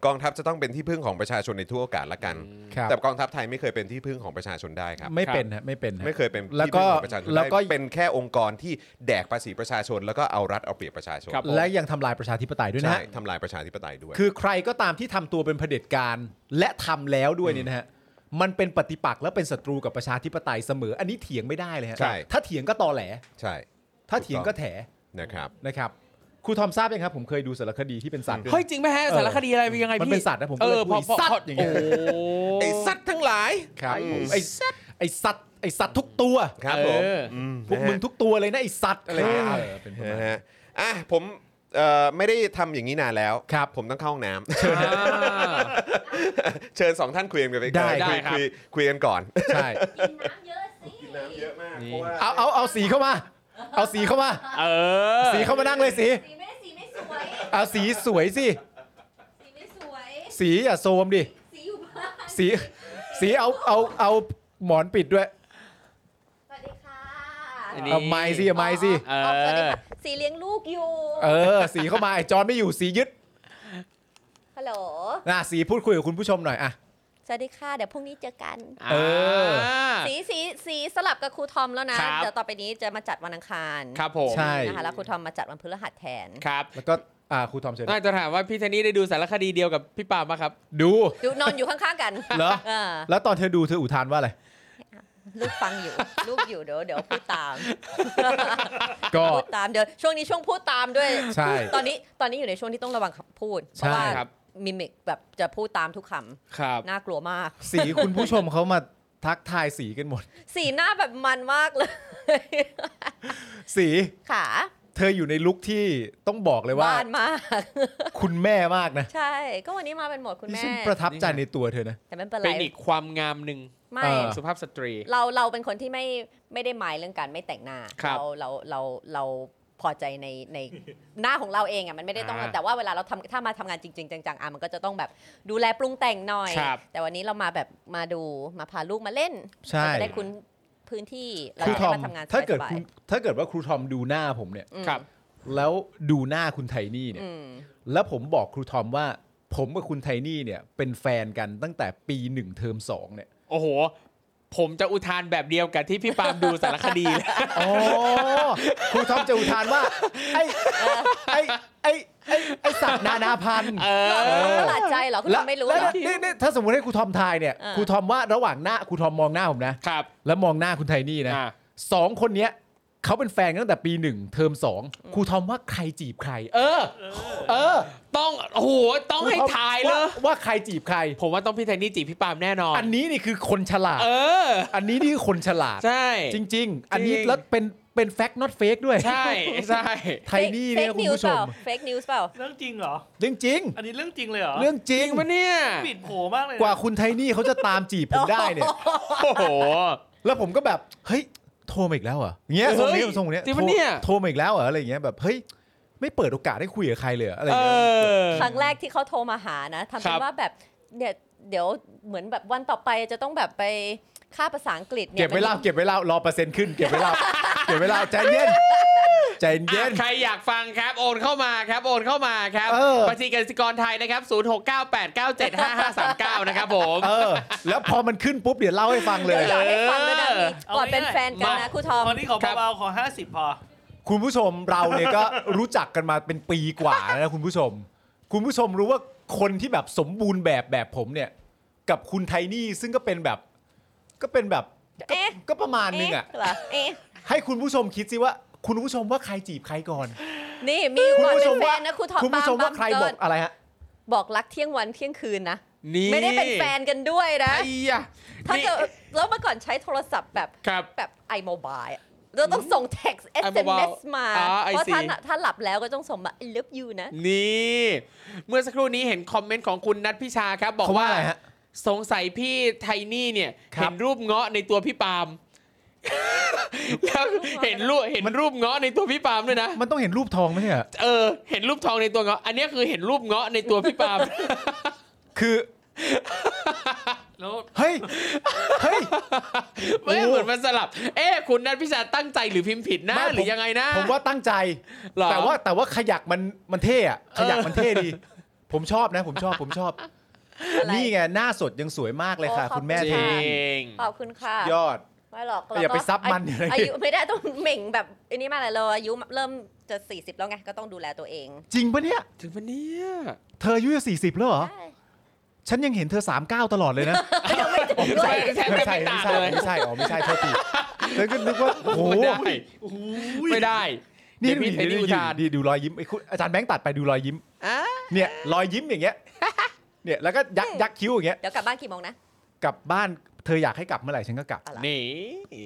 กองทัพจะต้องเป็นที่พึ่งของประชาชนในทุกโอกาสละกัน
ครับ
แต่กองทัพไทยไม่เคยเป็นที่พึ่งของประชาชนได้ครับ
ไม่เป็นฮะไม่เป็นฮะ
ไม่เคยเป็นที่
แล้ว
พึ่ง
ก็
ของประชาชน
แล้
ได้
วก็
เป็นแค่องค์กรที่แดกภาษีประชาชน แล้วก็เอารัดเอาเปรียบประชาชน
ครับ
และยังทำลายประชาธิปไตยด้วยนะ
ใช่
ฮะ
ทำลายประชาธิปไตยด้วย
คือใครก็ตามที่ทำตัวเป็นเผด็จการและทำแล้วด้วยเนี่ยนะฮะมันเป็นปฏิปักษ์และเป็นศัตรูกับประชาธิปไตยเสมอ อันนี้เถียงไม่ได้เลยฮะ
ใช่
ถ้าเถียงก็ตอแหล
ใช่
ถ้าเถียงก็แถ
นะครับ
นะครับครูทอมทราบยังครับผมเคยดูสารคดีที่เป็นสัตว์ด้วย
เฮ้ยจริงไหมฮะสารคดีอะไรเป็นยังไง
มัน
พี่
เป็นสัตว์นะผมก็
เอ
เลย
อพอ
คุยสัตว์อย่างเงี้ย
โ
ไอ้สัตว์ทั้งหลาย
ครับผมไอสัตว์ไอสัตว์ไอสัตว์ทุกตัว
ครับผม
เอออื
ม
พวกมึง
นะฮะ
ทุกตัวเลยนะไอสัตว์อะไรอย่างเงี้ยเออเป็นประมา
นะ
ณนั้น
ฮะอ่ะผมเอ่อไม่ได้ทำอย่างนี้นานแล้ว
ครับ
ผมต้องเข้าห้องน้ำ
อ่า
เชิญสองท่านคุยกันไป
ได้
คุย
ได้ครับ
คุยคุยกันก่อน
ใช่
กิน
น้ำ
น้ำเยอะสิ
เยอะมากเพราะว่า
เอาเอาเอาสีเข้ามา เอาสีเข้ามา
เออ
สีเข้ามานั่งเลยสี
สีไม่สีไม่สวย
เอาสีสวยสิ
สีไม่สวย
สีอย่าโซมดิ
สีอยู่บ้าน
สีสีเอาเอาเอาหมอนปิดด้วย
สวัสดีค่ะ
อันนี้
เอาไม้สิเอาไม้สิ
เอ
สวัสดี
อ
ค่ะสีเลี้ยงลูกอยู่
เออ สีเข้ามาไอ้จอนไม่อยู่สียึด
ฮัลโหล
นะสีพูดคุยกับคุณผู้ชมหน่อยอะ
สวัสดีค่ะ เดี๋ยวพรุ่งนี้เจอกัน
เออ
สีสีสีสลับกับครูทอมแล้วนะ
ครับ
เดี๋ยวต่อไปนี้จะมาจัดวันอังคาร
ครับผม
ใช่
นะคะ แล้วครูทอมมาจัดวันพฤหัสแทน
ครับ
แล้วก็อ่าครูทอมเชิญ
น่าจะถามว่าพี่เทนนี่ได้ดูสารคดีเดียวกับพี่ปาล์มปะครับ
ดู
ดูนอนอยู่ข้างๆกัน
เหรอ
เออ
แล้วตอนเธอดูเธออุทานว่าอะไร
ลูกฟังอยู่ ลูกอยู่เดี๋ยวเดี๋ยวพูด ตาม
ก็
พูดตามเดี๋ยวช่วงนี้ช่วงพูดตามด้วย
ใช่
ตอนนี้ตอนนี้อยู่ในช่วงที่ต้องระวังคำพูด เพ
ใช่
ราะว่า
ครับ
มิมิกแบบจะพูดตามทุกค
ครับ
ำน่ากลัวมาก
สีคุณผู้ชมเขามาทักทายสีกันหมด
สีหน้าแบบมันมากเลย
สี
ขา
เธออยู่ในลุคที่ต้องบอกเลยว่า
บ้านมาก
คุณแม่มากนะ
ใช่ ก็วันนี้มาเป็นหมวดคุณ
ที่
แม่
ฉันประทับใจในตัวเธอนะ
แต่ไม่เป็นไร
เป็นอีกความงามหนึ่ง
ไม่
เออ
สุภาพสตรี
เราเราเป็นคนที่ไม่ไม่ได้หมายเรื่องการไม่แต่งหน้า
ครับ
เราเราเราเราพอใจในในหน้าของเราเองอ่ะมันไม่ได้ต้อง
อ่า
แต่ว่าเวลาเราทำถ้ามาทำงานจริง ๆ จังๆอ่ะมันก็จะต้องแบบดูแลปรุงแต่งหน่อย
ครับ
แต่วันนี้เรามาแบบมาดูมาพาลูกมาเล่น
ใช่
เราจะได้คุณพื้นที่เรา
ครูท
จะได้
อม
มาทำงานส
ถ้าเกิด
บาย
คุณถ้าเกิดว่าครูทอมดูหน้าผมเนี่ย
ๆอืม
ครับ
แล้วดูหน้าคุณไทนี่เนี่ย
อืม
แล้วผมบอกครูทอมว่า ผมกับคุณไทนี่เนี่ย เป็นแฟนกันตั้งแต่ปีหนึ่งเทอมสองเนี่ย
โอ้โห ผมจะอุทานแบบเดียวกับที่พี่ปาล์มดูสารคดีเลย
อ๋อครูทอมจะอุทานว่า ไอ้ไอ้ไอ้ไอ้ไอ้สัตว์นานาพันธุ์
เออ
ประหลาดใจเหรอคุณ
แล้ว
ไม่รู้
แล้ว
เหรอ
นี่นี่ถ้าสมมติให้ครูทอมทายเนี่ย
เออ
ครูทอมว่าระหว่างหน้าครูทอมมองหน้าผมนะ
ครับ
แล้วมองหน้าคุณไทนี่นะ
อ่า
สองคนเนี้ยเขาเป็นแฟนกันตั้งแต่ปีหนึ่งเทอมสองครูทอมว่าใครจีบใคร
เออ
เออ
เออ ต้อง โอ้โห ต้องให้ทายเลย
ว่าว่าใครจีบใคร
ผมว่าต้องพี่ไทนี่จีบพี่ปาล์มแน่นอน
อันนี้นี่คือคนฉลาด
เออ
อันนี้นี่คือคนฉลาด
ใช่
จริง ๆ อันนี้แล้วเป็นเป็นแฟกต์ not fake ด้วย
ใช่ ใช่
ไทยนี่เนี่ยคุณผู้ชม
เฟกนิวส์เปล่า
เรื่องจริงเหรอ
เรื่องจริง
อันนี้เรื่องจริงเลยเหรอ
เรื่องจริง
จริงปะเนี่ย
ปิดโผมากเลยนะ
กว่าคุณไทนี่เขาจะตามจีบผมได้ เนี่ย
โอ้โห
แล้วผมก็แบบ เฮ้ย โทรมาอีกแล้วเหรอเงี้ย
เฮ้
ทร
ย
งนี้ทรงเนี้ย
จริง
โทร
ปะเนี่ย
โทรมาอีกแล้วเหรออะไรอย่างเงี้ยแบบเฮ้ยไม่เปิดโอกาสให้คุยกับใครเลยเหรออะไรอ
เอย่าง
เงี้ย
อ
ครั้งแรกที่เขาโทรมาหานะ
ค
ทำเป็
รั
น
บ
ว่าแบบเนี่ยเดี๋ยวเหมือนแบบวันต่อไปจะต้องแบบไปค่าภาษาอังกฤษเนี่ย
เก็บไว้เล่าเก็บไว้เล่ารอเปอร์เซ็นต์ขึ้นเก็บไว้เล่าเก็บไว้เล่าใจเย็นใจเย็น
อ่ะใครอยากฟังครับโอนเข้ามาครับโอนเข้ามาครับ
เออ
บัญชีกสิกรไทยนะครับ 0698975539 นะครับผม
เออ แล้วพอมันขึ้นปุ๊บเดี๋ยวเล่าให้ฟังเล
เดี๋ยวย อยากให้ฟังด้วยนะ
เออ
มีก่อนเป็นแฟนกันนะครูทอม
ตอนนี้ขอ
ครับ
เบาๆขอ 50 พอ
คุณผู้ชมเราเนี่ยก็ รู้จักกันมาเป็นปีกว่าแล้วนะคุณผู้ชม คุณผู้ชมรู้ว่าคนที่แบบสมบูรณ์แบบแบบผมเนี่ย กับคุณไทนี่ซึ่งก็เป็นแบบ ก็เป็นแบบก็
เอ๊ะ
ก็ประมาณนึง
เอ๊ะ
อ่ะ
เหรอเอ๊ะ
ให้คุณผู้ชมคิดสิว่า คุณผู้ชมว่าใครจีบใครก่อน
นี่มี
คุณ
ก่อน
ผู้ชม
เป็นแฟ
ว่าน
นะครูทอม
คุณผู้ชมว่าใครบอกอะไรฮะ
บอกรักเที่ยงวันเที่ยงคืนนะ
นี่
ไม่ได้เป็นแฟนกันด้วยนะ
ไอ้ยะ
ถ้า
นี่
เกิดแล้วเมื่อก่อนใช้โทรศัพท์แบบ
ครับ
แบบไอโมบายเราต้องส่ง text SMS
iMobile
มา
อ่า I
เพราะ
see
ท่านอะถ้าหลับแล้วก็ต้องส่งมา I love you นะ
นี่ เมื่อสักครู่นี้เห็นคอมเมนต์ของคุณนัทพิชาครับ บอก
เขาว่า
ว่า
อะไรฮะ
สงสัยพี่ไทนี่เนี่ย
ครับ
เห็นรูปเงาะในตัวพี่ปาล์ม แล้วเห็นรูปเห็นรูปเงาะในตัวพี่ปาล์มด้วยนะ
มันต้องเห็นรูปทองไหมเนี่ย
เออ เห็นรูปทองในตัวเงาะ อันเนี้ยคือเห็นรูปเงาะในตัวพี่ปาล์ ม
คือ
แล้ว
เฮ้ยเฮ้ย
ไม่เหมือนมันสลับ เอ๊ะคุณนัทพิชาตั้งใจหรือพิมพ์ผิดนะ
ไม่ผม
หรือยังไงนะ
ผมว่าตั้งใจ
เหรอ
แต่ว่าแต่ว่าขยักมันมันเท่อะขยักมันเท่ดี ผมชอบนะ ผมชอบผมชอบ
อะไร
นี่ไง หน้าสดยังสวยมากเลยค่ะ
โอ้ขอบ
คุณแม่
จ
คุ
เท
ณ
ริ
ค่ะ
นี่
ง
ขอบคุณค่ะ
ยอด
ไม่หรอก
ก็อย่าไป
แล้วก็
ซับมันอย่างไร
อายุไม่ได้ต้องเหม่งแบบอันนี้มากเลยเราอายุเริ่มจะ 40 แล้วไง ก็ต้องดูแลตัวเอง
จริงปะเนี่ย
ถึงปะเนี่ย
เธออายุจะสี่สิบแล้วเหรอ ฉันยังเห็นเธอสามเก้าตลอดเลยนะ
ก็ยังไม่ถึงด้วย
ไม่ใช่
ไม่ใช่
ไม่
ไม่
ต่าง
ใช่
เลย
ไม่ใช่อ๋อไม่ใช่เธอผิดฉันก็นึกว่า โอ้โห
ไม่ได้
โอ้โห
ไม่ได้
นี่
เดี๋ยวมีเทนนิ
ดูดิดูดิ
อุทาน
ดูดิดูรอยยิ้มไอ้คุณอาจารย์แบงค์ตัดไปดูรอยยิ้ม
อ่ะ
เนี่ยรอยยิ้มอย่างเงี้ย เนี่ยแล้วก็ยักยักคิ้วอย่างเงี้ย
เดี๋ยวกลับบ้านกี่โมงนะ
กลับบ้านเธออยากให้กลับเมื่อไหร่ฉันก็กลับ
นี่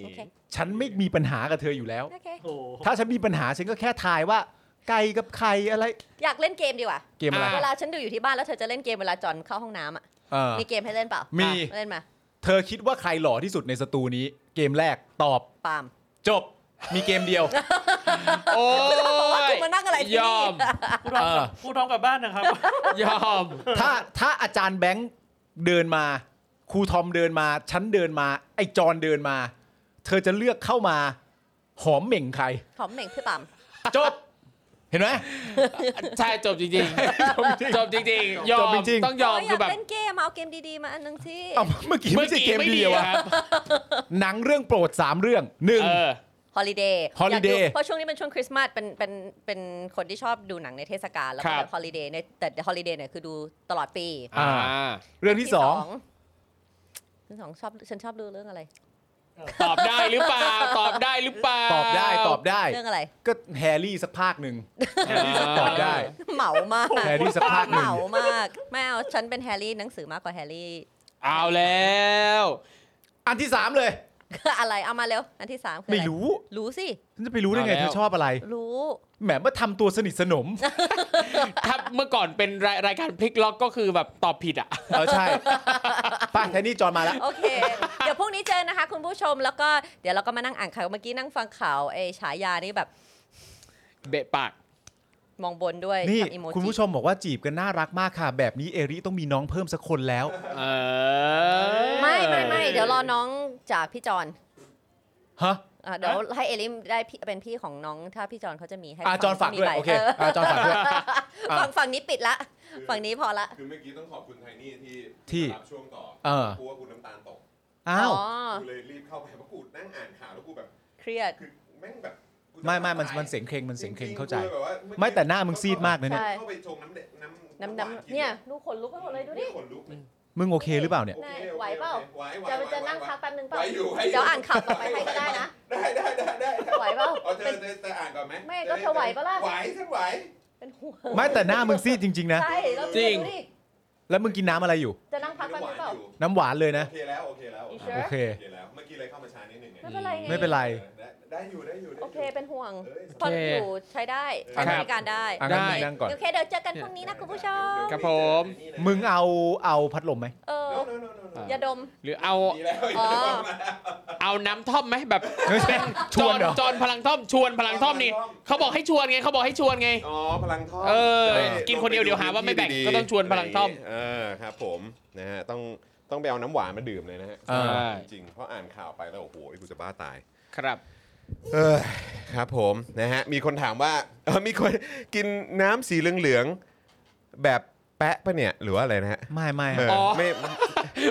โอเค
ฉันไม่มีปัญหากับเธออยู่แล้ว
โอเค
โอ้โห
ถ้าฉันมีปัญหาฉันก็แค่ทายว่า ไก่กับไข่อะไร
อยากเล่นเกมดีกว่า
เกมอะไร
อ่ะ
เวลาฉันดูอยู่ที่บ้านแล้วเธอจะเล่นเกมเวลาจอนเข้าห้องน้ำอ่ะ
เออ
มีเกมให้เล่นเปล่า
มี
มีเล่นมา
เธอคิดว่าใครหล่อที่สุดในสตูนี้ เกมแรกตอบ
ปาล์ม
จบ มีเกมเดียว
โอ้
ว่าย คุณมานั่งอะไร
ย
ที่นี่
อม
พูดท้องกลับพูดท้องกลับบ้านนะครับ
ยอม
ถ้าถ้าอาจารย์แบงค์เดินมาครูทอมเดินมา ฉันเดินมา ไอ้จอนเดินมา เธอจะเลือกเข้ามา หอมเหม่งใคร
หอมเหม่งพี่ปาล์ม
จบ เห็นไหม
ใช่จบจริงๆ จบจริงๆ ยอ
จ
ม
บจริงๆ
ต้องยอม
เออ
คือแบบ
เล่นเกมเอาเกมดีๆมาอันหนึงที่
เอ้าเมื่อกี้ไม่ใช่เกมเดียวอะ
ครับ
หนังเรื่องโปรดสามเรื่องหนึ่ง
เออ
ฮอลิเดย์
Holiday
เพราะช่วงนี้เป็นช่วงคริสต์มาสเป็นเป็นเป็นคนที่ชอบดูหนังในเทศกาลแล้วก็
ครับ
แบบฮอลิเดย์เนี่ยแต่ฮอลิเดย์เนี่ยคือดูตลอดปี
อ่า
อ่า
เรื่องที่สอง
ที่สองชอบฉันชอบดูเรื่องอะไร
ตอบได้หรือเปล่า ตอบได้หรือเปล่า
ตอบได้ตอบได้
เรื่องอะไร
ก็แฮร์รี่สักภาคหนึ่ง
อ่า
ตอบได้
เหมามาก
แฮร์รี่สักพักหนึ่ง
เหมามากไม่เอาฉันเป็นแฮร์รี่หนังสือมากกว่าแฮร์รี่
เอาแล้ว
อันที่สามเลย
คืออะไรเอามาเร็ว อันที่สามคืออะ
ไม่รู้
รู้สิ
ฉันจะไปรู้ได้ไง
เอาแล้ว
เธอชอบอะไร
รู้
แหมมาทำตัวสนิทสนม
ถ้าเมื่อก่อนเป็นรายรายการพลิกล็อกก็คือแบบตอบผิดอ่ะ
เออใช่ไป้าแทนนี่จอนมาแล้ว
โอเค เดี๋ยวพรุ่งนี้เจอนะคะ คุณผู้ชมแล้วก็เดี๋ยวเราก็มานั่งอ่านข่าวเมื่อกี้นั่งฟังข่าวไอ้ฉายานี่แบบ
เบะปาก
มองบนด้วย
นี่
ทำ emoji
คุณผู้ชมบอกว่าจีบกันน่ารักมากค่ะ แบบนี้เอริต้องมีน้องเพิ่มสักคนแล้ว
เออ
ไม่ไม่ไม่เดี๋ยวรอน้องจากพี่จอน
ฮะ
อ่ะเดี๋ยวให้เอลิมได้พี่เป็นพี่ของน้องถ้าพี่จอนเขาจะมีให้
อ่าจอนฝากด้วย
มีใบ
โอเค
เออ
อ่าจอนฝากด้วย อ่ะ
ฝั่งฝั่งนี้ปิดละ ฝั่งนี้พอละ
คือเมื่อกี้ต้องขอบคุณไทนี่ที่
ที่
สลับช่วงต่อ
เออ
กูว่ากูน้ำตาลตก
อ้าว
อ๋อ
กูเลยรีบเข้าไปเพราะกูนั่งอ่านข่าวแล้วกูแบบ
เครียด
คือแม่งแบบกูจะ
ไม่ไม่มัน
ตาย
มันเสียงเคร่งมันเสียงเคร่ง
จริๆ
เข้าใจ
กูลยแบบว่เอกี้
ไม่แต่หน้ามึงซีดมากนะเนี่ย
ใช่
เข้าไปชงน้ำเด็ดน้ำ
น้ำ
หวากิ
น้ำเนี่ยดูขนลุกไปหมดเลยดูดิ
ขนลุกเลย
มึงโอเคหรือเปล่าเนี่ย
โอค
ไหวเปล่า
โอคไหวไหว
จะ
ไหว
จะ
ไหว
นั่ง
ไหว
พักแป๊บนึงเปล่า
ไหวอยู่ไหวอยู่
เดี๋ยวอ่านข่าวต่อไปให้ก็ได้นะ
ได้ได้ได้ได้
ไหวเปล่า
เอาเธอน
เป็
เธอจะอ่านก่อนไหม
ไม่ก็เธอไหวปะล่ะ
ไหวฉันไหว
เป็นห่วง
ไม่แต่หน้ามึงซีดจริง ๆ นะ
ใช่แล้ว
จริง
ดูดิ
แล้วมึงกินน้ำอะไรอยู่
จะนั่งพักแป๊บนึงเปล่า
น้ำหวานเลยนะ
โอเคแล้วโอเคแล้ว
You
โอ
sure?
เค
โอเคแล้วเมื่อกี้เลยเข้ามาช้านิดหนึงไง
ไม่เป็นไรไง
ไม่เป็นไร
ได้ได้อยู่ได้อยู่ได้ยู่
โอเคเป็นห่วง
เอ้ย
พออยู่ใช้ได้
ครับ
ใช้บริการได้
อ่ะงั้นมึงนั่งก่อน
โอเคเดี๋ยวเจอกันพรุ่งนี้นะคุณผู้ชม
ครับผม
มึงเอาเอาพัดลมไหม
เออ
No, no, no, no, no.
อย่าดม
หรือเอา
ดีแล้ว
อ๋อ
เอาน้ำท่อมไหมแบบ
ไม่ใช่ชวนเหรอ
จจอนพลังท่อมชวนพลังท่อมนี่เขาบอกให้ชวนไงเขาบอกให้ชวนไง
อ๋อพลังท่อม
เออ
จะได้
กินคนเดียวเดี๋ยวหาว่าไม่แบ่ง
ดีๆ
ก็ต้องชวนพลังท่อม
เออครับผมนะฮะต้องต้องไปเอาน้ำหวานมาดื่มเลยนะฮะ
เออ
จริงๆเพราะอ่านข่าวไปแล้วโอ้โหกูจะบ้าตาย
ครับ
เออครับผมนะฮะมีคนถามว่าเออมีคนกินน้ำสีเหลืองๆแบบแปะปะเนี่ยหรือว่าอะไรนะฮะ
ไม่ไม่
เออ
อ๋อ
ไม่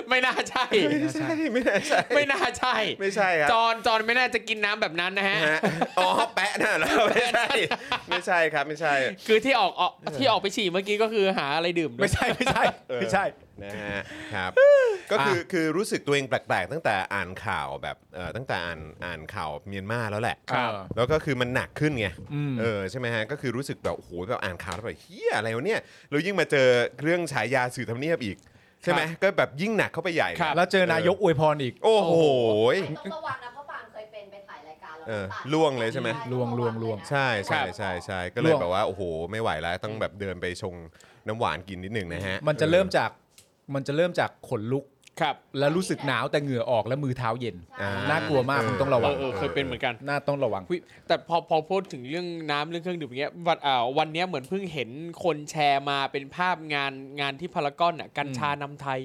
ไม่น่าใช่
ไม่ใช่ไม่น่าใช่
ไม่น่าใช่
ไม่ใช่ครับ
จอนจอนไม่น่าจะกินน้ำแบบนั้นนะฮะ
นะฮะอ๋อแปะน่ะเหรอไม่ใช่ไม่ใช่ครับไม่ใช่
คือที่ออกออกที่ออกไปฉี่เมื่อกี้ก็คือหาอะไรดื่มด้วย
ไม่ใช่ไม่ใช่ไม่ใช่
นะฮะครับ ก็คือคือรู้สึกตัวเองแปลกๆ ตั้งแต่อ่านข่าวแบบเอ่อตั้งแต่อ่านอ่านข่าวเมียนมาแล้วแหละ
ครับ
แล้วก็คือมันหนักขึ้นไง
อืม
เออใช่ไหมฮะก็คือรู้สึกแบบโอ้โหแบบอ่านข่าวแล้วแบบเฮียอะไรวะเนี่ยแล้วยิ่งมาเจอเรื่องฉายาสื่อทำเนียบอีก ใช่ไหมก็แบบยิ่งหนักเข้าไปใหญ่
ครับ
แล้วเจอนายกอวยพรอีก
โอ้โห
ต้องระวังนะเพราะปางเคยเป็นไปถ่ายรายการแล้ว
เออ
ปา
ล่วงเลยใช่ไหม
ด้
ล่วงล่วงล่วง
เยนะ
ใช่ใช่ใช่ใช่ก็เลย
ร่วง
แบบว่าโอ้โห ไม่ไหวแล้วต้องแบบเดินไปชงน้ำหวานกินนิดนึงนะฮะ
มันจะเริ่มจากมันจะเริ่มจากขนลุก
ครับ
แล้วรู้สึกหนาวแต่เหงื่อออกและมือเท้าเย็น
อ่
น่ากลัวมากคุณต้องระวั
เอง อเออเคยเป็นเหมือนกัน
น่าต้องระวัง
อุ๊ยแต่พอพอพูดถึงเรื่องน้ำเรื่องเครื่องดื่มอย่างเงี้ยวันอ่าวันเนี้ยเหมือนเพิ่งเห็นคนแชร์มาเป็นภาพงานงานที่พารากอนอ่ะกัญชานำไทย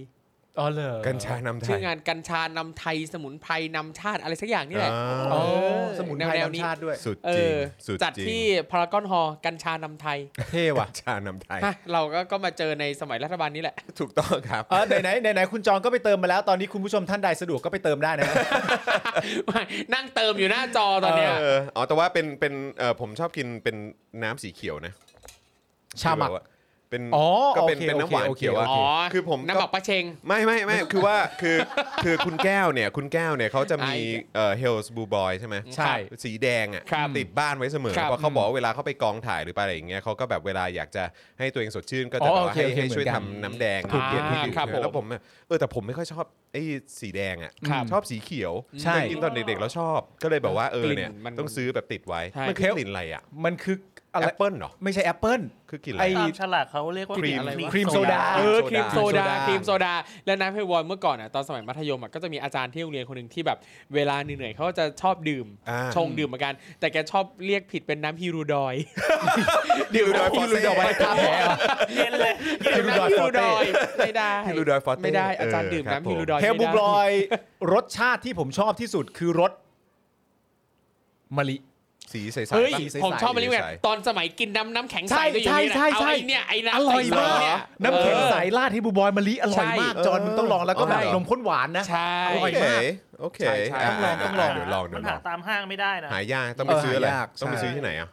อ๋อเลย
กัญชานำไท
ชื่อย งานกัญชานำไทยสมุนไพรนำชาติอะไรสักอย่างนี่แหละ
อ๋อ
เอ
อ๋อ
อ
สมุนไพร
แวๆ
นำชาติด้วย
สุด
เอ
จริง
อ
สุด
จัด
จริง
ที่พารากอนฮอลล์กัญชานำไทย
เท่ว่ะ
กัญชานำไทย
ฮะเราก็ก็มาเจอในสมัยรัฐบาลนี้แหละ
ถูกต้องครับ
เออไหนไหนไหนไหนคุณจองก็ไปเติมมาแล้ว ตอนนี้คุณผู้ชมท่านใดสะดวกก็ไปเติมได้นะ
ไม่นั่งเติมอยู่หน้าจอตอนเนี้ย
เอออ๋อ แต่ว่าเป็นเป็นเออผมชอบกินเป็นน้ำสีเขียวนะ
ชาหมัก
คือแบบว่เป็น
อ๋อ
ก็เป็น
โอเค
เป็นน้ำหวาน
โอเค
เขียวอะ
โเ
อ๋อ
คือผม
น้ำ
ก็
บอกปลาเชง
ไม่ไม่ไม่คือว่าคือคือคุณแก้วเนี่ย คุณแก้วเนี่ยเขาจะมี
ไอ้
เอ่อเฮลส์บูบอยใช่ไหม
ใช่
สีแดงอ่ะ
ครับ
ติดบ้านไว้เสมอ
ครับ
เพราะเขาบอกว่าเวลาเขาไปกองถ่ายหรือไปอะไรอย่างเงี้ยเขาก็แบบเวลาอยากจะให้ตัวเองสดชื่นก็จะ
อ๋อ
แบบว่า
โอเค
ให้
โอเค
ให้ช่วย
เหมือนกั
ทำ
น
น้ำแดง
ถูก
เย็นที่ดื่ม
ครับผม
แล้วผมอะเออแต่ผมไม่ค่อยชอบไอ้สีแดงอ่ะ
ครับ
ชอบสีเขียว
ใช่
เคยกินตอนเด็กๆแล้วชอบ ก็เลยแบบว่าเออก
ลิ่น
เนี่ย
มัน
ต้องซื้อแบบติดไว้
ใช่
มันคือกลิ่นอะไรอ่ะ
มันคืออะไร
แอปเปิลเหรอ
ไม่ใช่แอปเปิล
คือกลิ่นอะ
ไอ้
ไร
ตามฉลากเขาเรียกว่า
ครีม
อะไรวะ
ครีมโซดา
เออค
ครี
รีม
ม
โซ
โซ
ดา
ดา
ครีมโซดาและน้ำเพลวอนเมื่อก่อนอ่ะตอนสมัยมัธยมอ่ะก็จะมีอาจารย์ที่โรงเรียนคนหนึ่งที่แบบเวลาเหนื่อยๆเขาก็จะชอบดื่ม
อ่า
ชงดื่มเหมือนกัน แต่แกชอบเรียกผิดเป็นน้ำฮิรูดอย
ฮิรูดอยฟอสเซ่
เอาไว้ทาแผลอะ
เย็นเลยเย็น
ฮิ
น้ำฮิ
รูดอยฟอ
รู
เต้
ดอยไม่ได้
ฮิรูดอยฟอร์เต้
ไม่ได้อาจารย์
เออ
ดื่ม
ครับ
น้ำฮิรูดอย
เทล
ไม่
บู
ได้
บลอยรสชาติที่ผมชอบที่สุดคือรสมะลิ
สีใสๆ
เฮ้ย
ปะ
ผมชอบมันนี่ไง
ใสๆ
ตอนสมัยกินน้ำน้ำแข็งใส
ใช่
ก็อยู่นี่แหละ
ใช่
เอา
ใช่
ไอ้เนี่ยไอ้น้ำ
อร่อยมาก
ใสๆเนี่ย
น้ำแข็งใสราดให้บูบอยมะลิอร่อยมาก
ใช่
จอนมึงต้องลองแล้วก็แบบ
ใช่
นมข้นหวานนะ
ใช่
อร่อย มาก
โอเค
ใช่ใช่
าา
ต้องลองต้องลอง
เดี๋ยวลองเดี๋
มั
ย
น
วล
หา
อง
ตามห้างไม่ได้นะ
หายากต้องไป
เออ
ซื้ออะไร
หายาก
ต้องไป
ใช่
ซื้อที่ไหนอ่ะ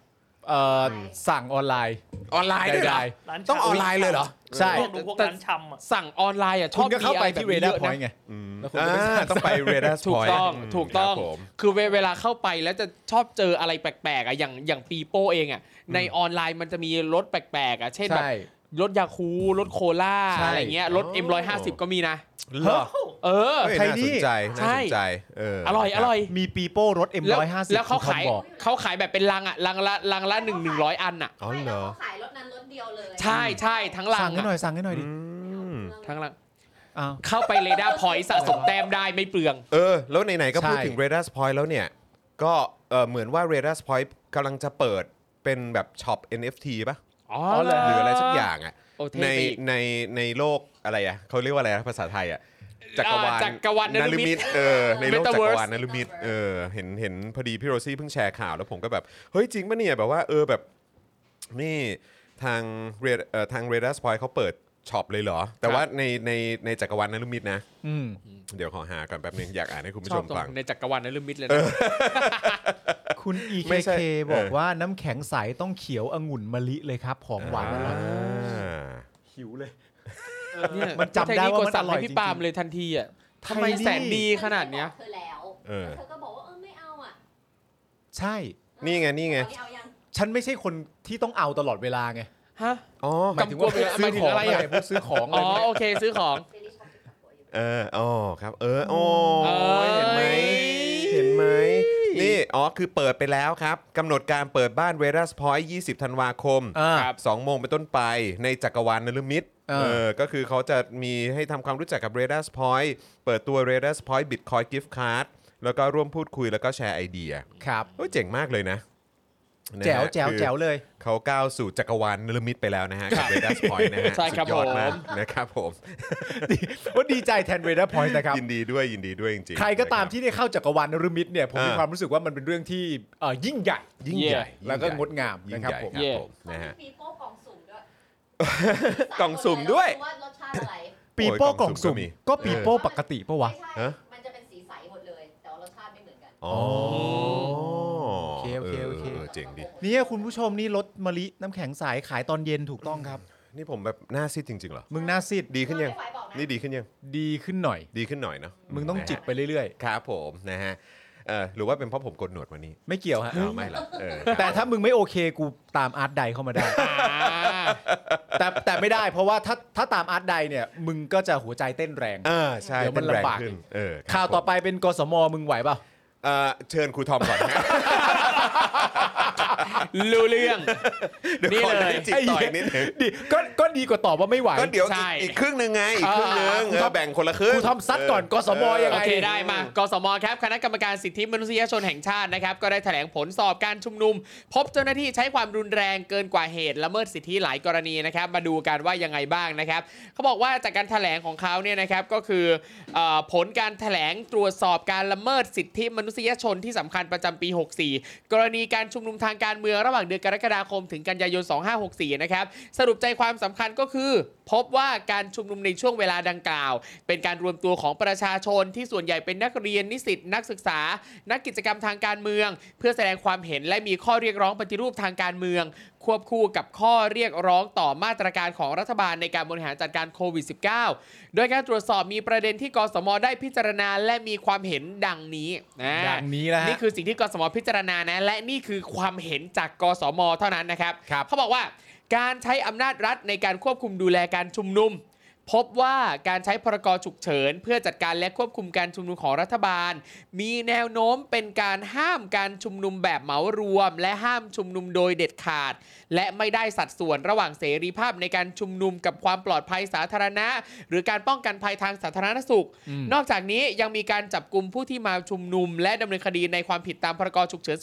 เอ่อสั่งออนไลน์
ออนไลน์ด้วย
ได้
ร้านชำ
ต้องออนไลน์เลยเหรอ
ใช่
พวกดูพวกร้านชำอ่ะ
สั่งออนไลน์อ่ะช
คุ
อ
ณ
บ
ก็เข้าไป
มีอะ
ที่
ร
เว
แบบ
ด้า
นี้ยอะ
พ
นะ
อยต์ไง
อืม
แล้วคุณ
อ่
จะไปสั่ง
าต้องไปเรดัส
ถู
พ
ก
อย
ต้องถูกต้อง คือเวเวลาเข้าไปแล้วจะชอบเจออะไรแปลกๆอ่ะอย่างอย่างปีโป้เองอ่ะในออนไลน์มันจะมีรถแปลกๆอ่ะเช่นแบบ
ใช่
รถยาคูลรถโคล่า
ใช่
อะไรเงี้ยรถ M150 ก็มีนะ
เหรอ
เฮ้ย
เ เออ
เฮ้ย
ไทย
น่า
นี่
สนใจน่า
ใช่
สนใจเออ
อ
อ
ร่อยอร่อย
มีปีโป้รถ
แล้ว
M150
แล้วเขา
คุณทอม
ขาย
บอก
เขาขายแบบเป็นลังอะลังละลังละหนึ่งหนึ่งร้อยอันอะ
อ๋อเหรอ
ขายรถนั้นรถเดียวเลย
ใช่ใช่ทั้งลั
สั่
ง
งให้หน่
อะ
อยสั่งให้หน่อยดิ
อืม
ทั้งลัง
อ้าว
เข้าไปเรดาร์พอยต์สะสมแต้มได้ไม่เปลือง
เออ แล้วไหนๆก็พูด
ใช่
ถึง r a d a r Point แล้วเนี่ย ก็เออเหมือนว่า r a d a r Point กำลังจะเปิดเป็นแบบช็อป NFT ป่ะ
อ๋อ
เหรอ
หรืออะไรสักอย่างอ่ะ
โอ้เท่
ใน
ไปอีก
ในในโลกอะไรอ่ะเขาเรียกว่าอะไรนะภาษาไทยอ่ะจักรวาล
อ่าจักรวาลนฤมิต
เออในโลกจักร
Metaverse
วาลนลุมิตเออเห็นเห็นพอดีพี่โรซี่เพิ่งแชร์ข่าวแล้วผมก็แบบ เฮ้ยจริงปะเนี่ยแบบว่าเออแบบนี่ทางเรดเอ่อทางเรดัสพอยเขาเปิดช็อปเลยเหรอ แต่ว่าในในในจักรวาลนลุมิตนะ
อืม
เดี๋ยวขอหาก่อนแป๊บนึงอยากอ่านให้คุณผู้
ช
ช
อบ
ม
ตร
ฟัง
งในจักรวาลนฤมิตเลยนะ
คุณ
ไม่ใช่
EKK บอกว่าน้ำแข็งใสต้องเขียวองุ่นมะลิเลยครับหอมหวานอร่อย
อ่า
หิวเลย
เนี่ย
มันจำได้ว่ามันอร่อย
ให้
จริงๆ
พี่ปาล์มเลยทันทีอ่ะทำไมแสนดีขนาดเนี้ย
เธอแล้ว
เออ
เธอก็บอกว่าเออไม่เอาอ่ะ
ใช่
นี่ไงนี่ไง
ตอนนี้เอายัง
ฉันไม่ใช่คนที่ต้องเอาตลอดเวลาไง
ฮะ
อ๋อ
หมายถึงว่าพวก
ห
ซื้
มา
อย
ถึ
ข
ง
อง
อะไร
อะไร
อะ
พวกซื้อของอะไร
อ๋อโอเคซื้อของ
เซรีช็อปติดหัวอยู่
เอออ๋อครับ เอออ๋อ
เอ้ย
เห็นไหม เห็นไหม นี่ อ๋อ คือเปิดไปแล้วครับกำหนดการเปิดบ้านเวรัสพอยต์20 ธันวาคม
อ่า
2โมงเป็นต้นไปในจักรวาลนลมิต
เออ
เออ ก็คือเขาจะมีให้ทำความรู้จักกับเรดัสพอยต์เปิดตัวเรดัสพอยต์บิตคอยกิฟต์การ์ดแล้วก็ร่วมพูดคุยแล้วก็แชร์ไอเดีย
ครับ
โอ้ยเจ๋งมากเลยนะนะฮะ
แจ๋วแจ๋ว
คือ
แจ๋วเลย
เขาก้าวสู่จักรวาลนลมิตไปแล้วนะฮะกับเรดัสพอยต์นะฮะ
ใช่ครับ
สุดยอดมาก
ผม
นะครับผม
ว่าดีใจแทนเวดาพอยต์นะครับ
ยินดีด้วยยินดีด้วยจริงๆ
ใครก็ตาม
นะบ
ที่ได้เข้าจักรวาลนรมิตเนี่ยผมมี
อ่า
ความรู้สึกว่ามันเป็นเรื่องที่เอ่อยิ่งใหญ่
ยิ่งใหญ่
แล้วก็
ยิ่ใหญ่
งดงาม
ยิ่
นะ
ง
ครับ
ใหญ่
ผม
ครับผมนะฮะ
มีโป้กล่องสุ่มด้วย
กล่องสุ่มด้วย
ว่ารสชาติอะไร
ปีโป้กล่องสุ่ม
โอ้ยกล่องสุ่
ก็
มก็มี
ปีโป้ปกติปะวะ
ไม่ใช่
ฮะ
มันจะเป็นสีใสหมดเลย แต่ว่ารสชาติไม่เหมือนกัน
อ๋อ
โอเคโอเคโอเค
เจ๋งดี
นี่คุณผู้ชมนี่รถมะลิน้ำแข็งสายขายตอนเย็นถูกต้องครับ
นี่ผมแบบหน้าซีดจริงๆเหรอ
มึงหน่าซีด
ดีขึ้นยัง
ไม่ไหวบอกนะ
นี่ดีขึ้นยัง
ดีขึ้นหน่อย
ดีขึ้นหน่อยเนาะ
มึงต้อง
นะฮะ
จิกไปเรื่อย
ครับผมนะฮะเออหรือว่าเป็นเพราะผมกดหนวดวันนี้
ๆ ไม่เกี่ยวฮะ
อ้าวไม่ละเออ
แต่ถ้ามึงไม่โอเคกูตามอาร์ตไดเข้ามาได้ แต่แต่ไม่ได้เพราะว่าถ้าถ้าตามอาร์ตไดเนี่ยมึงก็จะหัวใจเต้นแรง
เออใช่
เดี๋ยวมัน
เป็แรง
ลำบาก
ขึ้นเออครับ
ข่าวต่อไปเป็นกสมมึงไหวเปล่า
เออเชิญครูทอมก่อนนะฮะ
รู้เรื่อง
เดี๋ยว
นี่
ขอ
เลย
จิกต่อยนิดนึง
ดีก็ก็ดีกว่าตอบว่าไม่ไหว
ก็เดี๋ยว
ใช่
อีกอีกครึ่งหนึ่งไงอีกครึ่งหนึ่ง
เออ
เออแบ่งคนละครึ่ง
ครูทอมซัดก่อนกสมยังไง
โอเคได้มากสมครับคณะกรรมการสิทธิมนุษยชนแห่งชาตินะครับ ก็ได้แถลงผลสอบการชุมนุม พบเจ้าหน้าที่ใช้ความรุนแรงเกินกว่าเหตุละเมิดสิทธิหลายกรณีนะครับ มาดูกันว่ายังไงบ้างนะครับเขาบอกว่าจากการแถลงของเขาเนี่ยนะครับก็คือเอ่อผลการแถลงตรวจสอบการละเมิดสิทธิมนุษยชนที่สำคัญประจำปี 64 กรณีการชุมนุมทางการเมืองระหว่างเดือนกรกฎาคมถึงกันยายน 2564 นะครับสรุปใจความสำคัญก็คือ พบว่าการชุมนุมในช่วงเวลาดังกล่าว เป็นการรวมตัวของประชาชนที่ส่วนใหญ่เป็นนักเรียนนิสิตนักศึกษา นักกิจกรรมทางการเมือง เพื่อแสดงความเห็นและมีข้อเรียกร้องปฏิรูปทางการเมือง ควบคู่กับข้อเรียกร้องต่อมาตรการของรัฐบาลในการบริหารจัดการโควิด -19 โดยการตรวจสอบมีประเด็นที่กสมได้พิจารณาและมีความเห็นดังนี้นะ
ดังนี้นะฮะ
นี่คือสิ่งที่กสมพิจารณานะ และนี่คือความเห็นจากกสมเท่านั้นนะครับ
ครับ
เขาบอกว่าการใช้อำนาจรัฐในการควบคุมดูแลการชุมนุม พบว่าการใช้พรกฉุกเฉิน เพื่อจัดการและควบคุมการชุมนุมของรัฐบาล มีแนวโน้มเป็นการห้ามการชุมนุมแบบเหมารวม และห้ามชุมนุมโดยเด็ดขาด และไม่ได้สัดส่วนระหว่างเสรีภาพในการชุมนุมกับความปลอดภัยสาธารณะ หรือการป้องกันภัยทางสาธารณสุข นอกจากนี้ยังมีการจับกลุ่มผู้ที่มาชุมนุม และดำเนินคดีในความผิดตามพรกฉุกเฉิน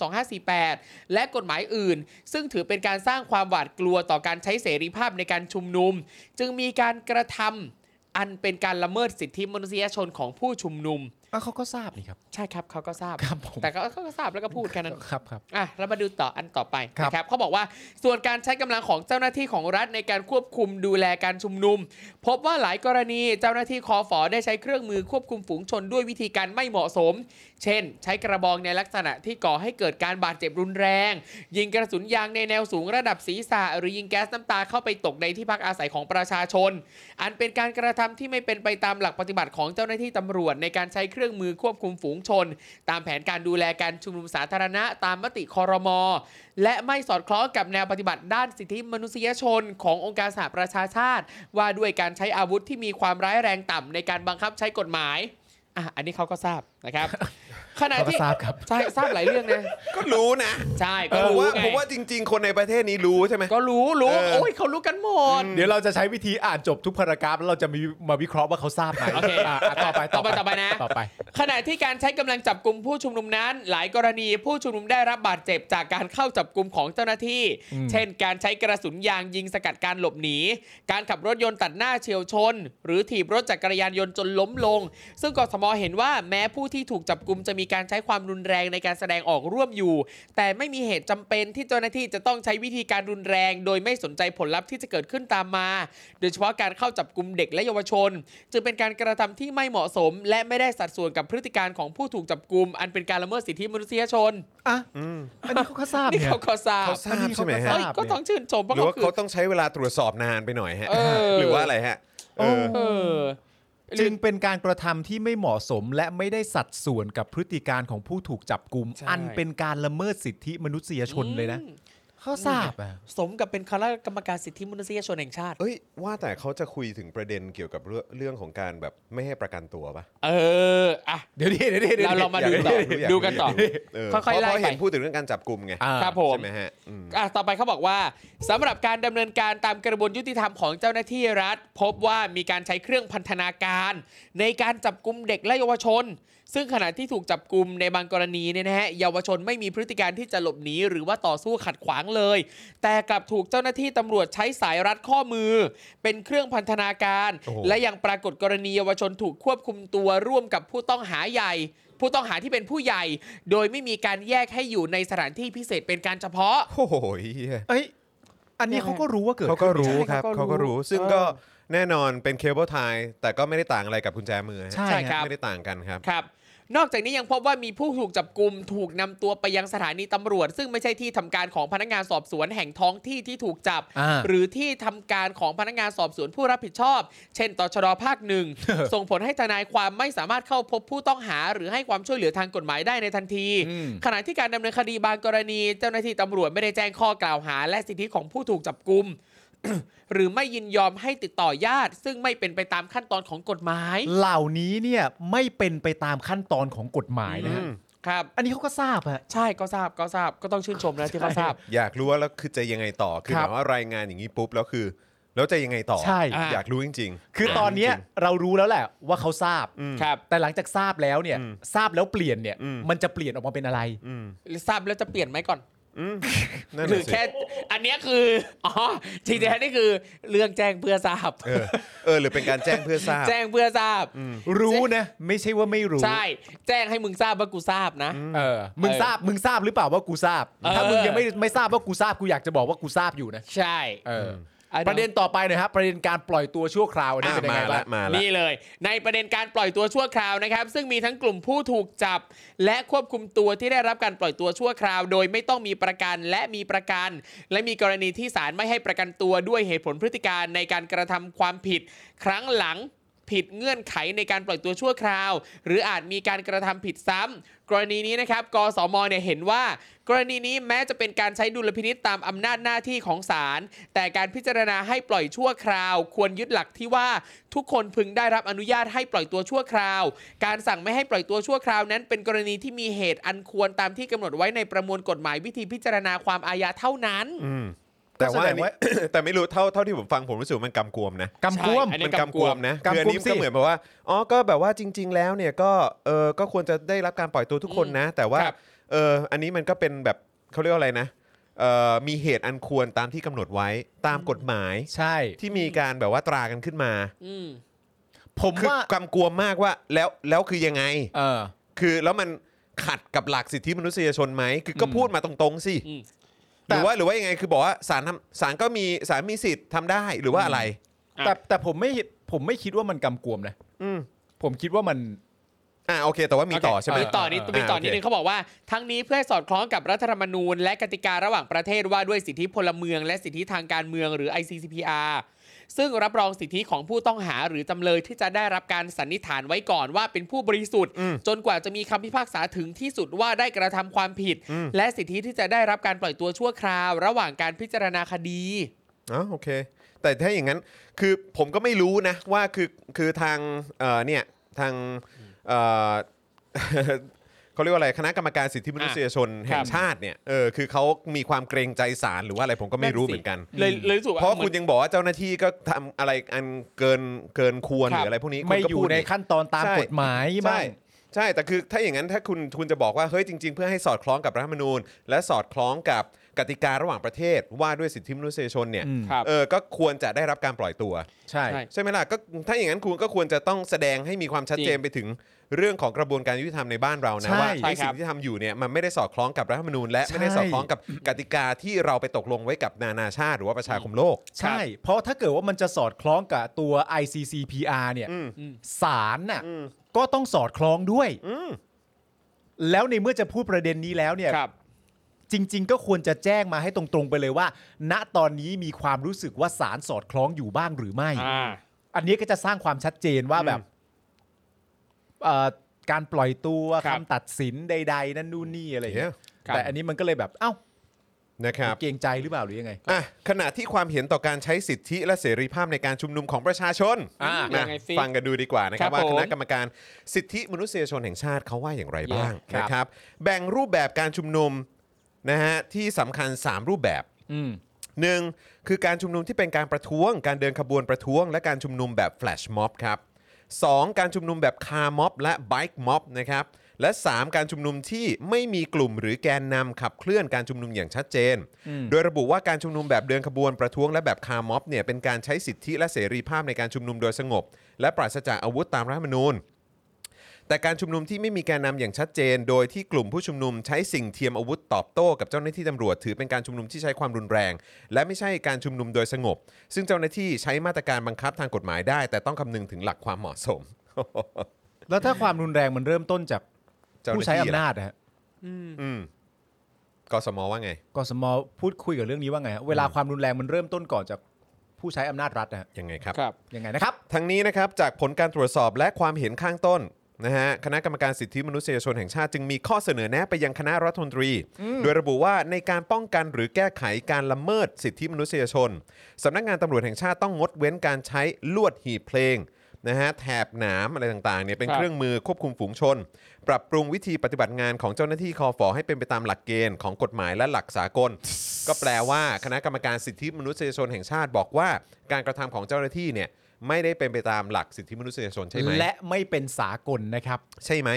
2548 และกฎหมายอื่น ซึ่งถือเป็นการสร้างความหวาดกลัวต่อการใช้เสรีภาพในการชุมนุม จึงมีการกระทำอันเป็นการละเมิดสิทธิมนุษยชนของผู้ชุมนุม
อ่ะเขาก็ทราบนี่ครับ
ใช่ครับเขาก็ทราบ
ครับผม
แต่เขาเขาก็ทราบแล้วก็พูดแค่นั้น
ครับครับ
อ่ะเรามาดูต่ออันต่อไป
ครับ
นะครับเขาบอกว่าส่วนการใช้กำลังของเจ้าหน้าที่ของรัฐในการควบคุมดูแลการชุมนุม พบว่าหลายกรณีเจ้าหน้าที่คอฝอได้ใช้เครื่องมือควบคุมฝูงชนด้วยวิธีการไม่เหมาะสม เช่น ใช้กระบองในลักษณะที่ก่อให้เกิดการบาดเจ็บรุนแรง ยิงกระสุนยางในแนวสูงระดับศีรษะ หรือยิงแก๊สน้ำตาเข้าไปตกในที่พักอาศัยของประชาชน อันเป็นการกระทำที่ไม่เป็นไปตามหลักปฏิบัติของเจ้าหน้าที่ตำรวจในการใช้เครื่อง เครื่องมือควบคุมฝูงชน ตามแผนการดูแลการชุมนุมสาธารณะตามมติคอรมอและไม่สอดคล้องกับแนวปฏิบัติด้านสิทธิมนุษยชนขององค์การสหประชาชาติ ว่าด้วยการใช้อาวุธที่มีความร้ายแรงต่ำในการบังคับใช้กฎหมายอ่ะอันนี้เขาก็ทราบ นะครับ ขณะ
เขาก็
ที่
ทราบครับ
ใช่ทราบหลายเรื่องนะ
ก็รู้นะ
ใช่
ผ
ก็
ม
รู้
ว่า
ไง
ผมว่าจริง ๆ คนในประเทศนี้รู้ใช่ไหม
ก็รู้รู้
เออ
โอ้ยเขารู้กันหมด
เดี๋ยวเราจะใช้วิธีอ่านจบทุกพารากราฟแล้วเราจะมีมาวิเคราะห์ว่าเขาทราบไหม
โอเค
อ่ะอ่ะต่อไป
ต่อไปนะ
ต่อไป
ขณะที่การใช้กำลังจับกลุ่มผู้ชุมนุมนั้น หลายกรณีผู้ชุมนุมได้รับบาดเจ็บจากการเข้าจับกลุ่มของเจ้าหน้าที่
อืม
เช่น การใช้กระสุนยางยิงสกัดการหลบหนี การขับรถยนต์ตัดหน้าเฉียวชน หรือถีบรถจักรยานยนต์จนล้มลง ซึ่งกสมเห็นว่าแม้ผู้ที่ถูกจับกลุ่มจะมีการใช้ความรุนแรงในการแสดงออกร่วมอยู่ แต่ไม่มีเหตุจำเป็นที่เจ้าหน้าที่จะต้องใช้วิธีการรุนแรง โดยไม่สนใจผลลัพธ์ที่จะเกิดขึ้นตามมา โดยเฉพาะการเข้าจับกลุ่มเด็กและเยาวชน จึงเป็นการกระทำที่ไม่เหมาะสม และไม่ได้สัดส่วนกับพฤติการของผู้ถูกจับกลุ่มอันเป็นการละเมิดสิทธิมนุษยชน
อ่ะอันนี้เขาก็ทราบ
นี่
เนี่ย
เขาก็ทราบ
เขาทราบใช่ไหมฮะ
เอ้ยก็ต้องชื่นชมเพราะ
หรือ
เขา
ว่า
คือ
เขาต้องใช้เวลาตรวจสอบนานไปหน่อยฮะ
เออ
หรือว่าอะไรฮะเออ
เออ
จึงเป็นการกระทำที่ไม่เหมาะสม และไม่ได้สัดส่วนกับพฤติการของผู้ถูกจับกลุ่ม
ใช่
อันเป็นการละเมิดสิทธิมนุษยชนเลยนะ
อืม
เขาทราบอ่ะ
สมกับเป็นคณะกรรมการสิทธิมนุษยชนแห่งชาติ
เอ้ยว่าแต่เขาจะคุยถึงประเด็นเกี่ยวกับเรื่องเรื่องของการแบบไม่ให้ประกันตัวปะ
เอออ่ะ
เดี๋ยวดิเดี๋ยวดิเดี๋ยว
เราลอง
ดิ
มา
อย
ดูต่อย
ากรู้ยารู้
ดูกันต่อ
เออ
ค่อยๆ
เพราะ
ไล่
เพราะเห็น
ไป
พูดถึงเรื่องการจับกลุ่มไง
อ่า
ครับผม
ใช่ไหมฮะอืม
อ่ะต่อไปเขาบอกว่าสำหรับการดำเนินการตามกระบวนยุติธรรมของเจ้าหน้าที่รัฐ พบว่ามีการใช้เครื่องพันธนาการ ในการจับกลุ่มเด็กและเยาวชน ซึ่งขณะที่ถูกจับกลุ่มในบางกรณีเนี่ยนะฮะเยาวชนไม่มีพฤติการที่จะหลบหนีหรือว่าต่อสู้ขัดขวางเลย แต่กลับถูกเจ้าหน้าที่ตำรวจใช้สายรัดข้อมือ เป็นเครื่องพันธนาการ
โอ้โห
และยังปรากฏกรณีเยาวชนถูกควบคุมตัวร่วมกับผู้ต้องหาใหญ่ ผู้ต้องหาที่เป็นผู้ใหญ่ โดยไม่มีการแยกให้อยู่ในสถานที่พิเศษเป็นการเฉพาะ
โอ้โหเหี้ย
เอ้ยอันนี้เขาก็รู้ว่าเกิด
เขาก็รู้
ใช่
ครับเขา
เขาก็
ก็
รู้
รู้ซึ่งก็แน่นอนเป็นเคเบิลไทยแต่ก็ไม่ได้ต่างอะไรกับกุญแจมือฮะ
ใช่
ใช่ค
ค
รั
รับ บ
ไม่ได้ต่างกันครับ
ครับ นอกจากนี้ยังพบว่ามีผู้ถูกจับกลุ่มถูกนำตัวไปยังสถานีตำรวจ ซึ่งไม่ใช่ที่ทำการของพนักงานสอบสวนแห่งท้องที่ที่ถูกจับ
อ่า
หรือที่ทำการของพนักงานสอบสวนผู้รับผิดชอบ เช่นตชดภาคหนึ่ง ส่งผลให้ทนายความไม่สามารถเข้าพบผู้ต้องหา หรือให้ความช่วยเหลือทางกฎหมายได้ในทันที
อืม
ขณะที่การดำเนินคดีบางกรณี เจ้าหน้าที่ตำรวจไม่ได้แจ้งข้อกล่าวหา และสิทธิของผู้ถูกจับกลุ่ม หรือไม่ยินยอมให้ติดต่อญาติ ซึ่งไม่เป็นไปตามขั้นตอนของกฎหมาย
เหล่านี้เนี่ยไม่เป็นไปตามขั้นตอนของกฎหมายนะฮะ
อืม
ครับ
อันนี้เขาก็ทราบอะ
ใช่ก็ทราบก็ทราบก็ต้องชื่นชมนะที่เขาทราบ
อยากรู้ว่าแล้วคือจะยังไงต่อคือห
ครั
มา
บ
ยว่ารายงานอย่างนี้ปุ๊บแล้วคือ แล้วจะยังไงต่อ
ใช่
อ่า
อยากรู้จริงๆ
คือตอนเนี้ย
ยากรู้จริง
เรารู้แล้วแหละว่าเขาทราบ
อืม
ครับ
แต่หลังจากทราบแล้วเนี่ย
อืม
ทราบแล้วเปลี่ยนเนี่ย
อืม
มันจะเปลี่ยนออกมาเป็นอะไร
ๆอืม
ทราบแล้วจะเปลี่ยนไหมก่อน
อืมนั่น
หรื
น่ะ
อ
สิ
แค่อันเนี้ยคืออ๋อจริงๆนี่คือเรื่องแจ้งเพื่อทราบ
เออเออหรือเป็นการแจ้งเพื่อทราบ
แจ้งเพื่อทราบ
รู้นะไม่ใช่ว่าไม่รู้
ใช่ แจ้งให้มึงทราบว่ากูทราบนะ
เออมึง
เออ
ทราบมึงทราบหรือเปล่าว่ากูทราบ
เออ
ถ้ามึงยังไม่ไม่ทราบว่ากูทราบกูอยากจะบอกว่ากูทราบอยู่นะ
ใช่
เอออ
อ่
ประเด็นต่อไปหนะครับประเด็นการปล่อยตัวชั่วคราวอันนี้
อ่ะ
เป็นยังไง
มา
บ้า
ละ
ง
มาละ
นี่เลย ในประเด็นการปล่อยตัวชั่วคราวนะครับ ซึ่งมีทั้งกลุ่มผู้ถูกจับ และควบคุมตัวที่ได้รับการปล่อยตัวชั่วคราว โดยไม่ต้องมีประกันและมีประกัน และมีกรณีที่ศาลไม่ให้ประกันตัวด้วยเหตุผลพฤติการในการกระทำความผิด ครั้งหลังผิดเงื่อนไขในการปล่อยตัวชั่วคราว หรืออาจมีการกระทำผิดซ้ำกรณีนี้นะครับกสมเนี่ยเห็นว่า กรณีนี้แม้จะเป็นการใช้ดุลพินิษตามอำนาจหน้าที่ของศาลแต่การพิจารณาให้ปล่อยชั่วคราว ควรยึดหลักที่ว่าทุกคนพึงได้รับอนุญาตให้ปล่อยตัวชั่วคราว การสั่งไม่ให้ปล่อยตัวชั่วคราวนั้น เป็นกรณีที่มีเหตุอันควรตามที่กำหนดไว้ในประมวลกฎหมายวิธีพิจารณาความอาญาเท่านั้น
อืมแต่ว่า
ก็แสดง
อันนี้
ว่า
แต่ไม่รู้เท่าเท่าที่ผมฟังผมรู้สึกว่ามันกำกวมนะ
กำกวม
ใช่อั
มันกำกวมนะ
กำกวม
คืออันนี้
สิ
ก็เหมือนแบบว่าอ๋อก็แบบว่าจริง ๆ แล้วเนี่ยก็เออก็ควรจะได้รับการปล่อยตัวทุกคนนะ แต่ว่า
ครับ
เอออันนี้มันก็เป็นแบบเขาเรียกว่าอะไรนะเออมีเหตุอันควรตามที่กำหนดไว้ตามกฎหมาย
ใช่
ที่มีการแบบว่าตรากันขึ้นมา
อืม
ผม
คือ
ว่าก
ำกวมมากว่าแล้วแล้วคือยังไง
เออ
คือแล้วมันขัดกับหลักสิทธิมนุษยชนไหมคือก็
อืม
พูดมาตรงๆสิ
อืม
หรือว่าหรือว่ายังไงคือบอกว่าศาลทำศาลก็มีศาลมีสิทธิ์ทำได้หรือว่า
อืม
อะไร
อ่ะ
แต่แต่ผมไม่ผมไม่คิดว่ามันกำกวมนะ
อืม
ผมคิดว่ามัน
อ่าโอเค แต่ว่ามีต่อใช่ไหม
มีต่อนิด
อ่า
มีต่อ
โอเค
นิดนึงเขาบอกว่า ทั้งนี้เพื่อให้สอดคล้องกับรัฐธรรมนูญ และกติการะหว่างประเทศว่าด้วยสิทธิพลเมือง และสิทธิทางการเมืองหรือ ICCPR ซึ่งรับรองสิทธิของผู้ต้องหาหรือจำเลยที่จะได้รับการสันนิษฐานไว้ก่อนว่าเป็นผู้บริสุทธิ์
อืม
จนกว่าจะมีคำพิพากษาถึงที่สุดว่าได้กระทำความผิด
อืม
และสิทธิที่จะได้รับการปล่อยตัวชั่วคราว ระหว่างการพิจารณาคดี
อ๋อโอเค แต่ถ้าอย่างนั้นคือผมก็ไม่รู้นะว่าคือคือทางเอ่อเนี่ยทางเอ่อ เขาเรียกว่าอะไรคณะกรรมการสิทธิมนุษยชนแห่
ครั
ง
บ
ชาติเนี่ยเออคือเขามีความเกรงใจศาลหรือว่าอะไรผมก็ไม่รู้เหมือนกัน
เลยเลยรู้สึกว่
เพราะ
หมื
คุ
อ
ณ
น
ยังบอกว่าเจ้าหน้าที่ก็ทำอะไรอันเกินเกินควรห
ครั
รื
บ
ออะไรพวกนี้คุ
ไม่
ณก็
อยู่
พูด
ใน
นี่
ขั้นตอนตาม
ใช่
กฎหมายบ้า
ใช่
ง
ใช่แต่คือถ้าอย่างนั้นถ้าคุณคุณจะบอกว่าเฮ้ยจริง ๆ เพื่อให้สอดคล้องกับรัฐธรรมนูญ และสอดคล้องกับกติการะหว่างประเทศว่าด้วยสิทธิมนุษยชนเนี่ย
อืม
ครับ
เออก็ควรจะได้รับการปล่อยตัว
ใช่
ใช่
ใช่ไหมล่ะก็ถ้าอย่างนั้นคุณก็ควรจะต้องแสดงให้มีความชัดเจนไปถึงเรื่องของกระบวนการยุติธรรมในบ้านเรานะ
ใช่
ว่า
ใช่
ไอ้
ครั
สิ่
บ
งที่ทำอยู่เนี่ยมันไม่ได้สอดคล้องกับรัฐธรรมนูญ และไม่ได้สอดคล้องกับกติกาที่เราไปตกลงไว้กับนานาชาติ หรือว่าประชาคมโลก
ใช่ เพราะถ้าเกิดว่ามันจะสอดคล้องกับตัว ICCPR เนี่ย
อืม
ศาลน่ะ
อืม
ก็ต้องสอดคล้องด้วย
อืม
แล้วในเมื่อจะพูดประเด็นนี้แล้วเนี่ย
ครับ
จริง ๆ ก็ควรจะแจ้งมาให้ตรงๆไปเลยว่า ณตอนนี้มีความรู้สึกว่าสารสอดคล้องอยู่บ้างหรือไม่
อ่า
อันนี้ก็จะสร้างความชัดเจนว่าแบบเอ่อการปล่อยตัว
ครับ
คำตัดสินใด ๆ นั่นนู่นนี่อะไรอย่างเงี้ย
ครับ
แต่อันนี้มันก็เลยแบบเอ้า
นะครับ
เกรงใจหรือเปล่าหรือยังไง
อ่ะขณะที่ความเห็นต่อการใช้สิทธิและเสรีภาพในการชุมนุมของประชาชน
อ่ายั
นะ
งไงสิ
ฟังกันดูดีกว่านะครับ
ครับ
ว่าคณะ
ผม
กรรมการสิทธิมนุษยชนแห่งชาติเขาว่าอย่างไร
เยี่ยม
บ้าง
ครับ
นะครับ แบ่งรูปแบบการชุมนุมนะฮะที่สำคัญ 3 รูปแบบ
อืม
1. คือการชุมนุมที่เป็นการประท้วง การเดินขบวนประท้วง และการชุมนุมแบบแฟลชม็อบครับ 2. การชุมนุมแบบคาร์ม็อบและไบค์ม็อบนะครับ และ 3. การชุมนุมที่ไม่มีกลุ่มหรือแกนนำขับเคลื่อนการชุมนุมอย่างชัดเจน โดยระบุว่าการชุมนุมแบบเดินขบวนประท้วงและแบบคาร์ม็อบเนี่ยเป็นการใช้สิทธิและเสรีภาพในการชุมนุมโดยสงบ และปราศจากอาวุธตามรัฐธรรมนูญ แต่การชุมนุมที่ไม่มีแกนนำอย่างชัดเจน โดยที่กลุ่มผู้ชุมนุมใช้สิ่งเทียมอาวุธตอบโต้กับเจ้าหน้าที่ตำรวจถือเป็นการชุมนุมที่ใช้ความรุนแรง และไม่ใช่การชุมนุมโดยสงบ ซึ่งเจ้าหน้าที่ใช้มาตรการบังคับทางกฎหมายได้ แต่ต้องคำนึงถึงหลักความเหมาะสม
แล้วถ้าความรุนแรงมันเริ่มต้นจาก
เจ้าห
ผู้
น้า
ใช้
ที่
อำนาจนะฮะ
อืมกสมว่าไง
กสมพูดคุยกับเรื่องนี้ว่าไงฮะเวลาความรุนแรงมันเริ่มต้นก่อนจากผู้ใช้อำนาจรัฐนะฮะ
ยังไงครับ
ครับ
ยังไงนะครับ
ทั้งนี้นะครับจากผลการตรวจสอบและความเห็นข้างต้นนะฮะคณะกรรมการสิทธิมนุษยชนแห่งชาติจึงมีข้อเสนอแนะไปยังคณะรัฐมนตรี โดยระบุว่าในการป้องกันหรือแก้ไขการละเมิดสิทธิมนุษยชนสำนักงานตำรวจแห่งชาติต้องงดเว้นการใช้ลวดหีบเพลงนะฮะแถบหนามอะไรต่างๆเนี่ยเป็น
ครับ
เครื่องมือควบคุมฝูงชน ปรับปรุงวิธีปฏิบัติงานของเจ้าหน้าที่คอฟอให้เป็นไปตามหลักเกณฑ์ของกฎหมายและหลักสากล ก็แปลว่าคณะกรรมการสิทธิมนุษยชนแห่งชาติบอกว่า การกระทำของเจ้าหน้าที่เนี่ยไม่ได้เป็นไปตามหลักสิทธิมนุษยชนใช่ไหม
และไม่เป็นสากลนะครับ
ใช่ไหม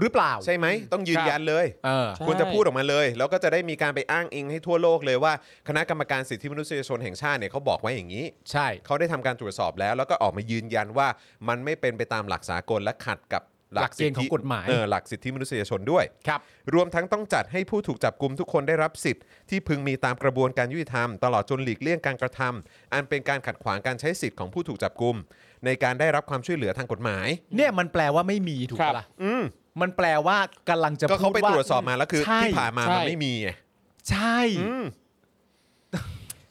หรือเปล่า
ใช่ไหมต้องยืนยันเลย
เออ
ใช่
ควรจะพูดออกมาเลย แล้วก็จะได้มีการไปอ้างอิงให้ทั่วโลกเลยว่า คณะกรรมการสิทธิมนุษยชนแห่งชาติเนี่ยเขาบอกไว้อย่างนี้
ใช่
เขาได้ทำการตรวจสอบแล้ว แล้วก็ออกมายืนยันว่ามันไม่เป็นไปตามหลักสากลและขัดกับ
หลักเกณฑ์ของกฎหมาย
เออหลักสิทธิมนุษยชนด้วย
ครับ
รวมทั้งต้องจัดให้ผู้ถูกจับกลุ่มทุกคนได้รับสิทธิ์ที่พึงมีตามกระบวนการยุติธรรม ตลอดจนหลีกเลี่ยงการกระทำอันเป็นการขัดขวางการใช้สิทธิ์ของผู้ถูกจับกลุ่มในการได้รับความช่วยเหลือทางกฎหมาย
เนี่ยมันแปลว่าไม่มีถูก
ครับ
ปะล่ะ
อืม
มันแปลว่ากำลังจะ
ก็เขา
พูด
ไปตรวจสอบมาแล้วคือ
ใช่
ที่ผ่านมา
ใช่
มันไม่มีไง
ใช่
อืม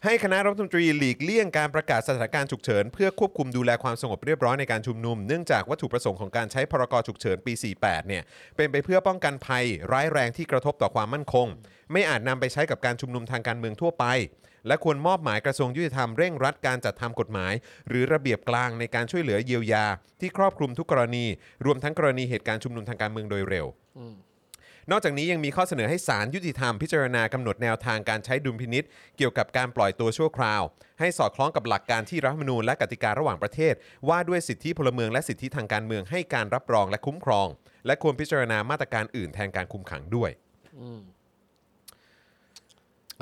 ให้คณะรัฐมนตรีหลีกเลี่ยงการประกาศสถานการณ์ฉุกเฉินเพื่อควบคุมดูแลความสงบเรียบร้อยในการชุมนุมเนื่องจากวัตถุประสงค์ของการใช้พรกฉุกเฉินปี 48 เนี่ย เป็นไปเพื่อป้องกันภัยร้ายแรงที่กระทบต่อความมั่นคง ไม่อาจนำไปใช้กับการชุมนุมทางการเมืองทั่วไป และควรมอบหมายกระทรวงยุติธรรมเร่งรัดการจัดทำกฎหมาย หรือระเบียบกลางในการช่วยเหลือเยียวยา ที่ครอบคลุมทุกกรณี รวมทั้งกรณีเหตุการณ์ชุมนุมทางการเมืองโดยเร็ว นอกจากนี้ยังมีข้อเสนอให้ศาลยุติธรรมพิจารณากำหนดแนวทางการใช้ดุลพินิษเกี่ยวกับการปล่อยตัวชั่วคราว ให้สอดคล้องกับหลักการที่รัฐธรรมนูญและกติการะหว่างประเทศ ว่าด้วยสิทธิพลเมืองและสิทธิทางการเมืองให้การรับรองและคุ้มครอง และควรพิจารณามาตรการอื่นแทนการคุมขังด้วย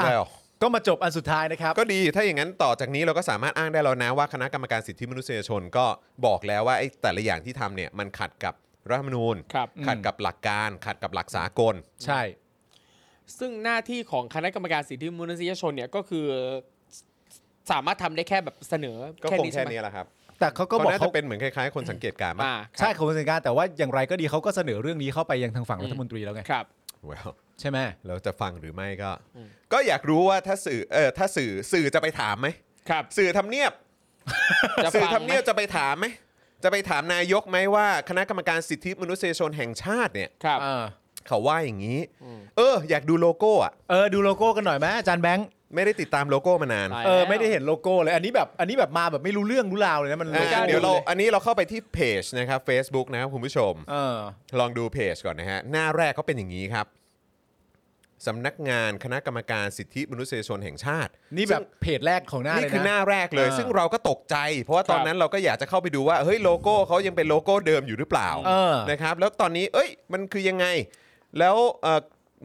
อ่ะ
แล้ว
ก็มาจบอันสุดท้ายนะครับ
ก็ดีถ้าอย่างนั้นต่อจากนี้เราก็สามารถอ้างได้แล้วนะว่าคณะกรรมการสิทธิมนุษยชนก็บอกแล้วว่าไอ้แต่ละอย่างที่ทำเนี่ยมันขัดกับรัฐธรรมนูญ
ครับ
ขัดกับหลักการขัดกับหลักสากล
ใช่
ซึ่งหน้าที่ของคณะกรรมการสิทธิมนุษยชนเนี่ยก็คือ สามารถทำได้แค่แบบเสนอ
ก็
แค่
คง
นี้
แค่
ใช่ไหม
นี้แหละครับ
แต่เขาก็
เขา
บอก
น่า
เขา
จะเป็นเหมือนคล้ายๆ คนสังเกตการณ์มาก
อ่า
ใช่ของคุณสัญญาแต่ว่าอย่างไรก็ดีเขาก็เสนอเรื่องนี้เข้าไปยังทางฝั่งรัฐมนตรีแล้วไง
ครับ
เว้า
ใช่ไหม
เราจะฟังหรือไม่ก็ ก็อยากรู้ว่าถ้าสื่อเออถ้าสื่อสื่อจะไปถามไหม
ครับ
สื่อทำเนียบ
จะ
สื่อ
ฟัง
ทำ
ไหม
เนียบจะไปถามไหมจะไปถามนายกไหมว่า คณะกรรมการสิทธิมนุษยชนแห่งชาติเนี่ย
ครับ
อ่า
เขาว่าอย่างนี้ เออ อยากดูโลโก้อะ
เออดูโลโก้กันหน่อยไหมอาจารย์แบงค์
ไม่ได้ติดตามโลโก้มานาน
ใช่
เออ
แล้ว
ไม่ได้เห็นโลโก้เลยอันนี้แบบอันนี้แบบมาแบบไม่รู้เรื่องรู้ราวเลยนะมัน
อ่ะ
โลโก้
เดี๋ยวเราอันนี้เราเข้าไปที่เพจนะครับ Facebook นะครับคุณผู้ชม
เออ
ลองดูเพจก่อนนะฮะ หน้าแรกเขาเป็นอย่างนี้ครับสำนักงานคณะกรรมการสิทธิมนุษยชนแห่งชาติ
นี่แบบเพจแรกของหน้าเลยนะ
นี่คือหน้าแรกเลย
อ่า
ซึ่งเราก็ตกใจ เพราะว่าตอน
ครับ
นั้นเราก็อยากจะเข้าไปดูว่าเฮ้ยโลโก้เขายังเป็นโลโก้เดิมอยู่หรือเปล่า
เออ
นะครับ แล้วตอนนี้ เอ้ย มันคือยังไง แล้วเอ่อ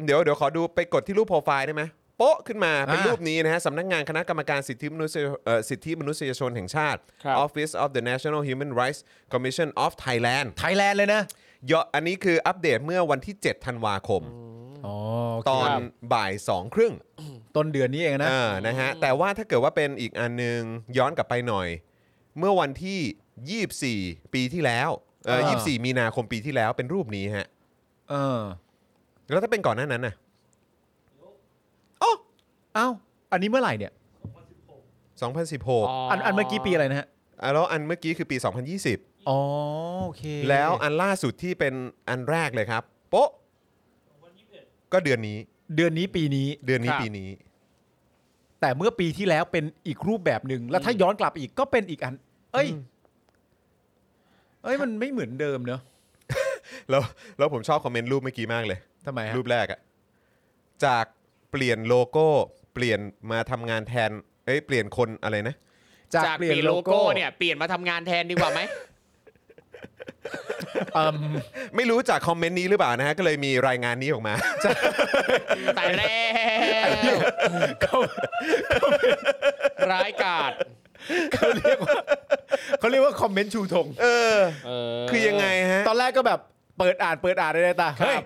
เดี๋ยวเดี๋ยวขอดูไปกดที่รูปโปรไฟล์ได้ไหมโป๊ะขึ้นมาเป็น
อ่ารู
รูปนี้นะฮะสำนักงานคณะกรรมการสิทธิมนุษยเอ่อสิทธิมนุษยชนแห่งชาติ
ครับ
Office of the National Human Rights Commission of Thailand
ไทยแลนด์เลยนะ
ยออันนี้คืออัปเดตเมื่อวันที่ 7 ธันวาคม
อ๋อ
ตอนบ่ายสองครึ่ง
ต้นเดือนนี้เองนะ
เออนะฮะ แต่ว่าถ้าเกิดว่าเป็นอีกอันหนึงย้อนกลับไปหน่อย เมื่อวันที่ 24 ปีที่แล้วเออ
เออ
24 มีนาคมปีที่แล้วเป็นรูปนี้ฮะ
เออ
แล้วถ้าเป็นก่อนหน้านั้นน่ะ
เอ้าอันนี้เมื่อไหร่เนี่ย
2016
อ๋อ
อันอันเมื่อกี้ปีอะไรนะฮะ
อ่ะแล้วอันเมื่อกี้คือปี 2020
อ๋อโอเค
แล้วอันล่าสุดที่เป็นอันแรกเลยครับ โป๊ะก็เดือนนี้
เดือนนี้ปีนี้
เดือนนี้ปีนี้
แต่เมื่อปีที่แล้วเป็นอีกรูปแบบหนึ่งแล้วถ้าย้อนกลับอีกก็เป็นอีกอัน เอ้ย เอ้ยมันไม่เหมือนเดิมเนอะ
แล้วแล้วผมชอบคอมเมนต์รูปเมื่อกี้มากเลย
ทำไมฮะ
รูปแรกอะจากเปลี่ยนโลโก้เปลี่ยนมาทำงานแทนเอ้ยเปลี่ยนคนอะไรนะ
จากเปลี่ยนโลโก้เนี่ยเปลี่ยนมาทำงานแทนดีกว่าไหม
เอิ่ม
ไม่รู้จากคอมเมนต์นี้หรือเปล่านะฮะ ก็เลยมีรายงานนี้ออกมา
ตายแล้วร้ายกาจ
เขาเรียกว่าคอมเมนต์ชูธง
เออ
เอ
คือยังไงฮะ
ตอนแรกก็แบบเปิดอ่านเปิดอ่านอะไรตาเฮ้ย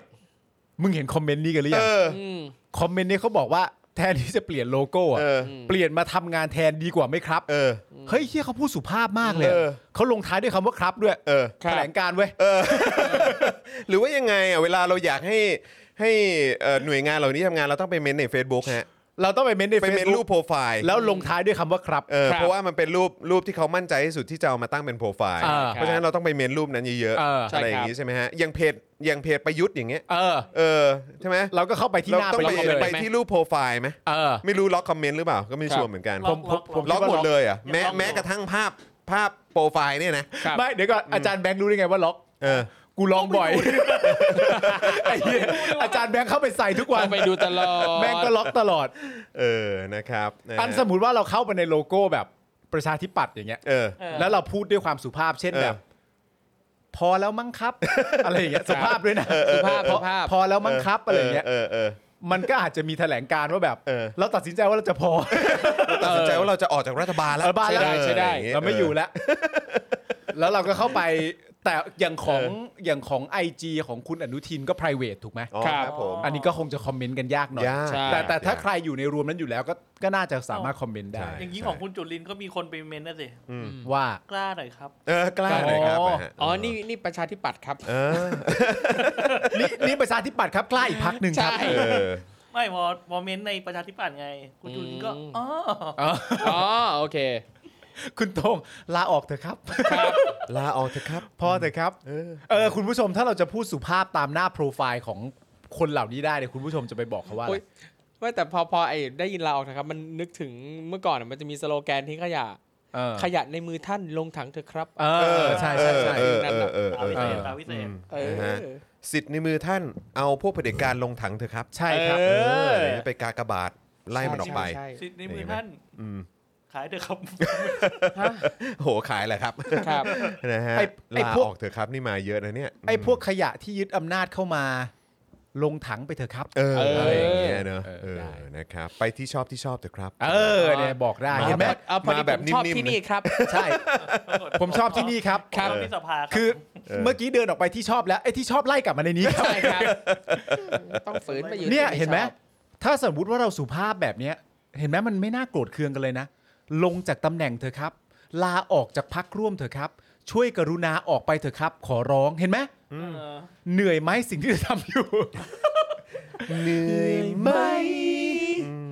มึงเห็นคอมเมนต์นี้กันหรือยั
เอง อ
ม
คอมเมนต์นี้เขาบอกว่าแทนที่จะเปลี่ยนโลโก้อะ
เออ
เปลี่ยนมาทำงานแทนดีกว่าไหมครับ
เออ
เฮ้ยเฮียเขาพูดสุภาพมากเลย
เออ
เขาลงท้ายด้วยคำว่าครับด้วย
เออ
ครั
แถ
บ
ลงการเว้ย
หรือว่ายังไงอ่ะ เวลาเราอยากให้ให้เอ่อหน่วยงานเหล่านี้ทำงานเราต้องไปเม้นใน Facebook ฮะ
เราต้องไปเม้นต์ใน
ไปเม้น
Facebook
รูปโปรไฟล์
แล้วลงท้ายด้วยคำว่าครับ
เออ
ครับ
เพราะว่ามันเป็นรูปรูปที่เขามั่นใจที่สุดที่จะเอามาตั้งเป็นโปรไฟล์
เออ
เพราะฉะนั้นเราต้องไปเม้นรูปนั้นเยอะ
เออ
ๆ
ใช่
อะไรอ
ครับ
ย่างนี้ใช่ไหมฮะอย่างเพจอย่างเพจประยุทธ์อย่างเงี้ย
เออ
เออใช่ไหม
เราก็เข้าไปที่
เรา
หน้า
ต้อง
ไป
ไป
ลองคอมเมนต์
ไป
ไหม
ที่รูปโปรไฟล์ไหม
เออ
ไม่รู้ล็อกคอมเมนต์หรือเปล่าก็ไม่
ครับ
ชัวร์เหมือนกัน
ล็อก
ผมผม
ล็อกหมดเลยเหรอ่ะ
ยัง
แม้
ล็อกอยู่
แม้กระทั่งภาพภาพโปรไฟล์เนี่ยนะ
ครับ
ไม่เดี๋ยวก่อนอาจารย์แบงค์รู้ได้ไงว่าล็อก
เออ
กูลองบ่อยไอ้เหี้ยอาจารย์แบงค์เข้าไปใส่ทุกวัน
ต้องไปดูตลอด
แบงค์ก็ล็อกตลอด
เออ นะครับะฮะ
อันสมมติว่าเราเข้าไปในโลโก้แบบประชาธิปัตย์อย่างเงี้ย
เออ
เออ
แล้วเราพูดด้วยความสุภาพเช่น
เออ
แบบ พอแล้วมั้งครับ อะไรอย่างเงี้ยสุภาพด้วยนะ
สุภาพ
พ
สุ
อ
ภาพ
พอแล้วมั้งครับอะไรอย่างเงี้ย
เออเออ
มันก็อาจจะมีแถลงการณ์ว่าแบบ
เออ
เราตัดสินใจว่าเราจะพอ
เออตัดสินใจว่าเราจะออกจากรัฐบาลแล้ว
เออบ้านแล้ว
ใช่ได้
งงี้
เราไม่อยู่แล้ว แล้วเราก็เข้าไปแต่อย่างของอย่างของ IG ของคุณอนุทินก็ p r i v a t ถูกไหม
อ๋อ
ค
ค
รั
รับ บผม
อันนี้ก็คงจะคอมเมนต์กันยากหน่อย
ยาก
ใช่
แต่แต่ถ้าใคร
ยก
อยู่ในรวมนั้นอยู่แล้วก็ก็น่าจะสามารถคอมเมนต์ได้
ใช่
อย่างนี้ของคุณจุลินก็มีคนไปเมนนะสิ
ว่า
กล้าหน่อยครับ
เออกล้าหน่อยครับนะฮะ
อ๋อ นี่นี่ประชาธิปัตย์ครับ
เออ
นี่นี่ประชาธิปัตย์ครับ กล้าอีกพักหนึ่งครับ
ใช่
เออ
ไม่พอพอเมนในประชาธิปัตย์ไง คุณจุลินก็
อืม
อ๋อ
เออ
อ๋อ โอเค
คุณโต้งลาออกเถอะครับ
ลาออกเถอะครับ
พอเถอะครับ
เออ
เออ คุณผู้ชมถ้าเราจะพูดสุภาพตามหน้าโปรไฟล์ของคนเหล่านี้ได้เนี่ยคุณผู้ชมจะไปบอกเขาว่าอะ
โอ๊
ไร
ย ว่าแต่พอพอไอ้ได้ยินลาออกนะครับ มันนึกถึงเมื่อก่อนอะมันจะมีสโลแกนทิ้งขยะ
เออ
ขยะในมือท่านลงถังเถอะครับ
เออใช่ใช่ใช่
เออเออเออ
ตา
เออ
วิ
เอ
เศ
อ
ษตาวิเศษ
เออ
นะฮะสิทธิ์ในมือท่านเอาพวกเผด็จการลงถังเถอะครับ
ใช่ครับ
เออ
เออเดี๋ยวไปกากบาทไล่มันออกไป
ใช่
สิทธิ์ในมือท่าน
อืม
ขายเถอะครับ
ใช่ฮะ
โหขายแหละครับ
ครับ
นะฮะ
ไอ้ไอ้
ลา
พวก
ออกเถอะครับนี่มาเยอะนะเนี่ย
ไอ้พวกขยะที่ยึดอำนาจเข้ามา ลงถังไปเถอะครับ
เออ
เอออ
อะไรอย่างเงี้ยเนอะ
เออ
เออ
ได้
นะครับไปที่ชอบที่ชอบเถอะครับ
เออเนี่ยบอกได้
มา
เห็นไหม
แบบ
เอาพอดี
มาแบบ
ผมชอบ
นิ่มๆ
ที่นี่ครับ
ใช่ ผมชอบที่นี่ครับ
ครับที่สภา
คือเมื่อกี้เดินออกไปที่ชอบแล้วไอ้ที่ชอบไล่กลับมาในนี้ครับ
ใช่ครับ ต้องฝืนไปอยู่
เนี่ย
ที่
เห็นไหม
ชอบ
ถ้าสมมติว่าเราสุภาพแบบเนี้ย เห็นไหมมันไม่น่าโกรธเคืองกันเลยนะ ลงจากตำแหน่งเถอะครับ ลาออกจากพักร่วมเถอะครับ ช่วยกรุณาออกไปเถอะครับ ขอร้องเห็นไหม
เออ
เหนื่อยไหมสิ่งที่เธอทำอยู่
เหนื่อยไหม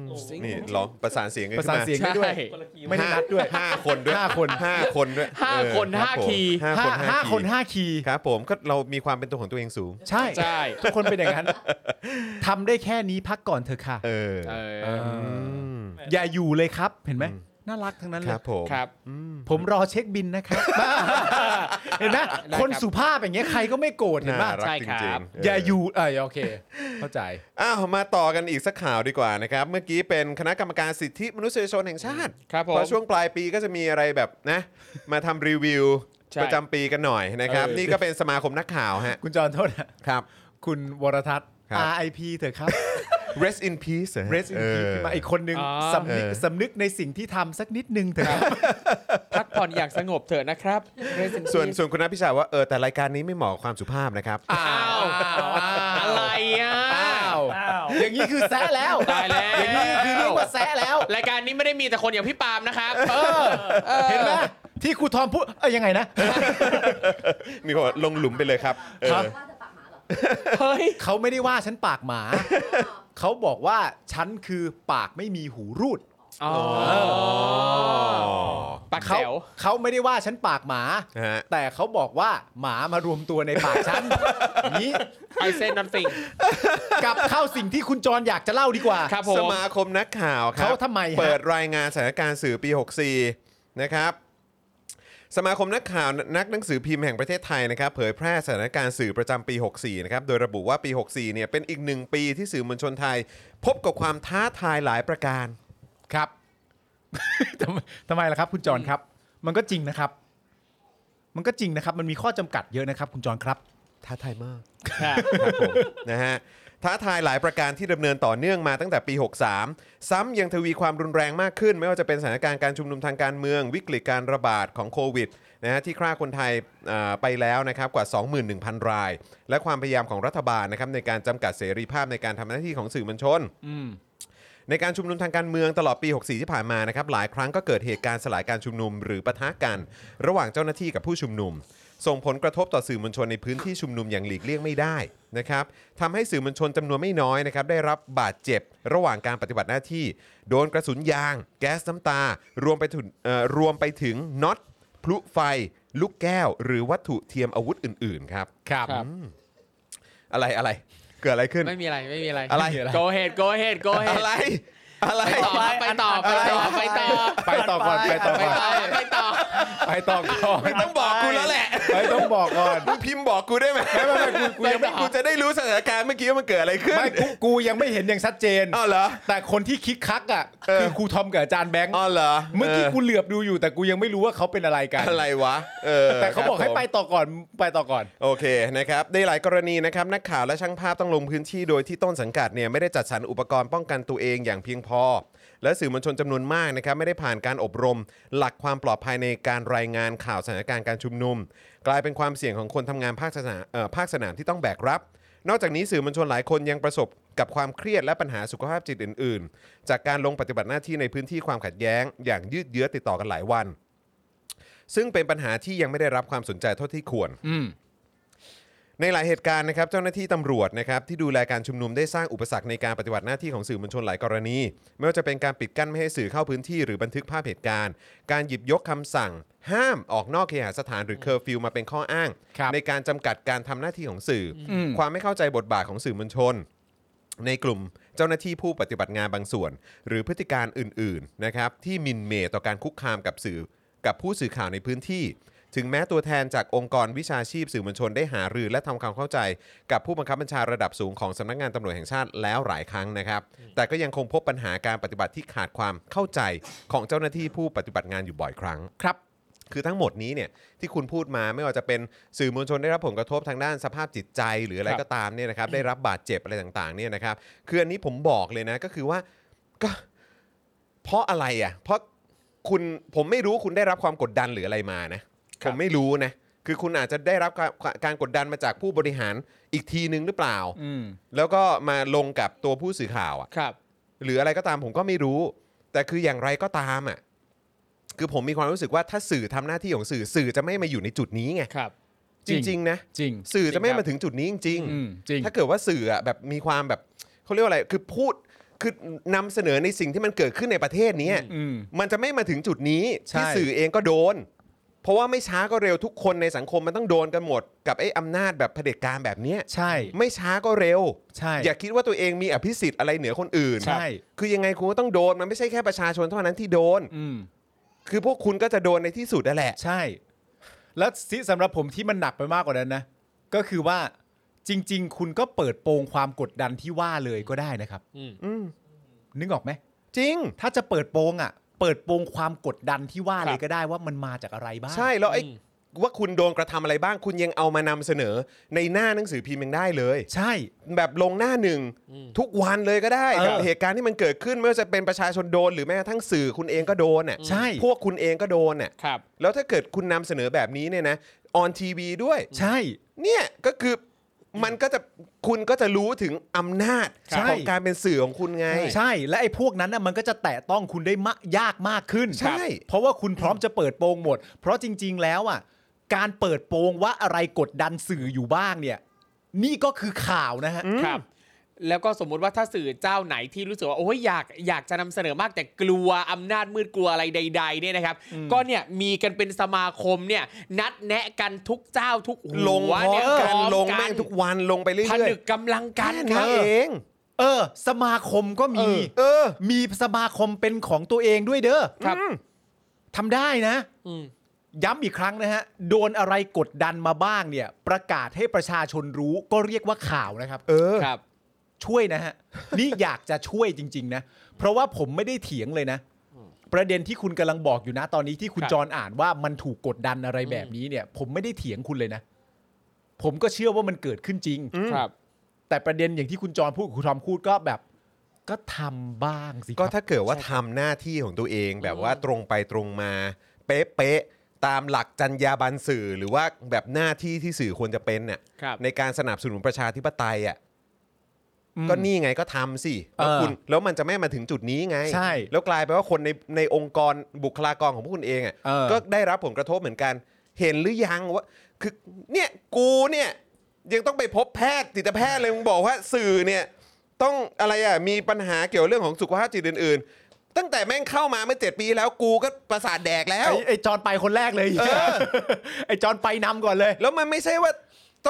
โอ้
นี่ลองประสานเสียงกัน
ประ
ขึ้
สา
น
น
มา
เสียงได้ด้วย
ใช่
คนละคีย์
ไม่ได้นัดด้วย
ห้าคนด้วย
ห้าคน
ห้าคนด้วย
ห้า
เออ
คน
รับ
ห้า
ผม
คีย์
ห้าคน
ห้าห้า
ห้า
คน
ย์
ห้าคีย์
ครับผมก็เรามีความเป็นตัวของตัวเองสูง
ใช่
ใช่
ทุกคนเป็นอย่างนั้นทำได้แค่นี้พักก่อนเถอะค่ะ
เออ
เออ
เออ
ม
อย่าอยู่เลยครับเห็นไหม
อืม
น่ารักทั้งนั้นเล
ค
ย
รับผม
ครับ
ผมรอเช็คบินนะครับ เห็นไหม
ได้ครับ
คนสุภาพอย่างเงี้ยใครก็ไม่โกรธเห็น
น่า
ไหม
รัก
ใช่
จ
ครั
ริง
บ
ๆเอออ
อย่าอยู่เออโอเค เข้าใจ
อ้าวมาต่อกันอีกสักข่าวดีกว่านะครับ เมื่อกี้เป็นคณะกรรมการสิทธิมนุษยชนแห่งชาติ
ครับผม
เพราะช่วงปลายปีก็จะมีอะไรแบบนะ มาทำรีวิว
ใช่
ประจำปีกันหน่อยนะครับ
เออ
นี่ก็เป็นสมาคมนักข่าวฮะ
คุณจอนโทษนะครับ คุณวรทัศน์
ครับ
RIP เถอะครับ
rest in peace หรอฮะ
Rest in
เอ
peace
อ
ขึ้นมาอีกคนนึง
อ๋อ
สำนึก
เออ
สำนึกในสิ่งที่ทำสักนิดนึงเถอะครับ
พักผ่อนอย่างสงบเถอะนะครับ Rest in
ส่วน
peace
ส่วนคุณนัทพิชาว่าเออแต่รายการนี้ไม่เหมาะกับความสุภาพนะครับ
อ้าวอะไรอ่ะ
อ้าว
อ้าว
อย่างนี้คือแซะแล้ว
ตายแล้ว
อย่างนี้คือเรียกว่าแซะแล้ว
รายการนี้ไม่ได้มีแต่คนอย่างพี่ปาล์มนะครับ
เห็นไหมที่ครูทอมพูดเอ้ยยังไงนะ
มีคนบอกลงหลุมไปเลยครับเออ
ครับ
ว่าจะปรับหมาเหรอ
เฮ้ย
เขาไม่ได้ว่าฉันปากหมา เขาบอกว่าฉันคือปากไม่มีหูรูด
อ๋อปาก
เขา
แถว
เขาไม่ได้ว่าฉันปากหมา
ฮะ
แต่เขาบอกว่าหมามารวมตัวในปากฉันอย่างนี้
ไอเซนนอตติง
กลับเข้าสิ่งที่คุณจรอยากจะเล่าดีกว่า
ครับผม
สมาคมนักข่าวครับ
เขาทำไมฮะ
เปิดรายงานสถานการณ์สื่อปี 64 นะครับ สมาคมนักข่าวนักหนังสือพิมพ์แห่งประเทศไทยนะครับเผยแพร่สถานการณ์สื่อประจำปี 64 นะครับ โดยระบุว่าปี 64 เนี่ยเป็นอีกหนึ่งปีที่สื่อมวลชนไทย พบกับความท้าทายหลายประการ
ครับ ทำไมทำไมล่ะครับ คุณจรครับ มันก็จริงนะครับ มันก็จริงนะครับ มันมีข้อจำกัดเยอะนะครับ คุณจรครับ
ท้าทายมากครับผมนะฮะท้าทายหลายประการที่ดำเนินต่อเนื่องมาตั้งแต่ปี 63 ซ้ำยังทวีความรุนแรงมากขึ้น ไม่ว่าจะเป็นสถานการณ์การชุมนุมทางการเมือง วิกฤตการระบาดของโควิดนะฮะที่ฆ่าคนไทยอ่าไปแล้วนะครับกว่า 21,000 ราย และความพยายามของรัฐบาลนะครับในการจำกัดเสรีภาพในการทำหน้าที่ของสื่อมวลชน ในการชุมนุมทางการเมืองตลอดปี 64 ที่ผ่านมานะครับหลายครั้งก็เกิดเหตุการณ์สลายการชุมนุม หรือปะทะกัน ระหว่างเจ้าหน้าที่กับผู้ชุมนุม ส่งผลกระทบต่อสื่อมวลชนในพื้นที่ชุมนุมอย่างหลีกเลี่ยงไม่ได้นะครับทำให้สื่อมวลชนจำนวนไม่น้อยนะครับได้รับบาดเจ็บ ระหว่างการปฏิบัติหน้าที่ โดนกระสุนยาง แก๊สน้ำตา รวมไปถึงเอ่อรวมไปถึงน็อตพลุไฟ ลูกแก้ว หรือวัตถุเทียมอาวุธอื่นๆครับ
ครับ
ครับ
อืมอะไรอะไรเกิดอะไรขึ้น
ไม่มีอะไรไม่มีอะไร
อะไร
go ahead go ahead go
อะ
ahead
ไรอะไร
ไปต่อไปต่อไปต่อไปต่อ
ไปต่อก่อนไปต่อ
ไป
ก่อน
ต่อไปต่อ
ไปต่อก่อน
ไม่ต้องบอกกูแล้วแหละ
ไปต้องบอกก่อน
มึงพิมพ์บอกกูได้ไหมไม่ไม่กู
กูยังไม่
กูจะได้รู้สถานการณ์เมื่อกี้ว่ามันเกิดอะไรขึ้น
ไม่กูกูยังไม่เห็นอย่างชัดเจน
อ้าวเหรอ
แต่คนที่คิกคักอ่ะ
เออ
คือครูทอมกับอาจารย์แบงค์
อ้าวเหรอ
เมื่อกี้กูเหลือบดูอยู่ แต่กูยังไม่รู้ว่าเขาเป็นอะไรกัน
อะไรวะเออ
แต่เขาบอกให้ไป
ครัผม
ต่อก่อนไปต่อก่อน
โอเคนะครับในหลายกรณีนะครับนักข่าวและช่างภาพต้องลงพื้นที่โดยที่ต้นสังกัดเนี่ยไม่ได้จัดสรรอุปกรณ์ป้องกันตัวเองอย่างเพียงพอ และสื่อมวลชนจำนวนมากนะครับไม่ได้ผ่านการอบรม หลักความปลอดภัยในการรายงานข่าวสถานการณ์การชุมนุม กลายเป็นความเสี่ยงของคนทำงานภาคสนามเอ่อภาคสนามที่ต้องแบกรับ นอกจากนี้สื่อมวลชนหลายคนยังประสบกับความเครียดและปัญหาสุขภาพจิตอื่น ๆ จากการลงปฏิบัติหน้าที่ในพื้นที่ความขัดแย้ง อย่างยืดเยื้อติดต่อกันหลายวัน ซึ่งเป็นปัญหาที่ยังไม่ได้รับความสนใจเท่าที่ควร ในหลายเหตุการณ์นะครับเจ้าหน้าที่ตำรวจนะครับที่ดูแลการชุมนุมได้สร้างอุปสรรคในการปฏิบัติหน้าที่ของสื่อมวลชนหลายกรณี ไม่ว่าจะเป็นการปิดกั้นไม่ให้สื่อเข้าพื้นที่หรือบันทึกภาพเหตุการณ์ การหยิบยกคำสั่ง ห้ามออกนอกเคหสถานหรือเคอร์ฟิวมาเป็นข้ออ้าง
ครับ
ในการจำกัดการทำหน้าที่ของสื่ออ
ม
ความไม่เข้าใจบทบาทของสื่อมวลชน ในกลุ่มเจ้าหน้าที่ผู้ปฏิบัติงานบางส่วน หรือพฤติการอื่นๆนะครับที่หมินเหมต่อการคุกคามกับสื่อกับผู้สื่อข่าวในพื้นที่ ถึงแม้ตัวแทนจากองค์กรวิชาชีพสื่อมวลชนได้หารือและทำความเข้าใจ กับผู้บังคับบัญชาระดับสูงของสำนักงานตำรวจแห่งชาติแล้วหลายครั้งนะครับ แต่ก็ยังคงพบปัญหาการปฏิบัติที่ขาดความเข้าใจของเจ้าหน้าที่ผู้ปฏิบัติงานอยู่บ่อยครั้ง
ครับ
คือทั้งหมดนี้เนี่ยที่คุณพูดมาไม่ว่าจะเป็นสื่อมวลชนได้รับผลกระทบทางด้านสภาพจิตใจหรืออะไร
ครับ
ก็ตามเนี่ยนะครับได้รับบาดเจ็บอะไรต่างๆเนี่ยนะครับคืออันนี้ผมบอกเลยนะก็คือว่าก็เพราะอะไรอ่ะเพราะคุณผมไม่รู้คุณได้รับความกดดันหรืออะไรมานะผมไม่รู้นะคือคุณอาจจะได้รับการการกดดันมาจากผู้บริหารอีกทีนึงหรือเปล่า
อืม
แล้วก็มาลงกับตัวผู้สื่อข่าวอ่ะ
ครับ
หรืออะไรก็ตามผมก็ไม่รู้ แต่คืออย่างไรก็ตามอ่ะคือผมมีความรู้สึกว่าถ้าสื่อทำหน้าที่ของสื่อสื่อจะไม่มาอยู่ในจุดนี้ไง
ครับ
จ
จริง
ริง ๆ นะ
จริง
สื่อจะไม่มาถึงจุดนี้จริง
อืมจริง
ๆ ถ้าเกิดว่าสื่ออ่ะแบบมีความแบบเขาเรียกว่าอะไรคือพูด คือนำเสนอในสิ่งที่มันเกิดขึ้นในประเทศนี้
อืม
มันจะไม่มาถึงจุดนี้
ใช่
ที่สื่อเองก็โดน เพราะว่าไม่ช้าก็เร็วทุกคนในสังคมมันต้องโดนกันหมด กับไอ้อำนาจแบบเผด็จการแบบเนี้ย
ใช่
ไม่ช้าก็เร็ว
ใช่
อย่าคิดว่าตัวเองมีอภิสิทธิ์อะไรเหนือคนอื่น
ใช่
คือยังไงคุณก็ต้องโดนมันไม่ใช่แค่ประชาชนเท่านั้นที่โดน
อืม
คือพวกคุณก็จะโดนในที่สุดนั่นแหละ
ใช่ แล้วที่สำหรับผมที่มันหนักไปมากกว่านั้นนะ ก็คือว่าจริง ๆ คุณก็เปิดโปงความกดดันที่ว่าเลยก็ได้นะครับ
อืม
นึกออกไหม
จริง
ถ้าจะเปิดโปงอ่ะ เปิดโปงความกดดันที่ว่า
ค
เล
รั
ย
บ
ก็ได้ว่ามันมาจากอะไรบ้าง
ใช่แล้วไอ้ว่าคุณโดนกระทำอะไรบ้างคุณยังเอามานำเสนอในหน้าหนังสือพิมพ์ยังได้เลย
ใช่
แบบลงหน้าหนึ่งทุกวันเลยก็ได้
เออ
กับเหตุการณ์ที่มันเกิดขึ้นไม่ว่าจะเป็นประชาชนโดนหรือแม้กระทั่งสื่อคุณเองก็โดนน่ะ
ใช่
พวกคุณเองก็โดนน่ะ
ครับ
แล้วถ้าเกิดคุณนำเสนอแบบนี้เนี่ยนะออนทีวีด้วย
ใช่
เนี่ยก็คือมันก็จะคุณก็จะรู้ถึงอำนาจ
ใช่
ของการเป็นสื่อของคุณไง
ใช่ และไอ้พวกนั้นน่ะมันก็จะแตะต้องคุณได้มะยากมากขึ้น
ใช่
เพราะว่าคุณพร้อมจะเปิดโปงหมด เพราะจริง ๆ แล้วอ่ะ การเปิดโปงว่าอะไรกดดันสื่ออยู่บ้างเนี่ย นี่ก็คือข่าวนะฮะ
ครับ แล้วก็สมมุติว่าถ้าสื่อเจ้าไหนที่รู้สึกว่าโอ้ยอยากอยากจะนำเสนอมากแต่กลัวอำนาจมืดกลัวอะไรใด ๆ เนี่ยนะครับ ก็เนี่ยมีกันเป็นสมาคมเนี่ย นัดแนะกันทุกเจ้าทุกหัว
ลงพร้อ
เย
มกัน
พร้อ
ลงแม่งทุกวันลงไปเรื่
ผ
อย
นึกกำลัง
ๆ
กัน
แค่นี้
ครับ
เอง
เออ สมาคมก็มี
เออ
มีสมาคมเป็นของตัวเองด้วยเด้อ
ครับ
ทำได้นะ
อืม
ย้ำอีกครั้งนะฮะ โดนอะไรกดดันมาบ้างเนี่ย ประกาศให้ประชาชนรู้ก็เรียกว่าข่าวนะครับ
เออ
ครับ
ช่วยนะ ฮะ นี่อยากจะช่วยจริง ๆ นะ เพราะว่าผมไม่ได้เถียงเลยนะ ประเด็นที่คุณกำลังบอกอยู่นะตอนนี้ที่คุณ
ครับ
จรอ่านว่ามันถูกกดดันอะไรแบบนี้เนี่ย ผมไม่ได้เถียงคุณเลยนะ ผมก็เชื่อว่ามันเกิดขึ้นจริง
ครับ
แต่ประเด็นอย่างที่คุณจรพูดกับคุณทอมพูดก็แบบ ก็ทำบ้างสิครับ
ก็ถ้าเกิดว่าทำหน้าที่ของตัวเองแบบว่าตรงไปตรงมา เป๊ะๆตามหลักจรรยาบรรณสื่อหรือว่าแบบหน้าที่ที่สื่อควรจะเป็นเนี่ย
ครับ
ในการสนับสนุนประชาธิปไตยอ่ะ
อืม
ก็นี่ไงก็ทำสิแล้ว
เออ
คุณแล้วมันจะไม่มาถึงจุดนี้ไง
ใช่
แล้วกลายไปนว่าคนในในองค์กรบุคลากรของพวกคุณเองอ่ะ
เออ
ก็ได้รับผลกระทบเหมือนกัน เห็นหรือยังว่าคือเนี่ยกูเนี่ยยังต้องไปพบแพทย์จิตแพทย์เลยมึงบอกว่าสื่อเนี่ย ต้องอะไรอ่ะมีปัญหาเกี่ยวเรื่องของสุขภาพจิตอื่น ๆ ตั้งแต่แม่งเข้ามาเมื่อ 7 ปีแล้วกูก็ประสาทแดกแล้ว
ไอ้ไอ้จอนไปคนแรกเลย
เออ
ไอ้จอนไปนำก่อนเลย
แล้วมันไม่ใช่ว่า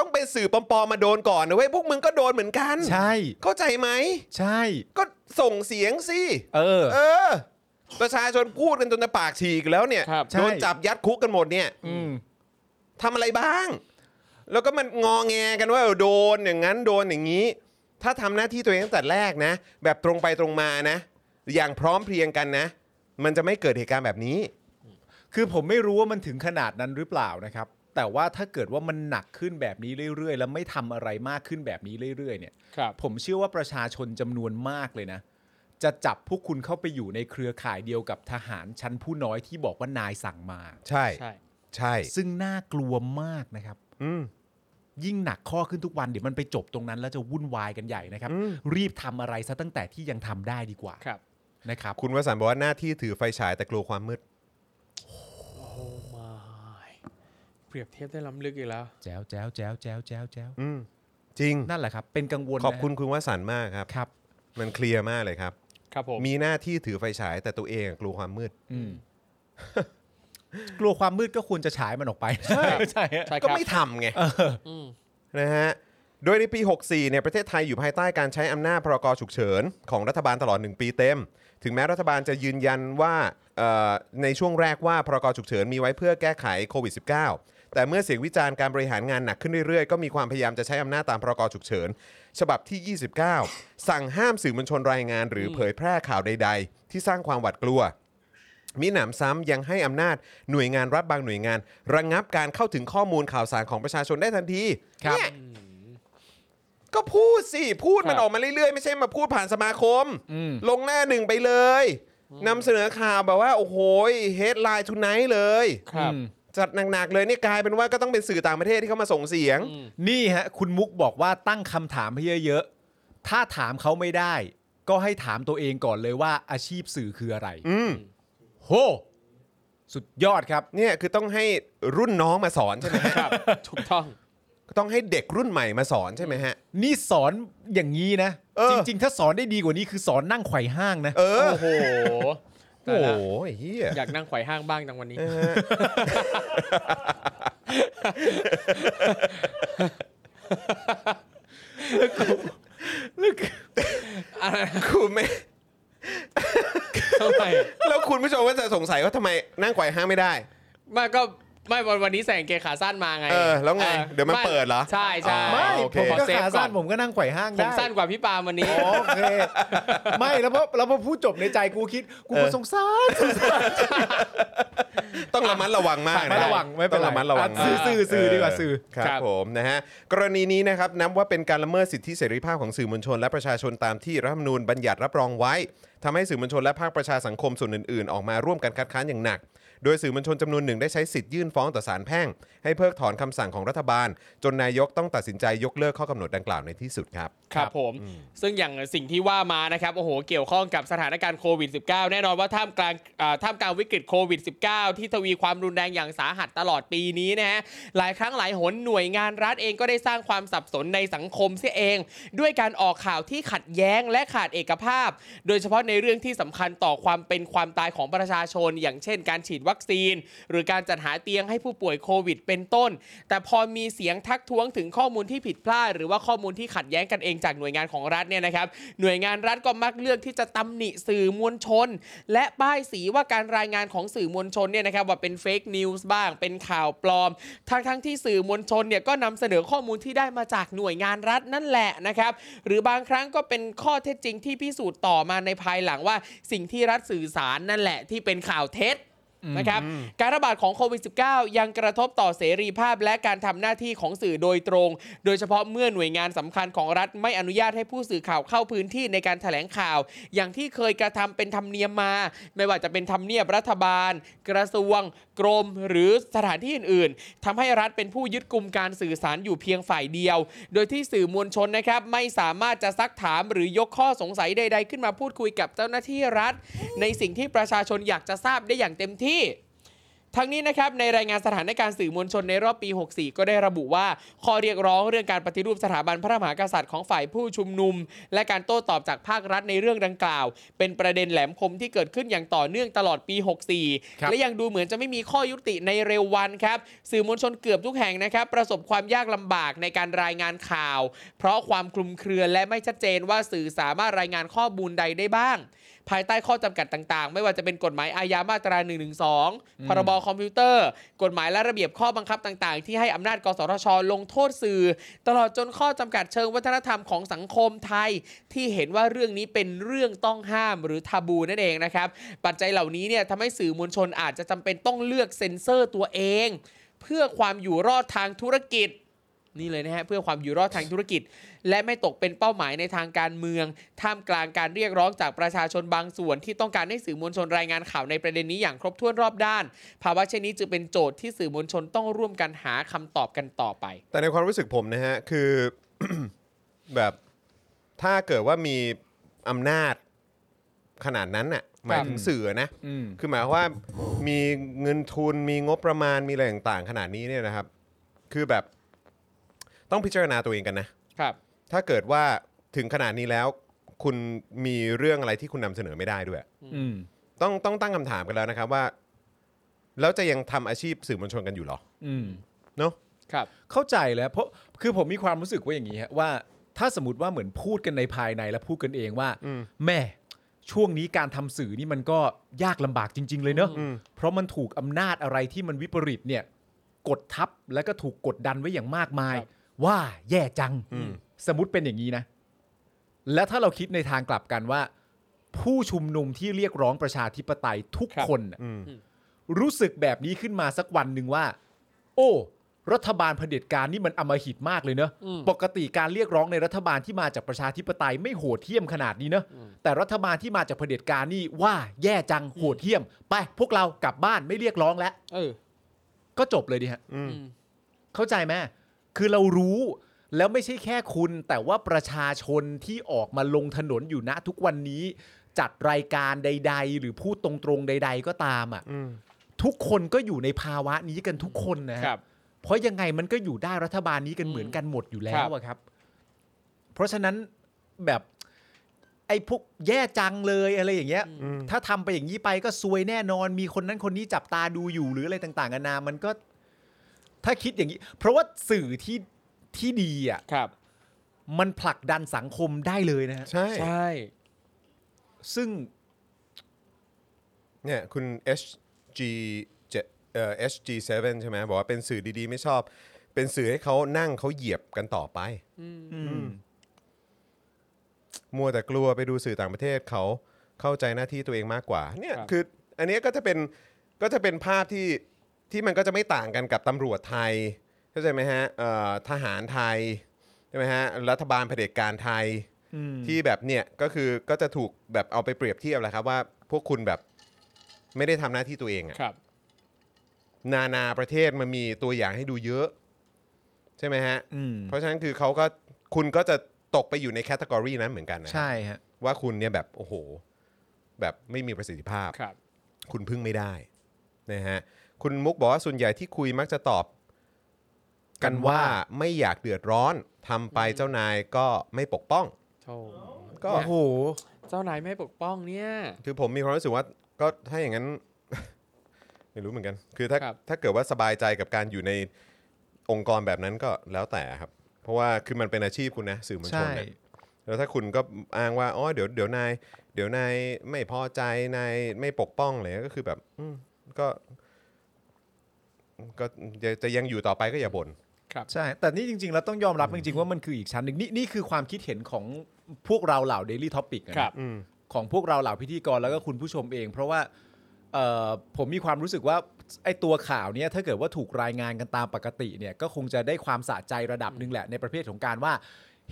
ต้องเป็นสื่อปลอมๆมาโดนก่อนนะเว้ยพวกมึงก็โดนเหมือนกัน
ใช่
เข้าใจไหม
ใช่
ก็ส่งเสียงสิ
เออ
เออ ประชาชนพูดกันจนจะปากฉีกแล้วเนี่ย
ครับ
ใช่
โดนจับยัดคุกกันหมดเนี่ย
อืม
ทำอะไรบ้าง แล้วก็มันงอแงกันว่าโดนอย่างนั้นโดนอย่างนี้ ถ้าทำหน้าที่ตัวเองตั้งแต่แรกนะ แบบตรงไปตรงมานะ อย่างพร้อมเพรียงกันนะ มันจะไม่เกิดเหตุการณ์แบบนี้
คือผมไม่รู้ว่ามันถึงขนาดนั้นหรือเปล่านะครับ แต่ว่าถ้าเกิดว่ามันหนักขึ้นแบบนี้เรื่อยๆ แล้วไม่ทำอะไรมากขึ้นแบบนี้เรื่อยๆ เนี่ย
ครับ
ผมเชื่อว่าประชาชนจำนวนมากเลยนะ จะจับพวกคุณเข้าไปอยู่ในเครือข่ายเดียวกับทหารชั้นผู้น้อยที่บอกว่านายสั่งมา
ใช่
ใช่
ใช่
ซึ่งน่ากลัวมากนะครับ
อืม
ยิ่งหนักข้อขึ้นทุกวันเดี๋ยวมันไปจบตรงนั้นแล้วจะวุ่นวายกันใหญ่นะครับ
อืม
รีบทำอะไรซะตั้งแต่ที่ยังทำได้ดีกว่า
ครับ
นะครับ
คุณวสันต์บอกว่าหน้าที่ถือไฟฉายแต่กลัวความมืด
เปรียบเทียบได้ล้ำลึกอีกแล้ว
แจ๋วแจ๋วแจ๋วแจ๋วแจ๋วแจ๋ว
อืมจริง
นั่นแหละครับ เป็นกังวลนะ
ขอบคุณคุณวสันต์มากครับ
ครับ
มันเคลียร์มากเลยครับ
ครับผม
มีหน้าที่ถือไฟฉายแต่ตัวเองกลัวความมืด
อืม กลัวความมืดก็ควรจะฉายมันออกไปใช่ใช่ฮะ
ใช่ค
ก็
รับ
ไม่ทำไงนะฮะ โดยในปี 64 เนี่ยประเทศไทยอยู่ภายใต้การใช้อำนาจพรกฉุกเฉิน ของรัฐบาลตลอด 1 ปีเต็ม ถึงแม้รัฐบาลจะยืนยันว่าเอ่อในช่วงแรกว่าพรกฉุกเฉินมีไว้เพื่อแก้ไขโควิด -19 แต่เมื่อเสียงวิจารณ์การบริหารงานหนักขึ้นเรื่อยๆ ก็มีความพยายามจะใช้อำนาจตามพรกฉุกเฉิน ฉบับที่ 29 สั่งห้ามสื่อมวลชนรายงาน หรือเผยแพร่ข่าวใด ๆ ที่สร้างความหวาดกลัว มีหนำซ้ำยังให้อำนาจหน่วยงานรัฐบางหน่วยงาน ระงงับการเข้าถึงข้อมูลข่าวสารของประชาชนได้ทันที
ครับ
เนี่ยก็พูดสิ พูดมัน
ครับ
ออกมาเรื่อยๆ ไม่ใช่มาพูดผ่านสมาคม ลงหน้าหนึ่งไปเลยนำเสนอข่าวแบบว่า โอ้โหเฮดไลน์ทุนไนท์เลย
ครับ
อืม
จัดหนักๆเลยเนี่ยกลายเป็นว่าก็ต้องเป็นสื่อต่างประเทศที่เข้ามาส่งเสียง
นี่ฮะ คุณมุกบอกว่าตั้งคำถามให้เยอะๆ ถ้าถามเขาไม่ได้ ก็ให้ถามตัวเองก่อนเลยว่าอาชีพสื่อคืออะไร
อืม
โห สุดยอดครับ
เนี่ยคือต้องให้รุ่นน้องมาสอนใช่ไหมฮะ
ครับ ถูกต้อง
ต้องให้เด็กรุ่นใหม่มาสอนใช่ไหมฮะ
นี่สอนอย่างนี้นะ
เออ
จริง ๆ ถ้าสอนได้ดีกว่านี้คือสอนนั่งไขว่ห้างนะ
เออ
โอ้โห
โอ้โหไอ้เฮีย
อยากนั่งไขว่ห้างบ้างจังวันนี้ อะไรนะ
คือไม่
ทำไมอะ
แล้วคุณผู้ชมก็จะสงสัยว่าทำไมนั่งไขว่ห้างไม่ได้
ไมาก็ไม่วันวันนี้แสงเกงขาสั้นมาไง
เออแล้วไง
ออ
เดี๋ยวมันเปิดเหรอ
ใช่ใช่
อ๋อ
ไม่
โเค
ผม
ขอ
ก็
เซฟ
ขา
ก่อ
สั้
น
นผมก็นั่งไขว่ห้าง
ผ
ได้
มสั้นกว่าพี่ปาล์มวันนี้
โอเค ไม่แล้วพอแล้วพอพูดจบในใจกูคิด กูก็สงสารสงสาร
ต้องระมัดระวังมากน
ไม่ระวังไม่เป็น
ต้อง
ไร
ระมัดระวังมาก
สื่อสื่อสื่อดีกว่าสื่อ
ครับ
ครับ
ผมนะฮะกรณีนี้นะครับนับว่าเป็นการละเมิดสิทธิเสรีภาพของสื่อมวลชน และประชาชนตามที่รัฐธรรมนูญบัญญัติรับรองไว้ทำให้สื่อมวลชนและภาคประชาสังคมส่วนอื่นๆ ออกมาร่วมกันคัดค้านอย่างหนัก โดยสื่อมวลชนจำนวนหนึ่งได้ใช้สิทธิ์ยื่นฟ้องต่อศาลแพ่ง ให้เพิกถอนคำสั่งของรัฐบาล จนนายกต้องตัดสินใจยกเลิกข้อกำหนดดังกล่าวในที่สุดครับ
ครับผม ซึ่งอย่างสิ่งที่ว่ามานะครับโอ้โหเกี่ยวข้องกับสถานการณ์โควิด -19 แน่นอนว่าท่ามกลางอ่าท่ามกลางวิกฤตโควิด -19 ที่ทวีความรุนแรงอย่างสาหัสตลอดปีนี้นะฮะหลายครั้งหลายหนหน่วยงานรัฐเองก็ได้สร้างความสับสนในสังคมเสียเอง ด้วยการออกข่าวที่ขัดแย้งและขาดเอกภาพ โดยเฉพาะในเรื่องที่สำคัญต่อความเป็นความตายของประชาชน อย่างเช่น การฉีดวัคซีน หรือการจัดหาเตียงให้ผู้ป่วยโควิด เป็นต้น แต่พอมีเสียงทักท้วงถึงข้อมูลที่ผิดพลาด หรือว่าข้อมูลที่ขัดแย้งกันเองจากหน่วยงานของรัฐเนี่ยนะครับ หน่วยงานรัฐก็มักเลือกที่จะตำหนิสื่อมวลชน และป้ายสีว่าการรายงานของสื่อมวลชนเนี่ยนะครับว่าเป็นเฟกนิวส์บ้าง เป็นข่าวปลอม ทั้งทั้งๆที่สื่อมวลชนเนี่ยก็นำเสนอข้อมูลที่ได้มาจากหน่วยงานรัฐนั่นแหละนะครับ หรือบางครั้งก็เป็นข้อเท็จจริงที่พิสูจน์ต่อมาในภายหลังว่าสิ่งที่รัฐสื่อสารนั่นแหละที่เป็นข่าวเท็จ นะครับการระบาดของโควิด -19 ยังกระทบต่อเสรีภาพและการทำหน้าที่ของสื่อโดยตรง โดยเฉพาะเมื่อหน่วยงานสำคัญของรัฐไม่อนุญาตให้ผู้สื่อข่าวเข้าพื้นที่ในการแถลงข่าว อย่างที่เคยกระทำเป็นธรรมเนียมมา ไม่ว่าจะเป็นธรรมเนียบรัฐบาล กระทรวง กรม หรือสถานที่อื่นๆทำให้รัฐเป็นผู้ยึดกลุ่มการสื่อสารอยู่เพียงฝ่ายเดียว โดยที่สื่อมวลชนนะครับไม่สามารถจะซักถามหรือยกข้อสงสัยใด ๆ ขึ้นมาพูดคุยกับเจ้าหน้าที่รัฐ ในสิ่งที่ประชาชนอยากจะทราบได้อย่างเต็มที่ ทั้งนี้นะครับในรายงานสถานการณ์สื่อมวลชนในรอบปี 64 ก็ได้ระบุว่า ข้อเรียกร้องเรื่องการปฏิรูปสถาบันพระมหากษัตริย์ของฝ่ายผู้ชุมนุม และการโต้ตอบจากภาครัฐในเรื่องดังกล่าว เป็นประเด็นแหลมคมที่เกิดขึ้นอย่างต่อเนื่องตลอดปี
ครับ
64 และยังดูเหมือนจะไม่มีข้อยุติในเร็ววันครับสื่อมวลชนเกือบทุกแห่งนะครับประสบความยากลำบากในการรายงานข่าว เพราะความคลุมเครือและไม่ชัดเจนว่าสื่อสามารถรายงานข้อมูลใดได้บ้าง ภายใต้ข้อจำกัดต่างๆ ไม่ว่าจะเป็นกฎหมายอาญามาตรา 1 1 2 พรบคอมพิวเตอร์ กฎหมายและระเบียบข้อบังคับต่างๆ ที่ให้อำนาจกสทช ลงโทษสื่อ ตลอดจนข้อจำกัดเชิงวัฒนธรรมของสังคมไทย ที่เห็นว่าเรื่องนี้เป็นเรื่องต้องห้ามหรือทาบูนั่นเองนะครับ ปัจจัยเหล่านี้เนี่ยทำให้สื่อมวลชนอาจจะจำเป็นต้องเลือกเซ็นเซอร์ตัวเอง เพื่อความอยู่รอดทางธุรกิจ นี่เลยนะฮะเพื่อความอยู่รอดทางธุรกิจ และไม่ตกเป็นเป้าหมายในทางการเมือง ท่ามกลางการเรียกร้องจากประชาชนบางส่วน ที่ต้องการให้สื่อมวลชนรายงานข่าวในประเด็นนี้อย่างครบถ้วนรอบด้าน ภาวะเช่นนี้จึงเป็นโจทย์ที่สื่อมวลชนต้องร่วมกันหาคำตอบกันต่อไป
แต่ในความรู้สึกผมนะฮะคือ แบบถ้าเกิดว่ามีอำนาจขนาดนั้นน่ะหมายถึงสื่อนะ
อืม
คือหมายความว่ามีเงินทุนมีงบประมาณมีอะไรต่างๆ ขนาดนี้เนี่ยนะครับ คือแบบต้องพิจารณาตัวเองกันนะ
ครับ
ถ้าเกิดว่าถึงขนาดนี้แล้ว คุณมีเรื่องอะไรที่คุณนำเสนอไม่ได้ด้วย
อืม
ต้องต้องตั้งคำถามกันแล้วนะครับว่า แล้วจะยังทำอาชีพสื่อมวลชนกันอยู่เหรอ
อืม
เนาะ
ครับ
เข้าใจแล้วเพราะคือผมมีความรู้สึกว่าอย่างนี้ฮะว่า ถ้าสมมติว่าเหมือนพูดกันในภายในแล้วพูดกันเองว่า แม่ช่วงนี้การทำสื่อนี่มันก็ยากลำบากจริง ๆ เลยเนอะเพราะมันถูกอำนาจอะไรที่มันวิปริตเนี่ย กดทับแล้วก็ถูกกดดันไว้อย่างมากมาย
ครับ
ว่าแย่จัง
อืม
สมมติเป็นอย่างนี้นะ และถ้าเราคิดในทางกลับกันว่า ผู้ชุมนุมที่เรียกร้องประชาธิปไตยทุกคนน่ะ
อืม
รู้สึกแบบนี้ขึ้นมาสักวันหนึ่งว่า โอ้ รัฐบาลเผด็จการนี่มันอำมหิตมากเลยเนอะ
อืม
ปกติการเรียกร้องในรัฐบาลที่มาจากประชาธิปไตยไม่โหดเหี้ยมขนาดนี้เนอะแต่รัฐบาลที่มาจากเผด็จการนี่ว่าแย่จังโหดเหี้ยม ไป พวกเรากลับบ้านไม่เรียกร้องแล้ว
เออ
ก็จบเลยดิฮะ เข้าใจไหมคือเรารู้แล้วไม่ใช่แค่คุณ แต่ว่าประชาชนที่ออกมาลงถนนอยู่ณทุกวันนี้ จัดรายการใด ๆ หรือพูดตรงๆใด ๆ ก็ตามอ่ะ
อืม
ทุกคนก็อยู่ในภาวะนี้กันทุกคนนะฮะ
ครับ
เพราะยังไงมันก็อยู่ได้รัฐบาลนี้กันเหมือนกันหมดอยู่แล้วอะครับ เพราะฉะนั้น แบบ ไอ้พวกแย่จังเลยอะไรอย่างเงี้ย ถ้าทำไปอย่างนี้ไปก็ซวยแน่นอน มีคนนั้นคนนี้จับตาดูอยู่หรืออะไรต่างๆนานามันก็ ถ้าคิดอย่างนี้ เพราะว่าสื่อที่ที่ดีอ่ะ
ครับ
มันผลักดันสังคมได้เลยนะฮะ
ใช่
ใช่
ซึ่ง
เนี่ยคุณ HG 7เอ่อ HG7 ใช่ไหมบอกว่าเป็นสื่อดีๆ ไม่ชอบ เป็นสื่อให้เขานั่งเขาเหยียบกันต่อไป
อืม
มัวแต่กลัวไปดูสื่อต่างประเทศเขาเข้าใจหน้าที่ตัวเองมากกว่าเนี่ย
ครับ
คืออันเนี้ยก็จะเป็นก็จะเป็นภาพที่ที่มันก็จะไม่ต่างกันกับตำรวจไทยเข้าใจไหมฮะเอ่อทหารไทยใช่ไหมฮะรัฐบาลเผด็จการไทย
อืม
ที่แบบเนี่ยก็คือก็จะถูกแบบเอาไปเปรียบเทียบแหละครับว่าพวกคุณแบบไม่ได้ทำหน้าที่ตัวเองอะ
ครับ
นานาประเทศมันมีตัวอย่างให้ดูเยอะ ใช่ไหมฮะ
อืม
เพราะฉะนั้นคือเขาก็คุณก็จะตกไปอยู่ในแคตตากรีนั้นเหมือนกันนะ
ใช่ฮะ
ว่าคุณเนี่ยแบบโอ้โห แบบไม่มีประสิทธิภาพ
ครับ
คุณพึ่งไม่ได้นะฮะคุณมุกบอกว่าส่วนใหญ่ที่คุยมักจะตอบ กันว่าไม่อยากเดือดร้อนทำไปเจ้านายก็ไม่ปกป้อง
โธ่
ก็
เนี่ยเจ้านายไม่ปกป้องเนี่ย
คือผมมีความรู้สึกว่าก็ถ้าอย่างนั้น ไม่รู้เหมือนกัน คือถ้า
ครับ
ถ้าเกิดว่าสบายใจกับการอยู่ในองค์กรแบบนั้นก็แล้วแต่ครับ เพราะว่าคือมันเป็นอาชีพคุณนะสื่อมวลชนเนี่ย
ใช่
แล้วถ้าคุณก็อ้างว่าอ๋อเดี๋ยวเดี๋ยวนายเดี๋ยวนายไม่พอใจนายไม่ปกป้องอะไรเลยก็คือแบบอืมก็ก็จะจะยังอยู่ต่อไปก็อย่าบ่น
ใช่ แต่นี่จริงๆ แล้วต้องยอมรับจริงๆ ว่ามันคืออีกชั้นหนึ่งนี่นี่คือความคิดเห็นของพวกเราเหล่า Daily Topic อะ
ค
นะ
รับ
อืม
ของพวกเราเหล่าพิธีกรแล้วก็คุณผู้ชมเอง เพราะว่าเอ่อผมมีความรู้สึกว่าไอ้ตัวข่าวเนี่ยถ้าเกิดว่าถูกรายงานกันตามปกติเนี่ยก็คงจะได้ความสะใจระดับหนึ่งแหละในประเภทของการว่า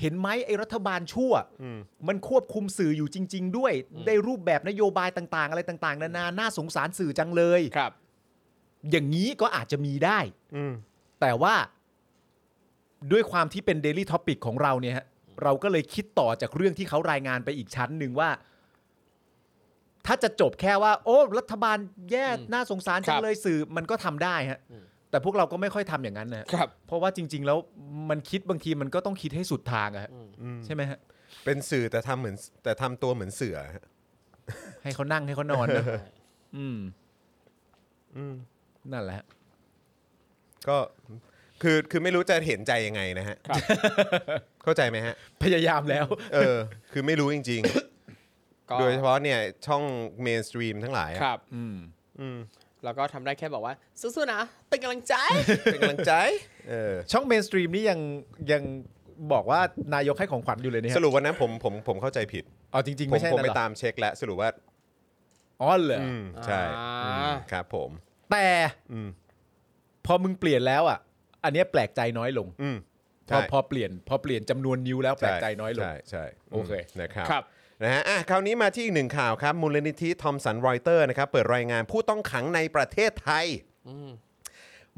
เห็นไหมไอ้รัฐบาลชั่ว
อืม
มันควบคุมสื่ออยู่จริง ๆ ด้วย ได้รูปแบบนโยบายต่างๆ อะไรต่างๆ นานาน่าสงสารสื่อจังเลย
ครับ
อย่างนี้ก็อาจจะมีได้
อืม
แต่ว่าด้วยความที่เป็น Daily Topic ของเราเนี่ยฮะเราก็เลยคิดต่อจากเรื่องที่เขารายงานไปอีกชั้นหนึ่งว่า ถ้าจะจบแค่ว่า โอ้รัฐบาลแย่
อืม
น่าสงสารจั
ครั
ง
บ
เลยสื่อมันก็ทำได้ฮะ
อืม
แต่พวกเราก็ไม่ค่อยทำอย่างนั้นนะฮะ
ครับ
เพราะว่าจริง ๆ แล้วมันคิดบางทีมันก็ต้องคิดให้สุดทางอะฮะ
อืม
ใช่ไหมฮะ
เป็นสื่อแต่ทำเหมือน แต่ทำตัวเหมือนเสือฮะ
ให้เขานั่งให้เขานอนนะอืม
อืม
นั่นแหละฮะ
ก็คือคือไม่รู้จะเห็นใจยังไงนะฮะ
ครับ
เข้าใจไหมฮะ
พยายามแล้ว
เออ คือไม่รู้จริง
ก็
ๆ โดยเฉพาะเนี่ยช่องเมนสตรีมทั้งหลายอะ
ครับ
อืม
อืม
แล้วก็ทำได้แค่บอกว่า
สู้ๆนะ เป็นกำลังใจ
เป็นกำลังใจ เออ
ช่องเมนสตรีมนี่ยังยังบอกว่านายกให้ของขวัญอยู่เลยเนี่ย
สรุปวันนั้นผมผมผมเข้าใจผิด
อ๋อจริง
ผ
ๆ
ม
ไม่ใช่
ผม
นั่น
ไป
เหรอ
ตามเช็คแล้วสรุปว่า
อ๋อเหรออ
อืม ใช่
อ่า
อืมครับผม
แต่
อืม
พอมึงเปลี่ยนแล้วอ่ะ อันเนี้ยแปลกใจน้อยลง
อืม
พอ
ใช่
พอเปลี่ยน พอเปลี่ยนจำนวนนิ้วแล้วแปลกใจน้อยลง
ใช่ใช่
โอเค
มนะครับ
ครับ
นะฮะอ่ะคราวนี้มาที่อีกหนึ่งข่าวครับ มูลนิธิทอมสันรอยเตอร์นะครับ เปิดรายงานผู้ต้องขังในประเทศไทย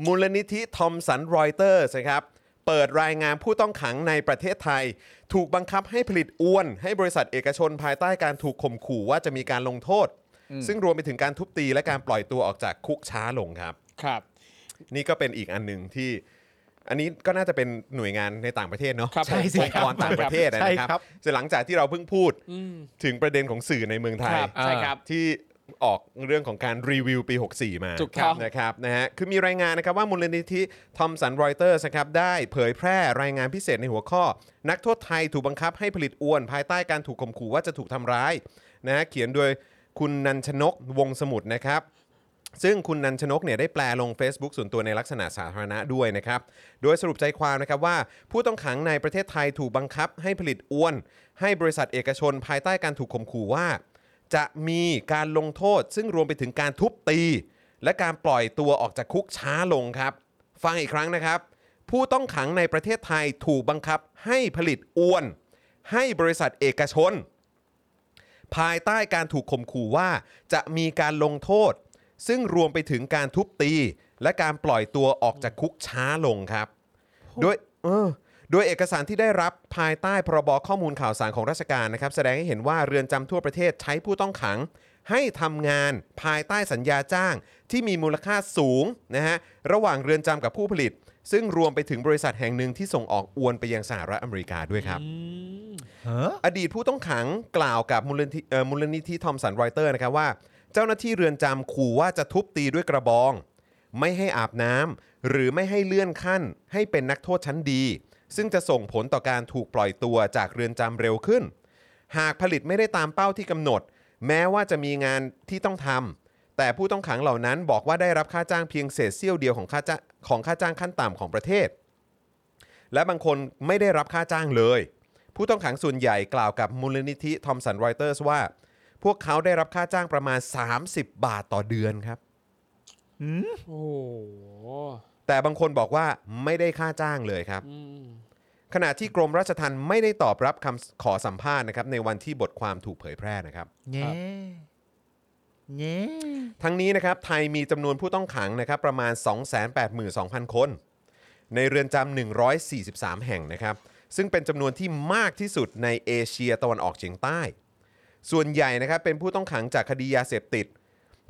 มูลนิธิทอมสันรอยเตอร์นะครับ เปิดรายงานผู้ต้องขังในประเทศไทย ถูกบังคับให้ผลิตอวน ให้บริษัทเอกชนภายใต้การถูกข่มขู่ว่าจะมีการลงโทษ ซึ่งรวมไปถึงการทุบตีและการปล่อยตัวออกจากคุกช้าลงครับ
ครับ
นี่ก็เป็นอีกอันหนึ่งที่ อันนี้ก็น่าจะเป็นหน่วยงานในต่างประเทศเนาะ
ครับ
ใช่สิองค์กร
ครับ
ต่างประเทศนะ
ใช่
ค
ครั
รับบ แต่หลังจากที่เราเพิ่งพูด
อืม
ถึงประเด็นของสื่อในเมืองไทย
ครับ
อ่า
ใช่ครับ
ที่ออกเรื่องของการรีวิวปี 64 มา
ถูกต้อง
นะครับนะฮะคือมีรายงานนะครับว่ามูลนิธิทอมสันรอยเตอร์นะครับได้เผยแพร่รายงานพิเศษในหัวข้อ นักโทษไทยถูกบังคับให้ผลิตอวน ภายใต้การถูกข่มขู่ว่าจะถูกทำร้ายนะฮะเขียนโดยคุณนันชนกวงศ์สมุทรนะครับ ซึ่งคุณนันชนกเนี่ยได้แปลลง Facebook ส่วนตัวในลักษณะสาธารณะด้วยนะครับ โดยสรุปใจความนะครับว่า ผู้ต้องขังในประเทศไทยถูกบังคับให้ผลิตอวน ให้บริษัทเอกชนภายใต้การถูกข่มขู่ว่า จะมีการลงโทษ ซึ่งรวมไปถึงการทุบตี และการปล่อยตัวออกจากคุกช้าลงครับ ฟังอีกครั้งนะครับ ผู้ต้องขังในประเทศไทยถูกบังคับให้ผลิตอวน ให้บริษัทเอกชน ภายใต้การถูกข่มขู่ว่าจะมีการลงโทษ ซึ่งรวมไปถึงการทุบตี และการปล่อยตัวออกจากคุกช้าลงครับ โดยเออโดยเอกสารที่ได้รับภายใต้พรบข้อมูลข่าวสารของราชการนะครับ แสดงให้เห็นว่าเรือนจำทั่วประเทศใช้ผู้ต้องขัง ให้ทำงานภายใต้สัญญาจ้าง ที่มีมูลค่าสูงนะฮะระหว่างเรือนจำกับผู้ผลิต ซึ่งรวมไปถึงบริษัทแห่งหนึ่งที่ส่งออกอวนไปยังสหรัฐอเมริกาด้วยครับ
อืม
ฮะ
อดีตผู้ต้องขังกล่าวกับมูลนิธิเอ่อมูลนิธิทอมสันรอยเตอร์นะครับว่า เจ้าหน้าที่เรือนจำขู่ว่าจะทุบตีด้วยกระบอง ไม่ให้อาบน้ำหรือไม่ให้เลื่อนขั้น ให้เป็นนักโทษชั้นดี ซึ่งจะส่งผลต่อการถูกปล่อยตัวจากเรือนจำเร็วขึ้น หากผลิตไม่ได้ตามเป้าที่กำหนด แม้ว่าจะมีงานที่ต้องทำแต่ผู้ต้องขังเหล่านั้นบอกว่าได้รับค่าจ้างเพียงเศษเสี้ยวเดียวของค่าจ้างของค่าจ้างขั้นต่ำของประเทศ และบางคนไม่ได้รับค่าจ้างเลย ผู้ต้องขังส่วนใหญ่กล่าวกับมูลนิธิทอมสันรอยเตอร์สว่า พวกเขาได้รับค่าจ้างประมาณ 30 บาทต่อเดือนครับ
โอ้โห
แต่บางคนบอกว่าไม่ได้ค่าจ้างเลยครับ
อืม
ขณะที่กรมราชทัณฑ์ไม่ได้ตอบรับคำขอสัมภาษณ์นะครับในวันที่บทความถูกเผยแพร่นะครับ
แง่แง่
ทั้งนี้นะครับไทยมีจำนวนผู้ต้องขังนะครับประมาณ 282,000 คน ในเรือนจำ143 แห่งนะครับ ซึ่งเป็นจำนวนที่มากที่สุดในเอเชียตะวันออกเฉียงใต้ ส่วนใหญ่นะครับเป็นผู้ต้องขังจากคดียาเสพติด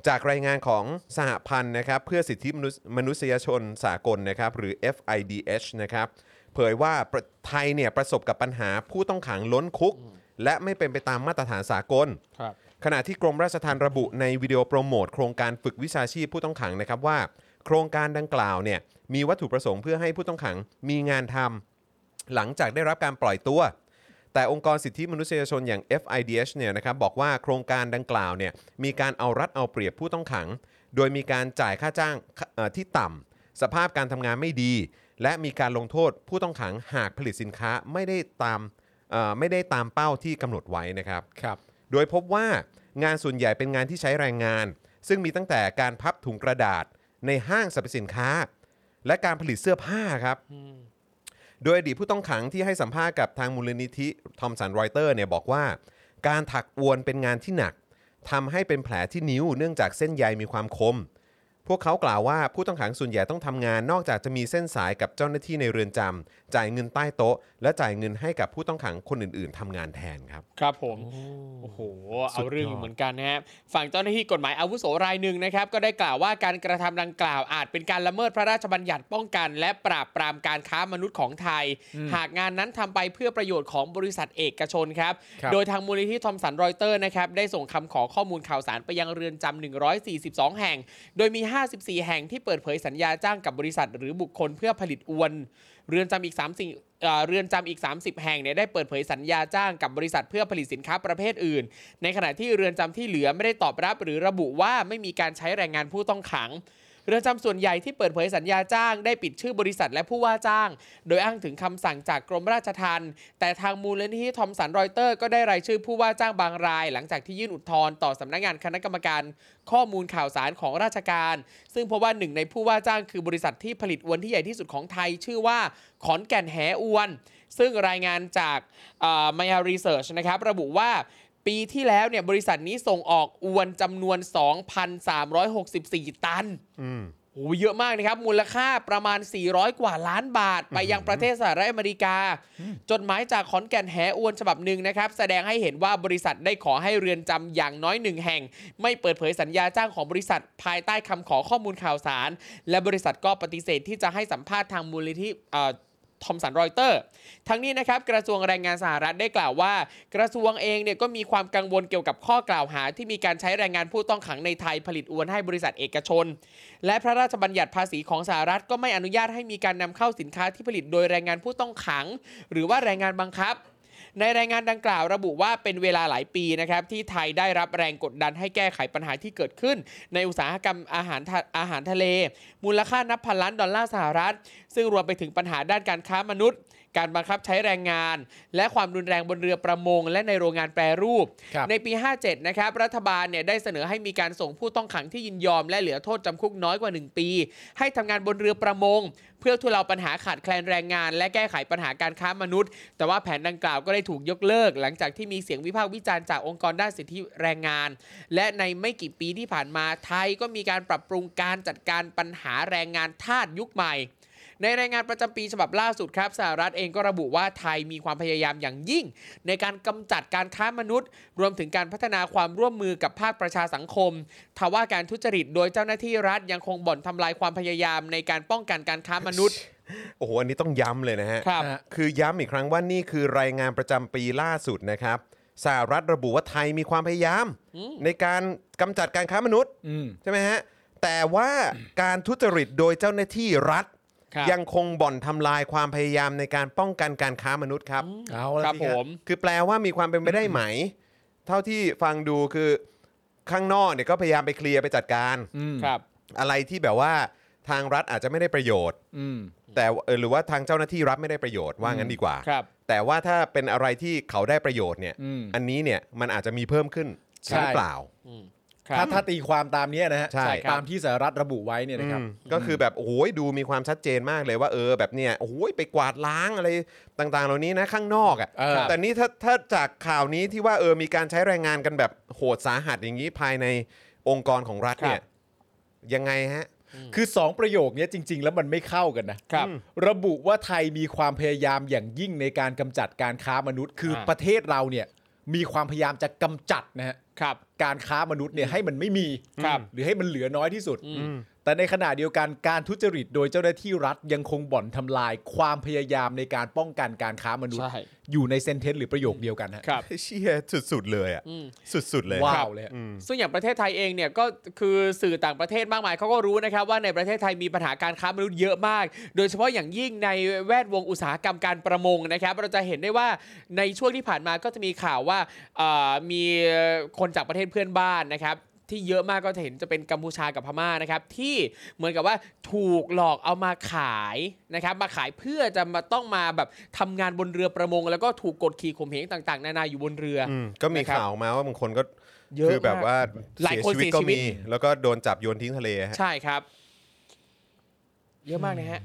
จากรายงานของสหพันธ์นะครับเพื่อสิทธิมนุษยมนุษยชนสากลนะครับหรือ FIDH นะครับเผยว่าประไทยเนี่ยประสบกับปัญหาผู้ต้องขังล้นคุก และไม่เป็นไปตามมาตรฐานสากล
ครับ
ขณะที่กรมราชทัณฑ์ระบุในวิดีโอโปรโมทโครงการฝึกวิชาชีพผู้ต้องขังนะครับว่า โครงการดังกล่าวเนี่ยมีวัตถุประสงค์เพื่อให้ผู้ต้องขังมีงานทำหลังจากได้รับการปล่อยตัว แต่องค์กรสิทธิมนุษยชนอย่าง FIDH เนี่ยนะครับบอกว่าโครงการดังกล่าวเนี่ยมีการเอารัดเอาเปรียบผู้ต้องขัง โดยมีการจ่ายค่าจ้างเอ่อที่ต่ำสภาพการทำงานไม่ดี และมีการลงโทษผู้ต้องขังหากผลิตสินค้าไม่ได้ตามเอ่อไม่ได้ตามเป้าที่กำหนดไว้นะครับ
ครับ
โดยพบว่างานส่วนใหญ่เป็นงานที่ใช้แรงงาน ซึ่งมีตั้งแต่การพับถุงกระดาษในห้างสรรพสินค้า และการผลิตเสื้อผ้าครับ โดยอดีตผู้ต้องขังที่ให้สัมภาษณ์กับทางมูลนิธิทอมสันรอยเตอร์เนี่ยบอกว่า การถักอวนเป็นงานที่หนักทำให้เป็นแผลที่นิ้วเนื่องจากเส้นใยมีความคม พวกเขากล่าวว่าผู้ต้องขังส่วนใหญ่ต้องทำงานนอกจากจะมีเส้นสายกับเจ้าหน้าที่ในเรือนจำจ่ายเงินใต้โต๊ะ และจ่ายเงินให้กับผู้ต้องขังคนอื่น ๆทำงานแทนครับ
ครับผม โอ้โห เอาเรื่องอยู่เหมือนกันนะฮะ ฝั่งเจ้าหน้าที่กฎหมายอาวุโสรายหนึ่งนะครับ ก็ได้กล่าวว่าการกระทำดังกล่าวอาจเป็นการละเมิดพระราชบัญญัติป้องกัน และปราบปรามการค้ามนุษย์ของไทย หากงานนั้นทำไปเพื่อประโยชน์ของบริษัทเอกชนครับ
ครับ
โดยทางมูลนิธิทอมสันรอยเตอร์นะครับ ได้ส่งคำขอข้อมูลข่าวสารไปยังเรือนจำ142 แห่ง โดยมี 54 แห่งที่เปิดเผยสัญญาจ้างกับบริษัท หรือบุคคลเพื่อผลิตอวน เรือนจำอีก3สิ่งเอ่อเรือนจำอีก 30 แห่งเนี่ยได้เปิดเผยสัญญาจ้างกับบริษัทเพื่อผลิตสินค้าประเภทอื่น ในขณะที่เรือนจำที่เหลือไม่ได้ตอบรับหรือระบุว่าไม่มีการใช้แรงงานผู้ต้องขัง เรือนจำส่วนใหญ่ที่เปิดเผยสัญญาจ้างได้ปิดชื่อบริษัทและผู้ว่าจ้าง โดยอ้างถึงคำสั่งจากกรมราชทัณฑ์แต่ทางมูลนิธิทอมสันรอยเตอร์ก็ได้รายชื่อผู้ว่าจ้างบางราย หลังจากที่ยื่นอุทธรณ์ต่อสำนักงานคณะกรรมการ ข้อมูลข่าวสารของราชการ ซึ่งพบว่าหนึ่งในผู้ว่าจ้างคือบริษัทที่ผลิตอวนที่ใหญ่ที่สุดของไทย ชื่อว่าขอนแก่นแหอวน ซึ่งรายงานจากมายารีเสิร์ชนะครับระบุว่าปีที่แล้วเนี่ยบริษัทนี้ส่งออกอวนจำนวน 2,364 ตัน
อืม
โอ้โหเยอะมากนะครับ มูลค่าประมาณ 400 กว่าล้านบาท ไปยังประเทศสหรัฐอเมริกา จดหมายจากขอนแก่นแหอวนฉบับหนึ่งนะครับ แสดงให้เห็นว่าบริษัทได้ขอให้เรือนจำอย่างน้อยหนึ่งแห่ง ไม่เปิดเผยสัญญาจ้างของบริษัท ภายใต้คำขอข้อมูลข่าวสาร และบริษัทก็ปฏิเสธที่จะให้สัมภาษณ์ทางมูลนิธิเอ่อ ทอมสันรอยเตอร์ ทั้งนี้นะครับกระทรวงแรงงานสหรัฐได้กล่าวว่า กระทรวงเองเนี่ยก็มีความกังวลเกี่ยวกับข้อกล่าวหา ที่มีการใช้แรงงานผู้ต้องขังในไทยผลิตอวนให้บริษัทเอกชน และพระราชบัญญัติภาษีของสหรัฐก็ไม่อนุญาตให้มีการนำเข้าสินค้าที่ผลิตโดยแรงงานผู้ต้องขัง หรือว่าแรงงานบังคับ ในรายงานดังกล่าวระบุว่าเป็นเวลาหลายปีนะครับที่ไทยได้รับแรงกดดันให้แก้ไขปัญหาที่เกิดขึ้น ในอุตสาหกรรมอาหารทะอาหารทะเล มูลค่านับพันล้านดอลลาร์สหรัฐ ซึ่งรวมไปถึงปัญหาด้านการค้ามนุษย์ การบังคับใช้แรงงาน และความรุนแรงบนเรือประมง และในโรงงานแปรรูป
ครับ
ในปี 57 นะครับ รัฐบาลเนี่ยได้เสนอให้มีการส่งผู้ต้องขังที่ยินยอม และเหลือโทษจำคุกน้อยกว่า 1 ปี ให้ทำงานบนเรือประมง เพื่อทุเลาปัญหาขาดแคลนแรงงาน และแก้ไขปัญหาการค้ามนุษย์ แต่ว่าแผนดังกล่าวก็ได้ถูกยกเลิก หลังจากที่มีเสียงวิพากษ์วิจารณ์จากองค์กรด้านสิทธิแรงงาน และในไม่กี่ปีที่ผ่านมาไทยก็มีการปรับปรุงการจัดการปัญหาแรงงานทาสยุคใหม่ ในรายงานประจำปีฉบับล่าสุดครับสหรัฐเองก็ระบุว่าไทยมีความพยายามอย่างยิ่ง ในการกำจัดการค้ามนุษย์ รวมถึงการพัฒนาความร่วมมือกับภาคประชาสังคมทว่าการทุจริตโดยเจ้าหน้าที่รัฐยังคงบ่อนทำลายความพยายามในการป้องกันการค้ามนุษย์
โอ้โห อันนี้ต้องย้ำเลยนะฮะ
ครับ
คือย้ำอีกครั้งว่านี่คือรายงานประจำปีล่าสุดนะครับสหรัฐระบุว่าไทยมีความพยายาม ในการกำจัดการค้ามนุษย์
อืม
ใช่ไหมฮะ แต่ว่าการทุจริตโดยเจ้าหน้าที่รัฐ
ครับ
ยังคงบ่อนทำลายความพยายามในการป้องกันการค้ามนุษย์ครับ
เอา
ค
ละ
รับ
สิ
ผ
ฮะ
ม
คือแปลว่ามีความเป็นไปได้ไหม เท่าที่ฟังดูคือข้างนอกเนี่ยก็พยายามไปเคลียร์ไปจัดการ
อืม
ครับ
อะไรที่แบบว่าทางรัฐอาจจะไม่ได้ประโยชน์
อืม
แต่ว่าเออหรือว่าทางเจ้าหน้าที่รัฐไม่ได้ประโยชน์ว่างั้นดีกว่า
ครับ
แต่ว่าถ้าเป็นอะไรที่เขาได้ประโยชน์เนี่ย
อืม
อันนี้เนี่ยมันอาจจะมีเพิ่มขึ้น
ใช่
หรือเปล่า
ครั
ถ้า
บ
ถ้าตีความตามเนี้ยนะฮะ
ใช่ครับ
ตามที่สหรัฐระบุไว้เนี่ยนะครับ
อืมก็คือแบบโอ้ยดูมีความชัดเจนมากเลยว่าเออแบบเนี่ยโอ้ยไปกวาดล้างอะไรต่าง ๆ เหล่านี้นะข้างนอก
เออ
อะ่ะแต่นี่ถ้าถ้าจากข่าวนี้ที่ว่าเออมีการใช้แรงงานกันแบบโหดสาหัสอย่างนี้ภายในองค์กรของรัฐเนี่ยยังไงฮะ
คือ 2 ประโยคเนี้ยจริง ๆ แล้วมันไม่เข้ากันนะครับระบุว่าไทยมีความพยายามอย่างยิ่งในการกำจัดการค้ามนุษย์ คืออา ประเทศเราเนี่ยมีความพยายามจะกำจัดนะฮะ
ครับ
การค้ามนุษย์เนี่ยให้มันไม่มี
ครับ
หรือให้มันเหลือน้อยที่สุด
อืม
แต่ในขณะเดียวกันการทุจริตโดยเจ้าหน้าที่รัฐยังคงบ่อนทำลายความพยายามในการป้องกันการค้ามนุษย์
ใช่
อยู่ในเซนเทนต์หรือประโยคเดียวกันฮะ
ครับ
เชี่ยสุดๆเลยอ่ะ
อืม
สุดๆเลย
ว้าวเลยฮะ
ซึ่งอย่างประเทศไทยเองเนี่ยก็คือสื่อต่างประเทศมากมายเขาก็รู้นะครับว่าในประเทศไทยมีปัญหาการค้ามนุษย์เยอะมาก โดยเฉพาะอย่างยิ่งในแวดวงอุตสาหกรรมการประมงนะครับ เราจะเห็นได้ว่าในช่วงที่ผ่านมาก็จะมีข่าวว่าเอ่อมีคนจากประเทศเพื่อนบ้านนะครับ ที่เยอะมากก็จะเห็นจะเป็นกัมพูชากับพม่านะครับ ที่เหมือนกับว่าถูกหลอกเอามาขายนะครับ มาขายเพื่อจะมาต้องมาแบบทำงานบนเรือประมง แล้วก็ถูกกดขี่ข่มเหงต่างๆ นานาอยู่บนเรือ
อืมก็มี
นะครับ
ข่าวมาว่าบางคนก็
เยอะ
คือแบบว่า
หลายคนเสียชีวิต
ก็มีแล้วก็โดนจับโยนทิ้งทะเลฮะ
ใช่ครับ เยอะมากนะฮะ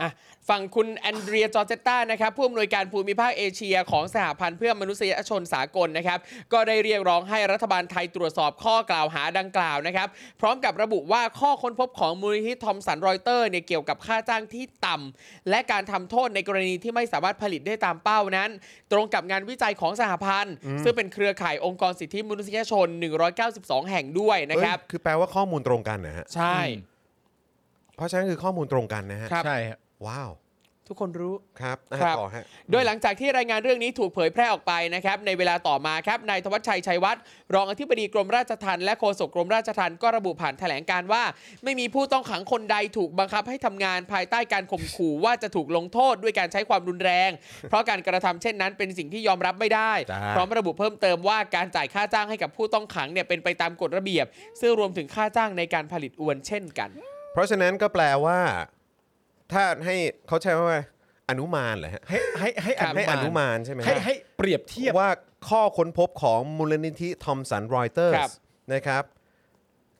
อ่ะฝั่งคุณแอนเดรียจอร์เจตตานะครับผู้อำนวยการภูมิภาคเอเชียของสหพันธ์เพื่อมนุษยชนสากลนะครับ ก็ได้เรียกร้องให้รัฐบาลไทยตรวจสอบข้อกล่าวหาดังกล่าวนะครับ พร้อมกับระบุว่าข้อค้นพบของมูลนิธิทอมสันรอยเตอร์เนี่ยเกี่ยวกับค่าจ้างที่ต่ำและการทำโทษในกรณีที่ไม่สามารถผลิตได้ตามเป้านั้น ตรงกับงานวิจัยของสหพันธ์ ซึ่งเป็นเครือข่ายองค์กรสิทธิมนุษยชน 192 แห่งด้วยนะครับ
เอ้ยคือแปลว่าข้อมูลตรงกันนะฮะ
ใช่
อืม
เพราะฉะนั้นคือข้อมูลตรงกันนะฮะ
ครับ
ใช่ฮะ
ว้าว
ทุกคนรู้
ครับอ่ะ
ครับ
ต่อฮะ
โดยหลังจากที่รายงานเรื่องนี้ถูกเผยแพร่ออกไปนะครับ ในเวลาต่อมาครับนายธวัชชัยชัยวัฒน์รองอธิบดีกรมราชทัณฑ์และโฆษกกรมราชทัณฑ์ก็ระบุผ่านแถลงการณ์ว่า ไม่มีผู้ต้องขังคนใดถูกบังคับให้ทำงานภายใต้การข่มขู่ว่าจะถูกลงโทษด้วยการใช้ความรุนแรง เพราะการกระทำเช่นนั้นเป็นสิ่งที่ยอมรับไม่ได้
จ้า
พร้อมระบุเพิ่มเติมว่าการจ่ายค่าจ้างให้กับผู้ต้องขังเนี่ยเป็นไปตามกฎระเบียบ ซึ่งรวมถึงค่าจ้างในการผลิตอวนเช่นกัน
เพราะฉะนั้นก็แปลว่า ถ้าให้เขาใช้ว่า อนุมานเหรอฮะ
ให้ให้ให้
ครับ
ให้อนุ
มาน
มานใช่ไหมฮะ
ให้ให้เปรียบเทียบ
ว่าข้อค้นพบของมูลนิธิทอมสันรอยเตอร์
ครับ
นะครับ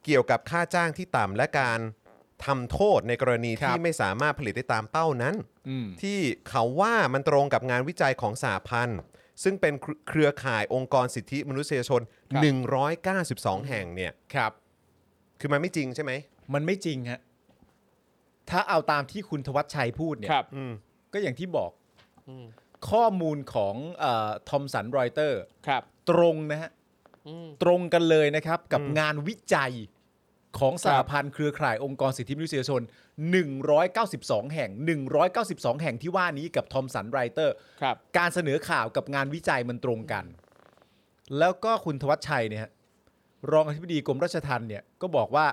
เกี่ยวกับค่าจ้างที่ต่ำและการทำโทษในกรณี
ครับ
ที่ไม่สามารถผลิตได้ตามเป้านั้น
อืม
ที่เขาว่ามันตรงกับงานวิจัยของสหพันธ์ ซึ่งเป็นเครือข่ายองค์กรสิทธิมนุษยชน
ครับ
192 แห่งเนี่ย
ครับ
คือมันไม่จริงใช่ไหม
มันไม่จริงฮะ ถ้าเอาตามที่คุณทวัชชัยพูดเนี่ย
ครับ
อืม
ก็อย่างที่บอก
อืม
ข้อมูลของทอมสันรอยเตอร์
ครับ
ตรงนะฮะ
อืม
ตรงกันเลยนะครับ กับ
อืม
งานวิจัยของสหพันธ์เครือข่ายองค์กรสิทธิมนุษยชน 192 แห่ง 192 แห่งที่ว่านี้กับทอมสันไรเตอร์
ครับ
การเสนอข่าวกับงานวิจัยมันตรงกัน แล้วก็คุณทวัชชัยเนี่ยฮะรองอธิบดีกรมราชทัณฑ์เนี่ยก็บอกว่า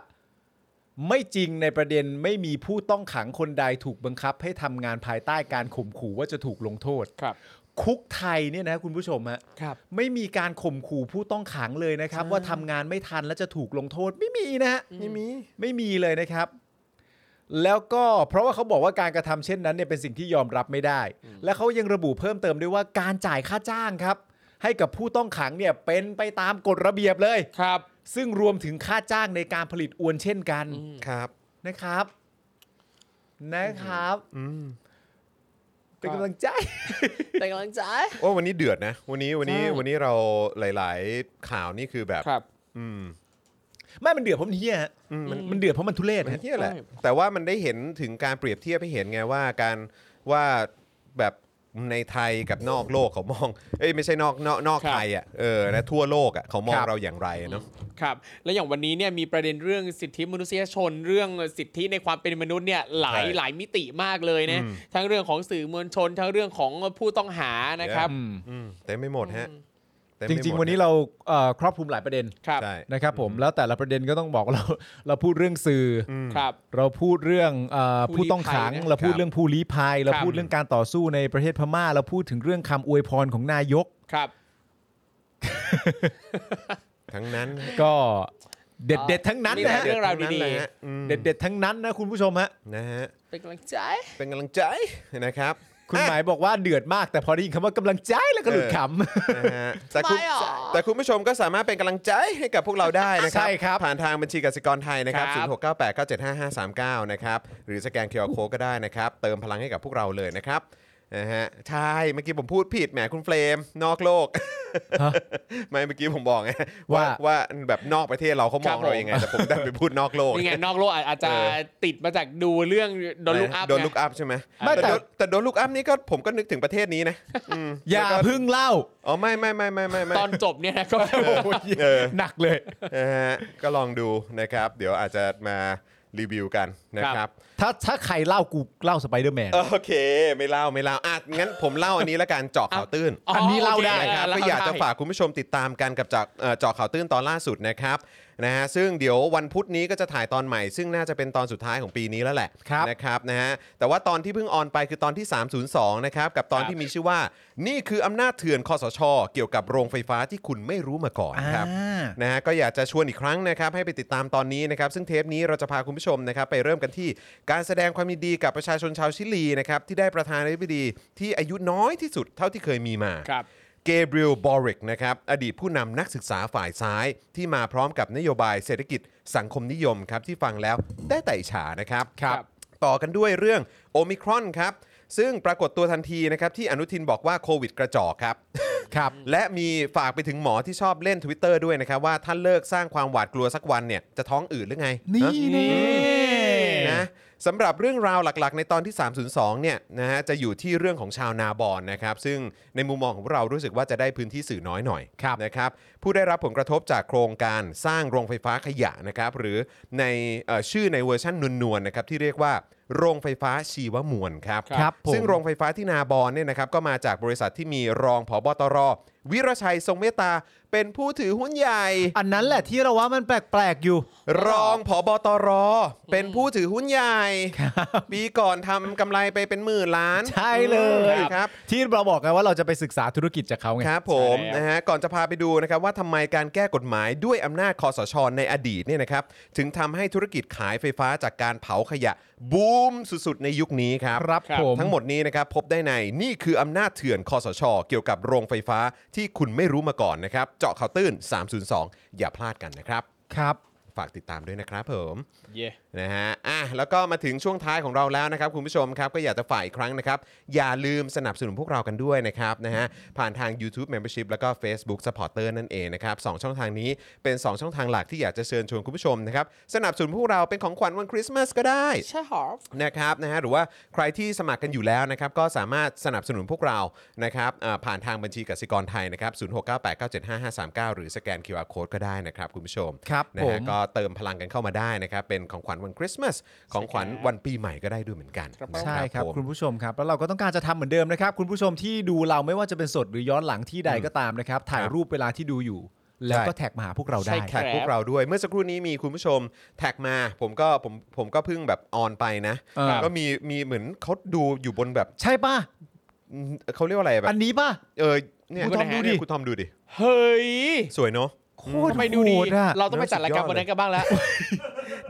ไม่จริงในประเด็นไม่มีผู้ต้องขังคนใดถูกบังคับให้ทำงานภายใต้การข่มขู่ว่าจะถูกลงโทษ
ครับ
คุกไทยเนี่ยนะคุณผู้ชมฮะ
ครับ
ไม่มีการข่มขู่ผู้ต้องขังเลยนะครับ ว่าทำงานไม่ทันแล้วจะถูกลงโทษไม่มีนะฮะ
ไม่มี
ไม่มีเลยนะครับ แล้วก็เพราะว่าเขาบอกว่าการกระทำเช่นนั้นเนี่ยเป็นสิ่งที่ยอมรับไม่ได้ และเขายังระบุเพิ่มเติมด้วยว่าการจ่ายค่าจ้างครับ ให้กับผู้ต้องขังเนี่ยเป็นไปตามกฎระเบียบเลย
ครับ
ซึ่งรวมถึงค่าจ้างในการผลิตอวนเช่นกัน
ครับ
นะครับ นะครับ
อืม
เป็นกำลังใจ
แต่กำลังใจ
โอ้วันนี้เดือดนะ วันนี้วันนี้
ใช่
วันนี้เราหลาย ๆ ข่าวนี่คือแบบ
ครับ
อืม
ไม่มันเดือดเพราะมันเฮียฮะ
อืม
มันมันเดือดเพราะมันทุเรศ
มัน
ฮะ
เที่ยแหละ
ใช่
แต่ว่ามันได้เห็นถึงการเปรียบเทียบให้เห็นไงว่าการว่าแบบ ในไทยกับนอกโลกเขามอง เอ้ยไม่ใช่นอกนอกนอก
ครับ
ไทยอ่ะเออนะทั่วโลกอ่ะเขามอง
ครับ
เราอย่างไรอะเนาะ
ครับ และอย่างวันนี้เนี่ยมีประเด็นเรื่องสิทธิมนุษยชนเรื่องสิทธิในความเป็นมนุษย์เนี่ยหลาย
ใช่
หลายมิติมากเลยนะ
อืม
ทั้งเรื่องของสื่อมวลชน ทั้งเรื่องของผู้ต้องหานะครับ
อืม
อืมเต็มไม่หมดฮะเต็ม
จ
ไม่หมด
ริง ๆ วันนี้เราเอ่อครอบคลุมหลายประเด็น
ครับ
ใช่
นะครับผมแล้วแต่ละประเด็นก็ต้องบอกเรา เราพูดเรื่องสื่ออ
ครับ
เราพูดเรื่องเอ่อ
ผู้
ผู้
ลี้
ต้องขัง
ภัยนะ
เรา
ค
พูด
รับ
เรื่องผู้ลี้ภัย เรา
ครับ
พูดเรื่องการต่อสู้ในประเทศพม่า เราพูดถึงเรื่องคำอวยพรของนายก
ครับ
ทั้งนั้น
ก็เด็ดๆทั้งนั้น
แหละ
นะฮะ
เรื่องราวดี
ทั้งนั้นแหละฮะอืม
เด็ดๆทั้งนั้นนะคุณผู้ชมฮะ
นะฮะ
ๆเป็นกำลังใจ
เป็นกำลังใจ นะครับ
คุณ
อ่ะ
หมายบอกว่าเดือดมากแต่พอได้ยินคำว่ากำลังใจแล้วก็หลุดขำ
นะฮะแต่คุณ
ทำไมหรอ
แต่คุณผู้ชมก็สามารถเป็นกำลังใจให้กับพวกเราได้นะครั
ใช่ครับ
ผ่านทางบัญชีกสิกรไทยนะครับ
ครับ
0698 975539 นะครับ หรือสแกนเคอร์โคก็ได้นะครับ เติมพลังให้กับพวกเราเลยนะครับนะฮะใช่ เมื่อกี้ผมพูดผิดแหมคุณเฟรม นอกโลก ไม่เมื่อกี้ผมบอกไง
ว่า
ว่าแบบนอกประเทศเราเขามองเรายังไง แต่ผมดันไปพูดนอกโลก
ยังไงนอกโลกอาอาจจะ
เออ
ติดมาจากดูเรื่องโดนลุกอัพ
โดนลุกอัพใช่ไหม
ไม่แต่
แต่โดนแต่โดนลุกอัพนี่ก็ผมก็นึกถึงประเทศนี้นะอืม
อย่า
แล้วก็
พึ่งเล่า
อ๋อไม่ไม่ไม่ไม่ไม่ไม่
ตอนจบเนี่ยนะก็
เออ
หนักเลย
นะฮะก็ลองดูนะครับ เดี๋ยวอาจจะมารีวิวกันนะครับ
ถ้าถ้าใครเล่ากูเล่าสไปเดอร์แมน
โอเค ไม่เล่าไม่เล่าอ่ะงั้นผมเล่าอันนี้ละกันเจาะข่าวตื้น
อันนี้เล่าได้
นะครับ
โเค
ก็อยากจะ
ได้
ฝากคุณผู้ชมติดตามกันกับจากเอ่อเจาะข่าวตื้นตอนล่าสุดนะครับนะฮะซึ่งเดี๋ยววันพุธนี้ก็จะถ่ายตอนใหม่ ซึ่งน่าจะเป็นตอนสุดท้ายของปีนี้แล้วแหละ
ครับ
นะครับนะฮะแต่ว่าตอนที่เพิ่งออนไปคือตอนที่ 302 นะครับ กับตอน
ครับ
ที่มีชื่อว่า นี่คืออำนาจเถื่อนคอสช เกี่ยวกับโรงไฟฟ้าที่คุณไม่รู้มาก่อนครับ
อ่า
นะฮะก็อยากจะชวนอีกครั้งนะครับให้ไปติดตามตอนนี้นะครับซึ่งเทปนี้เราจะพาคุณผู้ชมนะครับไปเริ่มกันที่การแสดงความยินดีกับประชาชนชาวชิลีนะครับที่ได้ประธานาธิบดีที่อายุน้อยที่สุดเท่าที่เคยมีมา
ครับ
เกเบรียลบอริกนะครับอดีตผู้นำนักศึกษาฝ่ายซ้าย ที่มาพร้อมกับนโยบายเศรษฐกิจสังคมนิยมครับที่ฟังแล้วได้แต่อิจฉานะครับ
ครับ
ต่อกันด้วยเรื่องโอมิครอนครับซึ่งปรากฏตัวทันทีนะครับที่อนุทินบอกว่าโควิดกระจอกครับ
ครับ
และมีฝากไปถึงหมอที่ชอบเล่น Twitter ด้วยนะครับ ว่าถ้าเลิกสร้างความหวาดกลัวสักวันเนี่ย จะท้องอืดหรือไง
นี่แน่
นะนะสำหรับเรื่องราวหลักๆ ในตอนที่ 302 เนี่ยนะฮะจะอยู่ที่เรื่องของชาวนาบอนนะครับ ซึ่งในมุมมองของพวกเรารู้สึกว่าจะได้พื้นที่สื่อน้อยหน่อย
ครับ
นะครับผู้ได้รับผลกระทบจากโครงการสร้างโรงไฟฟ้าขยะนะครับ หรือในเอ่อชื่อในเวอร์ชันนวลๆนะครับที่เรียกว่าโรงไฟฟ้าชีวมวลครับ
ครับผม
ซึ่งโรงไฟฟ้าที่นาบอนเนี่ยนะครับก็มาจากบริษัทที่มีรองผบตร วิรชัยทรงเมตตา เป็นผู้ถือหุ้นใหญ่
อันนั้นแหละที่เราว่ามันแปลกๆอยู่
รองผบตร เป็นผู้ถือหุ้นใหญ่ปีก่อนทำกำไรไปเป็นหมื่นล้าน
ใช่เลย
ครับ
ที่เราบอกไงว่าเราจะไปศึกษาธุรกิจจากเขาไง
ครับผม
ใช่แล้ว
นะฮะก่อนจะพาไปดูนะครับว่าทำไมการแก้กฎหมายด้วยอำนาจคอสชในอดีตเนี่ยนะครับถึงทำให้ธุรกิจขายไฟฟ้าจากการเผาขยะบูมสุดๆ ในยุคนี้ครับ
ครับผม
ทั้งหมดนี้นะครับพบได้ในนี่คืออำนาจเถื่อนคอสช เกี่ยวกับโรงไฟฟ้าที่คุณไม่รู้มาก่อนนะครับ เจาะข่าวตื้น 302 อย่าพลาดกันนะครับ
ครับ
ฝากติดตามด้วยนะครับผม
เย่
นะฮะ อ่ะ แล้วก็มาถึงช่วงท้ายของเราแล้วนะครับ คุณผู้ชมครับ ก็อยากจะฝ่ายครั้งนะครับ อย่าลืมสนับสนุนพวกเรากันด้วยนะครับนะฮะ ผ่านทาง YouTube Membership แล้วก็ Facebook Supporter นั่นเองนะครับสองช่องทางนี้เป็น 2 ช่องทางหลักที่อยากจะเชิญชวนคุณผู้ชมนะครับ สนับสนุนพวกเราเป็นของขวัญวันคริสต์มาสก็ได้
ใช่หรอ
นะครับนะฮะหรือว่าใครที่สมัครกันอยู่แล้วนะครับก็สามารถสนับสนุนพวกเรานะครับอ่าผ่านทางบัญชีกสิกรไทยนะครับ0698975539 หรือสแกน QR Code ก็ได้นะครับคุณผู้ชม
ครับ
นะ
ผ
ฮะ
ม
ก็เติมพลังกันเข้ามาได้นะครับเป็นของขวัญวันคริสต์มาสของขวัญวันปีใหม่ก็ได้ด้วยเหมือนกันนะ
ใช่ครับ
ผม
คุณผู้ชมครับ แล้วเราก็ต้องการจะทำเหมือนเดิมนะครับ คุณผู้ชมที่ดูเราไม่ว่าจะเป็นสดหรือย้อนหลังที่ใดก็ตามนะครับ ถ่ายรูปเวลาที่ดูอยู่ แล้วก็แท็กมาหาพวกเราได้
แท็กพวกเราด้วยเมื่อสักครู่นี้มีคุณผู้ชมแท็กมา ผมก็ผมผมก็เพิ่งแบบออนไปนะ
อ่า
ก็มีมีเหมือนเขาดูอยู่บนแบบ
ใช่ป่ะ
อืมเขาเรียกว่าอะไรแบ
อั
บ
นนี้ป่ะ
เออเนี่ย
คุณทอมดูดิ
เนี่ยคุณทอมดูดิ
เฮ้ย
สวยเนาะ
โคตร
ทำไมดูดี
โหดอะ
เราต้องไปจัดรายการวันนั้นกันบ้างแล้ว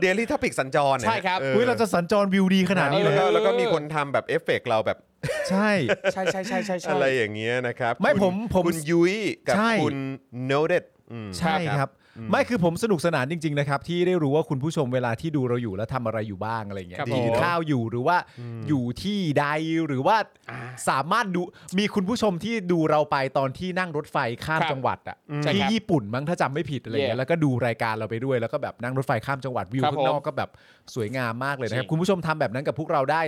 เดลี่ทัพพิกสัญจรเนี่ย
ใช่ครับ
ออ
เฮ้ยเราจะสัญจรวิวดีขนาดนี้เล
แล้ว
ย
ก็แล้วก็มีคนทำแบบเอฟเฟกต์เราแบบ
ใช่
ใช่ใช่ใช่ใช่ใช่
อะไรอย่างเงี้ยนะครับ
ไม่
คุณ
ผมผม
คุณยุ้ยกับ
ใช่
คุณโนเดต
ใช่ครับ ไม่คือผมสนุกสนานจริง ๆ นะครับ ที่ได้รู้ว่าคุณผู้ชมเวลาที่ดูเราอยู่แล้วทำอะไรอยู่บ้างอะไรเงี้ย
ครับ
กิน
ผม
ข้าวอยู่หรือว่าอยู่ที่ใดหรือว่าสามารถดูมีคุณผู้ชมที่ดูเราไปตอนที่นั่งรถไฟข้าม
ครับ
จังหวัดอ่ะ
ใช่
ที่
ครับ
ญี่ปุ่นมั้งถ้าจำไม่ผิดอะไรเงี้ย
Yeah
แล้วก็ดูรายการเราไปด้วยแล้วก็แบบนั่งรถไฟข้ามจังหวัดวิว
ครับ
ข้างนอกก็แบบสวยงามมากเลยนะครับ
จริง
คุณผู้ชมทำแบบนั้นกับพวกเราได้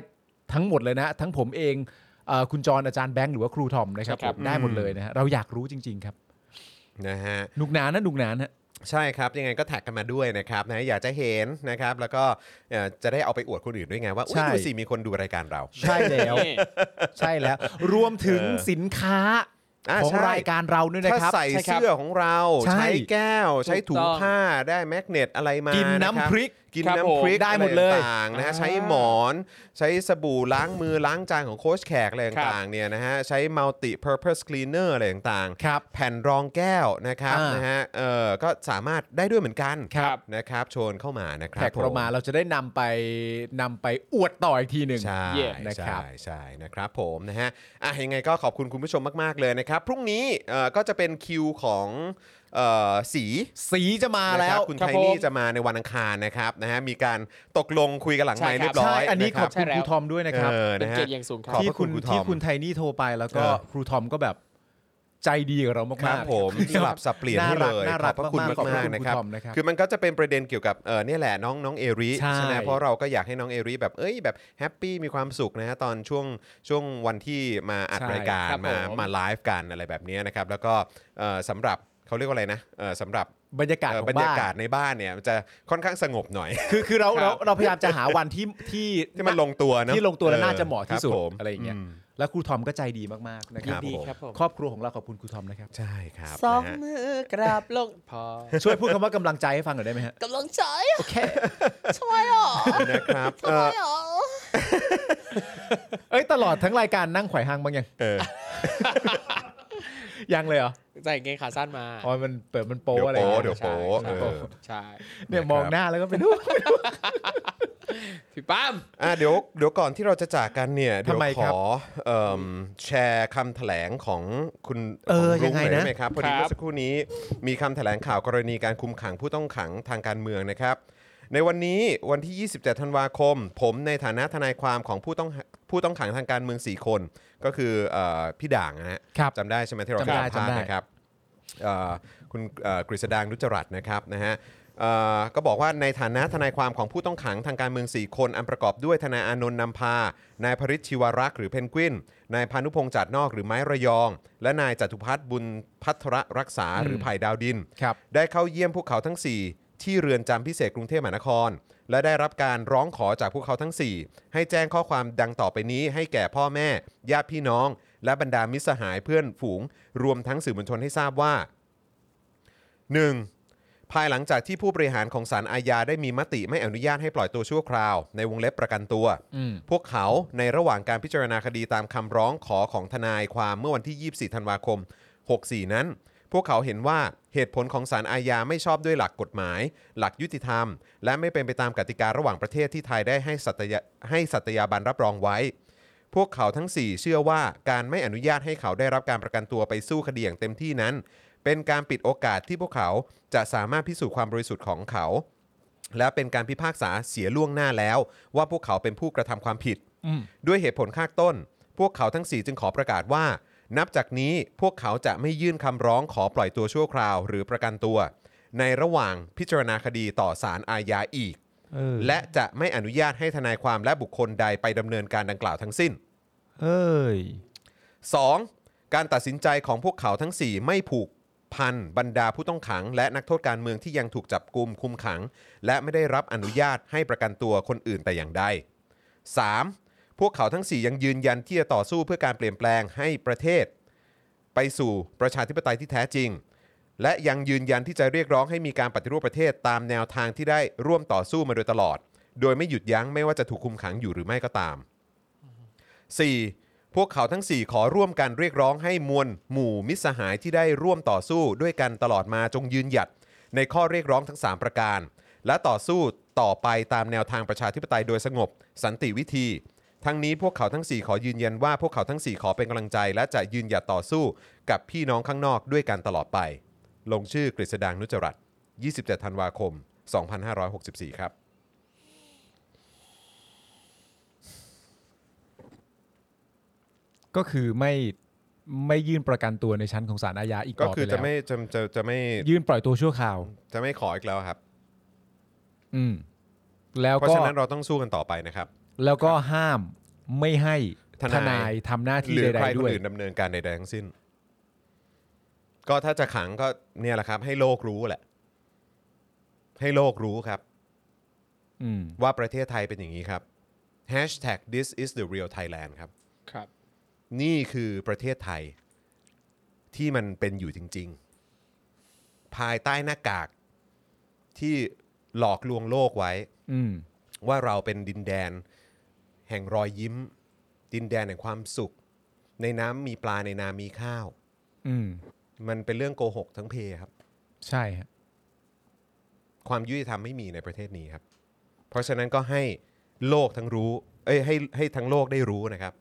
ทั้งหมดเลยนะ ทั้งผมเอง เอ่อคุณจรอาจารย์แบงค์หรือว่าครูทอมนะครับ
ใช่ครับ
ผมได้หมดเลยนะฮะเราอยากรู้จริง ๆ ครับ
นะฮะ
หนุกหนานนะหนุกหนานฮะ
ใช่ครับ ยังไงก็แท็กกันมาด้วยนะครับนะอยากจะเห็นนะครับ แล้วก็เอ่อจะได้เอาไปอวดคนอื่นด้วยไงว่าอุ๊ย
ใช่
ดูสิมีคนดูรายการเรา
ใช่แล้ว
นี่
ใช่แล้ว รวมถึงสินค้า
ะ
ของ
ใช่
รายการเราด้วยนะ
ถ้า
ครับ
ใส่
ใช่ครับ
เสื้อของเรา
ใช่
ใช้แก้ว ใช้ถุง
ถูกต้อง
ผ้าได้แมกเนตอะไรมา
กิ
กิ
นน้ำพริก
กิน
ครับผม
น้ำพริก
ได้หมดเลย
อะไรต่างๆนะฮะ
อ่า
ใช้หมอนใช้สบู่ล้างมือล้างจานของโค้ชแขกอะไร
ครับ
ต่างๆเนี่ยนะฮะใช้ multi purpose cleaner อะไรต่างๆ
ครับ
แผ่นรองแก้วนะครับ
อ่าน
นะฮะเออก็สามารถได้ด้วยเหมือนกัน
ครับ
นะครับชวนเข้ามานะครั
แท็
บ
กเรามา
ผ
เราจะได้นำไปนำไปอวดต่ออีกทีหนึ่ง
ใช่
เย่
ใช่
นะครับ
ใช่ใช่นะครับผมนะฮะอ่ะยังไงก็ขอบคุณคุณผู้ชมมาก ๆ เลยนะครับ พรุ่งนี้เอ่อก็จะเป็นคิวของเอ่อสี
สีจะมา
นะ
แล้
ครั
ว
คุณ
ครั
ไท
บผม
นี่จะมาในวันอังคารนะครับนะฮะมีการตกลงคุยกันหลัง
ใช่
ไมค์
ครับ
เรียบร้อย
ใช่อันนี้ขอบ
ะ
คุณ
ใช่แล้ว
ครูทอมด้วย
รับ
นะครับ
เออ
เป็น
นะฮะ
เกียรติอย่างสูงครับ
ขอบ
ที่
พระคุ
คุณ ณ
ครูทอม
ที่คุณไทนี่โทรไปแล้วก็
เออ
ครูทอมก็แบบใจดีกับเรามากๆ
ครับผมส
ครับ
ลับสับเปลี่ยนให้
ารัก
เลย
น่า
ข
รั
อบ
ก
พระคุณ
มากๆขอบพ
มา
ระ
ก
คุ
ๆนะ
ณครู
ครับ
ทอมนะครับ
คือมันก็จะเป็นประเด็นเกี่ยวกับเออเนี่ยแหละน้องน้องเอริ
ใช่
ไหมเพราะเราก็อยากให้น้องเอริแบบเอ้ยแบบแฮปปี้มีความสุขนะฮะตอนช่วงช่วงวันที่มาอัด
ใช่
รายการ
ครับ
มา
ผม
มาไลฟ์กันอะไรแบบเนี้ยนะครับ แล้วก็เอ่อสำหรับเขาเรียกว่าอะไรนะเอ่อสำหรับบ
รรยากาศ
เอ่อ
ของ
บรรยา
บ้าน
กาศในบ้านเนี่ยมันจะค่อนข้างสงบหน่อย
คือคือเราเรา
ครับ
เราพยายามจะหาวันที่ที่
ที่มันลงตัวเนอะ
ที่ลงตัวและ
ออ
น่าจะเหมาะที่สุด
ครับผม
อะไรอย่างเงี้ย
ม
แล้วครูทอมก็ใจดีมากๆนะค
ยิ
รั
น
บ
ดี
ผม
ครับผม
ครอบครัวของเราขอบคุณครูทอมนะครับ
ใช่ครับ
สอง
นะฮะ
มือกราบลง
พอ
ช่วยพูดคำว่ากำลังใจให้ฟังหน่อยได้ไหมฮะ
กำลังใจโอเคทำไมอ่ะ
นะครับ
ทำ
เอ่
ไม
อ
อ่ะ
เอ้ยตลอดทั้งรายการนั่งไขว่ห้างบ้างยัง
เออ
ยังเลยเหรอ
ใส่กางเกงขาสั้นมา
อ๋อมันเปิดมันโป
เดี๋ยว
อะไร
โป๊
อย่าง
เดี๋ย
เงี้ยว
โป๊
ใช่
เออ
ใช่
เนี่ย
นะครับ
มองหน้าแล้วก็เป็น
พี่ป้าม
อ่ะเดี๋ยวเดี๋ยวก่อนที่เราจะจากกันเนี่ยเดี๋ยว
ทำไม
ข
ครับ
อเอิ่มแชร์คำแถลงของคุณ
เออ
ขรุ่
ยังไง
หน่
นะ
ด้หมครับพอดีเมื่อสักครู่นี้มีคำแถลงข่าวกรณีการคุมขังผู้ต้องขังทางการเมืองนะครับ ในวันนี้วันที่ 27 ธันวาคม ผมในฐานะทนายความของผู้ต้องผู้ต้องขังทางการเมือง 4 คน ก็คือเออพี่ด่างนะฮะ
ครับ
จำได้ใช่ไหมที่เรา
จำได้
สัมภาษ
จำได้
ณ์นะครับเอ่อคุณเอ่อกฤษดางนุจจรัตน์นะครับนะฮะเอ่อก็บอกว่าในฐานะทนายความของผู้ต้องขังทางการเมือง 4 คน อันประกอบด้วยทนายอานนท์นำพา นายพริชชิวรักษ์หรือเพนกวิน นายพานุพงษ์จัดนอกหรือไม้ระยอง และนายจตุพัฒน์บุญพัทรรักษาหรือไผ่ดาวดิน
ครับ
ได้เข้าเยี่ยมพวกเขาทั้ง 4 ที่เรือนจำพิเศษกรุงเทพมหานคร และได้รับการร้องขอจากพวกเขาทั้ง 4 ให้แจ้งข้อความดังต่อไปนี้ ให้แก่พ่อแม่ ญาติพี่น้อง และบรรดามิตรสหายเพื่อนฝูง รวมทั้งสื่อมวลชนให้ทราบว่า 1. ภายหลังจากที่ผู้บริหารของศาลอาญาได้มีมติไม่อนุญาตให้ปล่อยตัวชั่วคราว ในวงเล็บประกันตัว
อืม
พวกเขาในระหว่างการพิจารณาคดีตามคำร้องขอของทนายความเมื่อวันที่ 24 ธันวาคม 64 นั้น พวกเขาเห็นว่าเหตุผลของศาลอาญาไม่ชอบด้วยหลักกฎหมาย หลักยุติธรรม และไม่เป็นไปตามกติการะหว่างประเทศที่ไทยได้ให้สัตยาให้สัตยาบันรับรองไว้ พวกเขาทั้ง 4 เชื่อว่าการไม่อนุญาตให้เขาได้รับการประกันตัวไปสู้คดีอย่างเต็มที่นั้น เป็นการปิดโอกาสที่พวกเขาจะสามารถพิสูจน์ความบริสุทธิ์ของเขา และเป็นการพิพากษาเสียล่วงหน้าแล้ว ว่าพวกเขาเป็นผู้กระทำความผิด
อืม
ด้วยเหตุผลข้างต้น พวกเขาทั้ง 4 จึงขอประกาศว่า นับจากนี้พวกเขาจะไม่ยื่นคำร้องขอปล่อยตัวชั่วคราวหรือประกันตัว ในระหว่างพิจารณาคดีต่อศาลอาญาอีก
เออ
และจะไม่อนุญาตให้ทนายความและบุคคลใดไปดำเนินการดังกล่าวทั้งสิ้น
เอ้ย
2. การตัดสินใจของพวกเขาทั้ง 4 ไม่ผูกพันบรรดาผู้ต้องขัง และนักโทษการเมืองที่ยังถูกจับกุมคุมขัง และไม่ได้รับอนุญาตให้ประกันตัวคนอื่นแต่อย่างใด 3. พวกเขาทั้ง 4 ยังยืนยันที่จะต่อสู้เพื่อการเปลี่ยนแปลงให้ประเทศ ไปสู่ประชาธิปไตยที่แท้จริง และยังยืนยันที่จะเรียกร้องให้มีการปฏิรูปประเทศตามแนวทางที่ได้ร่วมต่อสู้มาโดยตลอด โดยไม่หยุดยั้งไม่ว่าจะถูกคุมขังอยู่หรือไม่ก็ตาม 4. พวกเขาทั้ง 4 ขอร่วมกันเรียกร้องให้มวลหมู่มิตรสหายที่ได้ร่วมต่อสู้ด้วยกันตลอดมาจงยืนหยัด ในข้อเรียกร้องทั้ง 3 ประการ และต่อสู้ต่อไปตามแนวทางประชาธิปไตยโดยสงบ สันติวิธี ทั้งนี้พวกเขาทั้ง 4 ขอยืนยันว่าพวกเขาทั้ง 4 ขอเป็นกำลังใจ และจะยืนหยัดต่อสู้กับพี่น้องข้างนอกด้วยกันตลอดไป ลงชื่อกฤษดางนุจจรัตน์27 ธันวาคม 2564 ครับ
ก็คือไม่ไม่ยื่นประกันตัวในชั้นของศาลอาญาอีก
ก็
ต่อไป
คือ
แล้
จะ
ว
ไม่จะจะจะไม่
ยื่นปล่อยตัวชั่วคราว
จะไม่ขออีกแล้วครับ
อืม แล้ว
เพราะ
ก็
ฉะนั้นเราต้องสู้กันต่อไปนะครับ
แล้วก็ห้ามไม่ให้
ท
ท
นาน
าย
ย
ทำหน้าที่
หรื
ใด
ใคร
ๆ
ค
ด้
น
วย
อื่นดำเนินการใดๆทั้งสิ้น ก็ถ้าจะขังก็เนี่ยแหละครับ ให้โลกรู้แหละ ให้โลกรู้ครับ
อืม
ว่าประเทศไทยเป็นอย่างนี้ครับ Hashtag this is the real Thailand ครับ
ครับ
นี่คือประเทศไทยที่มันเป็นอยู่จริง ๆ ภายใต้หน้ากากที่หลอกลวงโลกไว้
อืม
ว่าเราเป็นดินแดนแห่งรอยยิ้ม ดินแดนแห่งความสุข ในน้ำมีปลาในนามีข้าว
อืม
มันเป็นเรื่องโกหกทั้งเพครับ
ใช่ฮะ
ความยุติธรรมไม่มีในประเทศนี้ครับ เพราะฉะนั้นก็ให้โลกทั้งรู้ เอ้ยให้ให้ทั้งโลกได้รู้นะครับ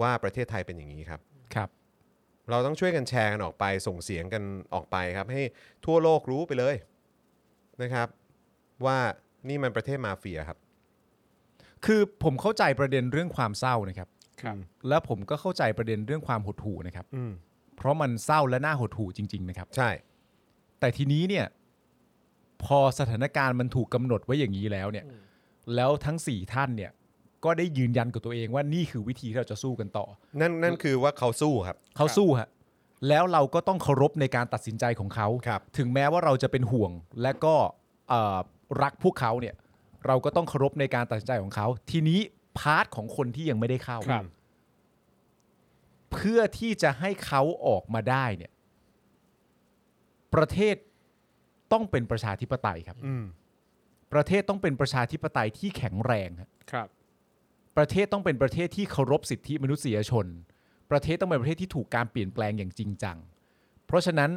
ว่าประเทศไทยเป็นอย่างนี้ครับ
ครับ
เราต้องช่วยกันแชร์กันออกไปส่งเสียงกันออกไปครับ ให้ทั่วโลกรู้ไปเลยนะครับ ว่านี่มันประเทศมาเฟียครับ
คือผมเข้าใจประเด็นเรื่องความเศร้านะครับ
ครับ
และผมก็เข้าใจประเด็นเรื่องความหดหู่นะครับ
อืม
เพราะมันเศร้าและน่าหดหู่จริง ๆ นะครับ
ใช่
แต่ทีนี้เนี่ย พอสถานการณ์มันถูกกำหนดไว้อย่างนี้แล้วเนี่ย แล้วทั้งสี่ท่านเนี่ย ก็ได้ยืนยันกับตัวเองว่านี่คือวิธีที่เราจะสู้กันต่อ
นั่นนั่นคือว่าเขาสู้ครับ
เขาสู้ฮะแล้วเราก็ต้องเคารพในการตัดสินใจของเขา
ครับ
ถึงแม้ว่าเราจะเป็นห่วงและก็เอ่อรักพวกเขาเนี่ย เราก็ต้องเคารพในการตัดสินใจของเขา ทีนี้พาร์ทของคนที่ยังไม่ได้เข้า
ครับ
เพื่อที่จะให้เขาออกมาได้เนี่ย ประเทศต้องเป็นประชาธิปไตยครับ
อืม
ประเทศต้องเป็นประชาธิปไตยที่แข็งแรงฮะ
ครับ
ประเทศต้องเป็นประเทศที่เคารพสิทธิมนุษยชน ประเทศต้องเป็นประเทศที่ถูกการเปลี่ยนแปลงอย่างจริงจัง เพราะฉะนั้น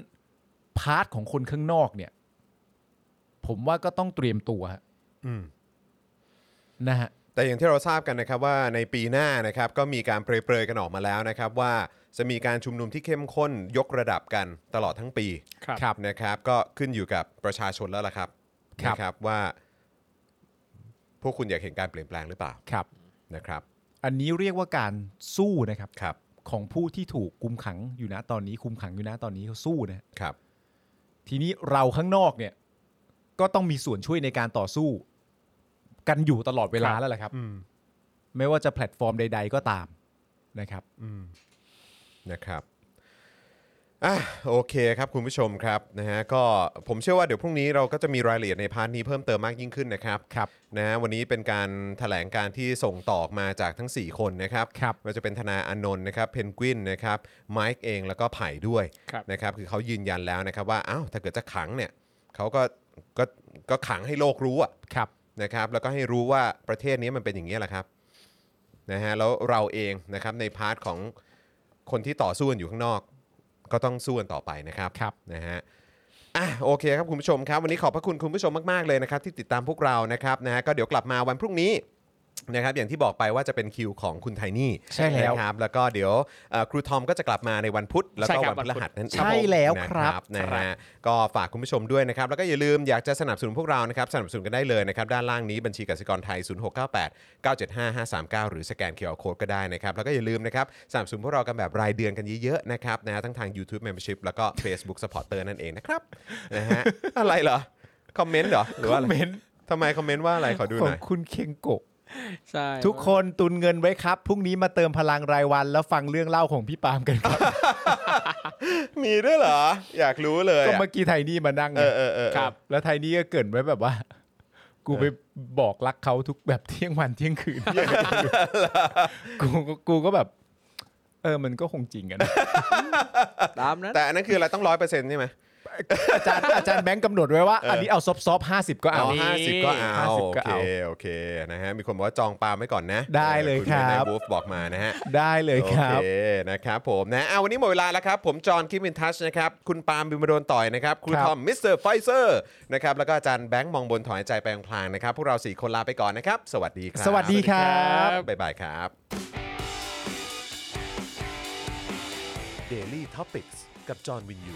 พาร์ทของคนข้างนอกเนี่ย ผมว่าก็ต้องเตรียมตัวฮะ
อืม
นะฮะ
แต่อย่างที่เราทราบกันนะครับว่าในปีหน้านะครับก็มีการเปรยๆกันออกมาแล้วนะครับ ว่าจะมีการชุมนุมที่เข้มข้นยกระดับกันตลอดทั้งปี
ครับ
ครับ
นะครับก็ขึ้นอยู่กับประชาชนแล้วล่ะครับ
ครับ
นะครับว่า พวกคุณอยากเห็นการเปลี่ยนแปลงหรือเปล่า
ครับ
นะครับ
อันนี้เรียกว่าการสู้นะครับ
ครับ
ของผู้ที่ถูกคุมขังอยู่นะตอนนี้คุมขังอยู่นะตอนนี้เขาสู้นะฮะ
ครับ
ทีนี้เราข้างนอกเนี่ย ก็ต้องมีส่วนช่วยในการต่อสู้ กันอยู่ตลอดเวลา
ครับ
แล้วล่ะครับ
อืม
ไม่ว่าจะแพลตฟอร์มใด ๆ ก็ตามนะครับ
นะครับอ่ะโอเคครับคุณผู้ชมครับนะฮะก็ผมเชื่อว่าเดี๋ยวพรุ่งนี้เราก็จะมีรายละเอียดในพาร์ทนี้เพิ่มเติมมากยิ่งขึ้นนะครับ
ครับ
นะฮะวันนี้เป็นการแถลงการที่ส่งต่อออกมาจากทั้ง 4 คนนะครับ
ครับ
ว่าจะเป็นธนาอานนท์นะครับเพนกวินนะครับไมค์เองแล้วก็ไผ่ด้วย
ครับ
นะครับคือเขายืนยันแล้วนะครับว่าอ้าวถ้าเกิดจะขังเนี่ยเขาก็ก็ก็ขังให้โลกรู้อะ
ครับ
นะครับแล้วก็ให้รู้ว่าประเทศนี้มันเป็นอย่างนี้ยแหละครับนะฮะแล้วเราเองนะครับในพาร์ทของคนที่ต่อสู้กันอยู่ข้างนอก ก็ต้องสู้กันต่อไปนะครับ
ครับ
นะฮะอ่ะโอเคครับคุณผู้ชมครับ วันนี้ขอบพระคุณคุณผู้ชมมากๆเลยนะครับที่ติดตามพวกเรานะครับนะฮะก็เดี๋ยวกลับมาวันพรุ่งนี้นะครับอย่างที่บอกไปว่าจะเป็นคิวของคุณไทนี่
ใช่แล้ว
นะครับแล้วก็เดี๋ยวเอ่อครูทอมก็จะกลับมาในวันพุธแล้ว
ใช่
ก็
ครั
วั
บ
นพฤหัสนั่นเอง
ใช่แล้ว
นะครับ นะฮะ ก็ฝากคุณผู้ชมด้วยนะครับ แล้วก็อย่าลืมอยากจะสนับสนุนพวกเรานะครับ สนับสนุนกันได้เลยนะครับ ด้านล่างนี้บัญชีกสิกรไทย 0698 975 539 หรือสแกนเคอร์โคดก็ได้นะครับ แล้วก็อย่าลืมนะครับสนับสนุนพวกเรากันแบบรายเดือนกันเยอะๆนะครับนะฮะทั้งทาง YouTube Membership แล้วก็ Facebook Supporter นั่นเองนะครับนะฮะอะไรเหรอ คอมเมนต์เหรอ หรือว่าอะไรทำไมคอมเมนต์ว่าอะไรขอดู
ข
ห
อง
น่อย
คุณเคงโกะ
ใช่
ทุกคนตุนเงินไว้ครับ พรุ่งนี้มาเติมพลังรายวัน แล้วฟังเรื่องเล่าของพี่ปาล์มกันครับ
มีด้วยเหรอ อยากรู้เลย
ก็
อะ
เมื่อกี้ไทนี่มานั่งไง
เออเออเออเออ
ครับ
แล้วไทนี่ก็เกรินไว้แบบว่า กูไปบอกรักเขาทุกแบบเที่ยงวันเที่ยงคืนกูกูก็แบบ เออมันก็คงจริงกัน
ตามนั้น
แต่อันนั้นคืออะไรต้องร้อยเปอร์เซ็นต์ใช่ไหม
อาจารย์อาจารย์แบงค์กำหนดไว้ว่า
เอออั
อันนี้เอาซอฟซอฟห้าสิบก็เอา
เอา
นี่
ห้าสิบก็เอา โอ
50ก็
เค
เอา
โอเค นะฮะ มีคนบอกว่าจองปลาไว้ก่อนนะ
ได้เลยครับ
ณนายวูฟบอกมานะฮะ
ได้เลยครับ
โอเค นะครับผมนะอ่ะวันนี้หมดเวลาแล้วครับ ผม จอห์นคิมมินทัชนะครับ คุณปาล์มบิมโดนต่อยนะครับ ครู
ครับ
ทอม มิสเตอร์ไฟเซอร์ นะครับ แล้วก็อาจารย์แบงค์มองบนถอนหายใจไปพลางๆนะครับ พวกเราสี่คนลาไปก่อนนะครับ สวัสดีครับ
สวัสดีครับ
บ๊ายบายครับ Daily Topics กับจอห์นวินยู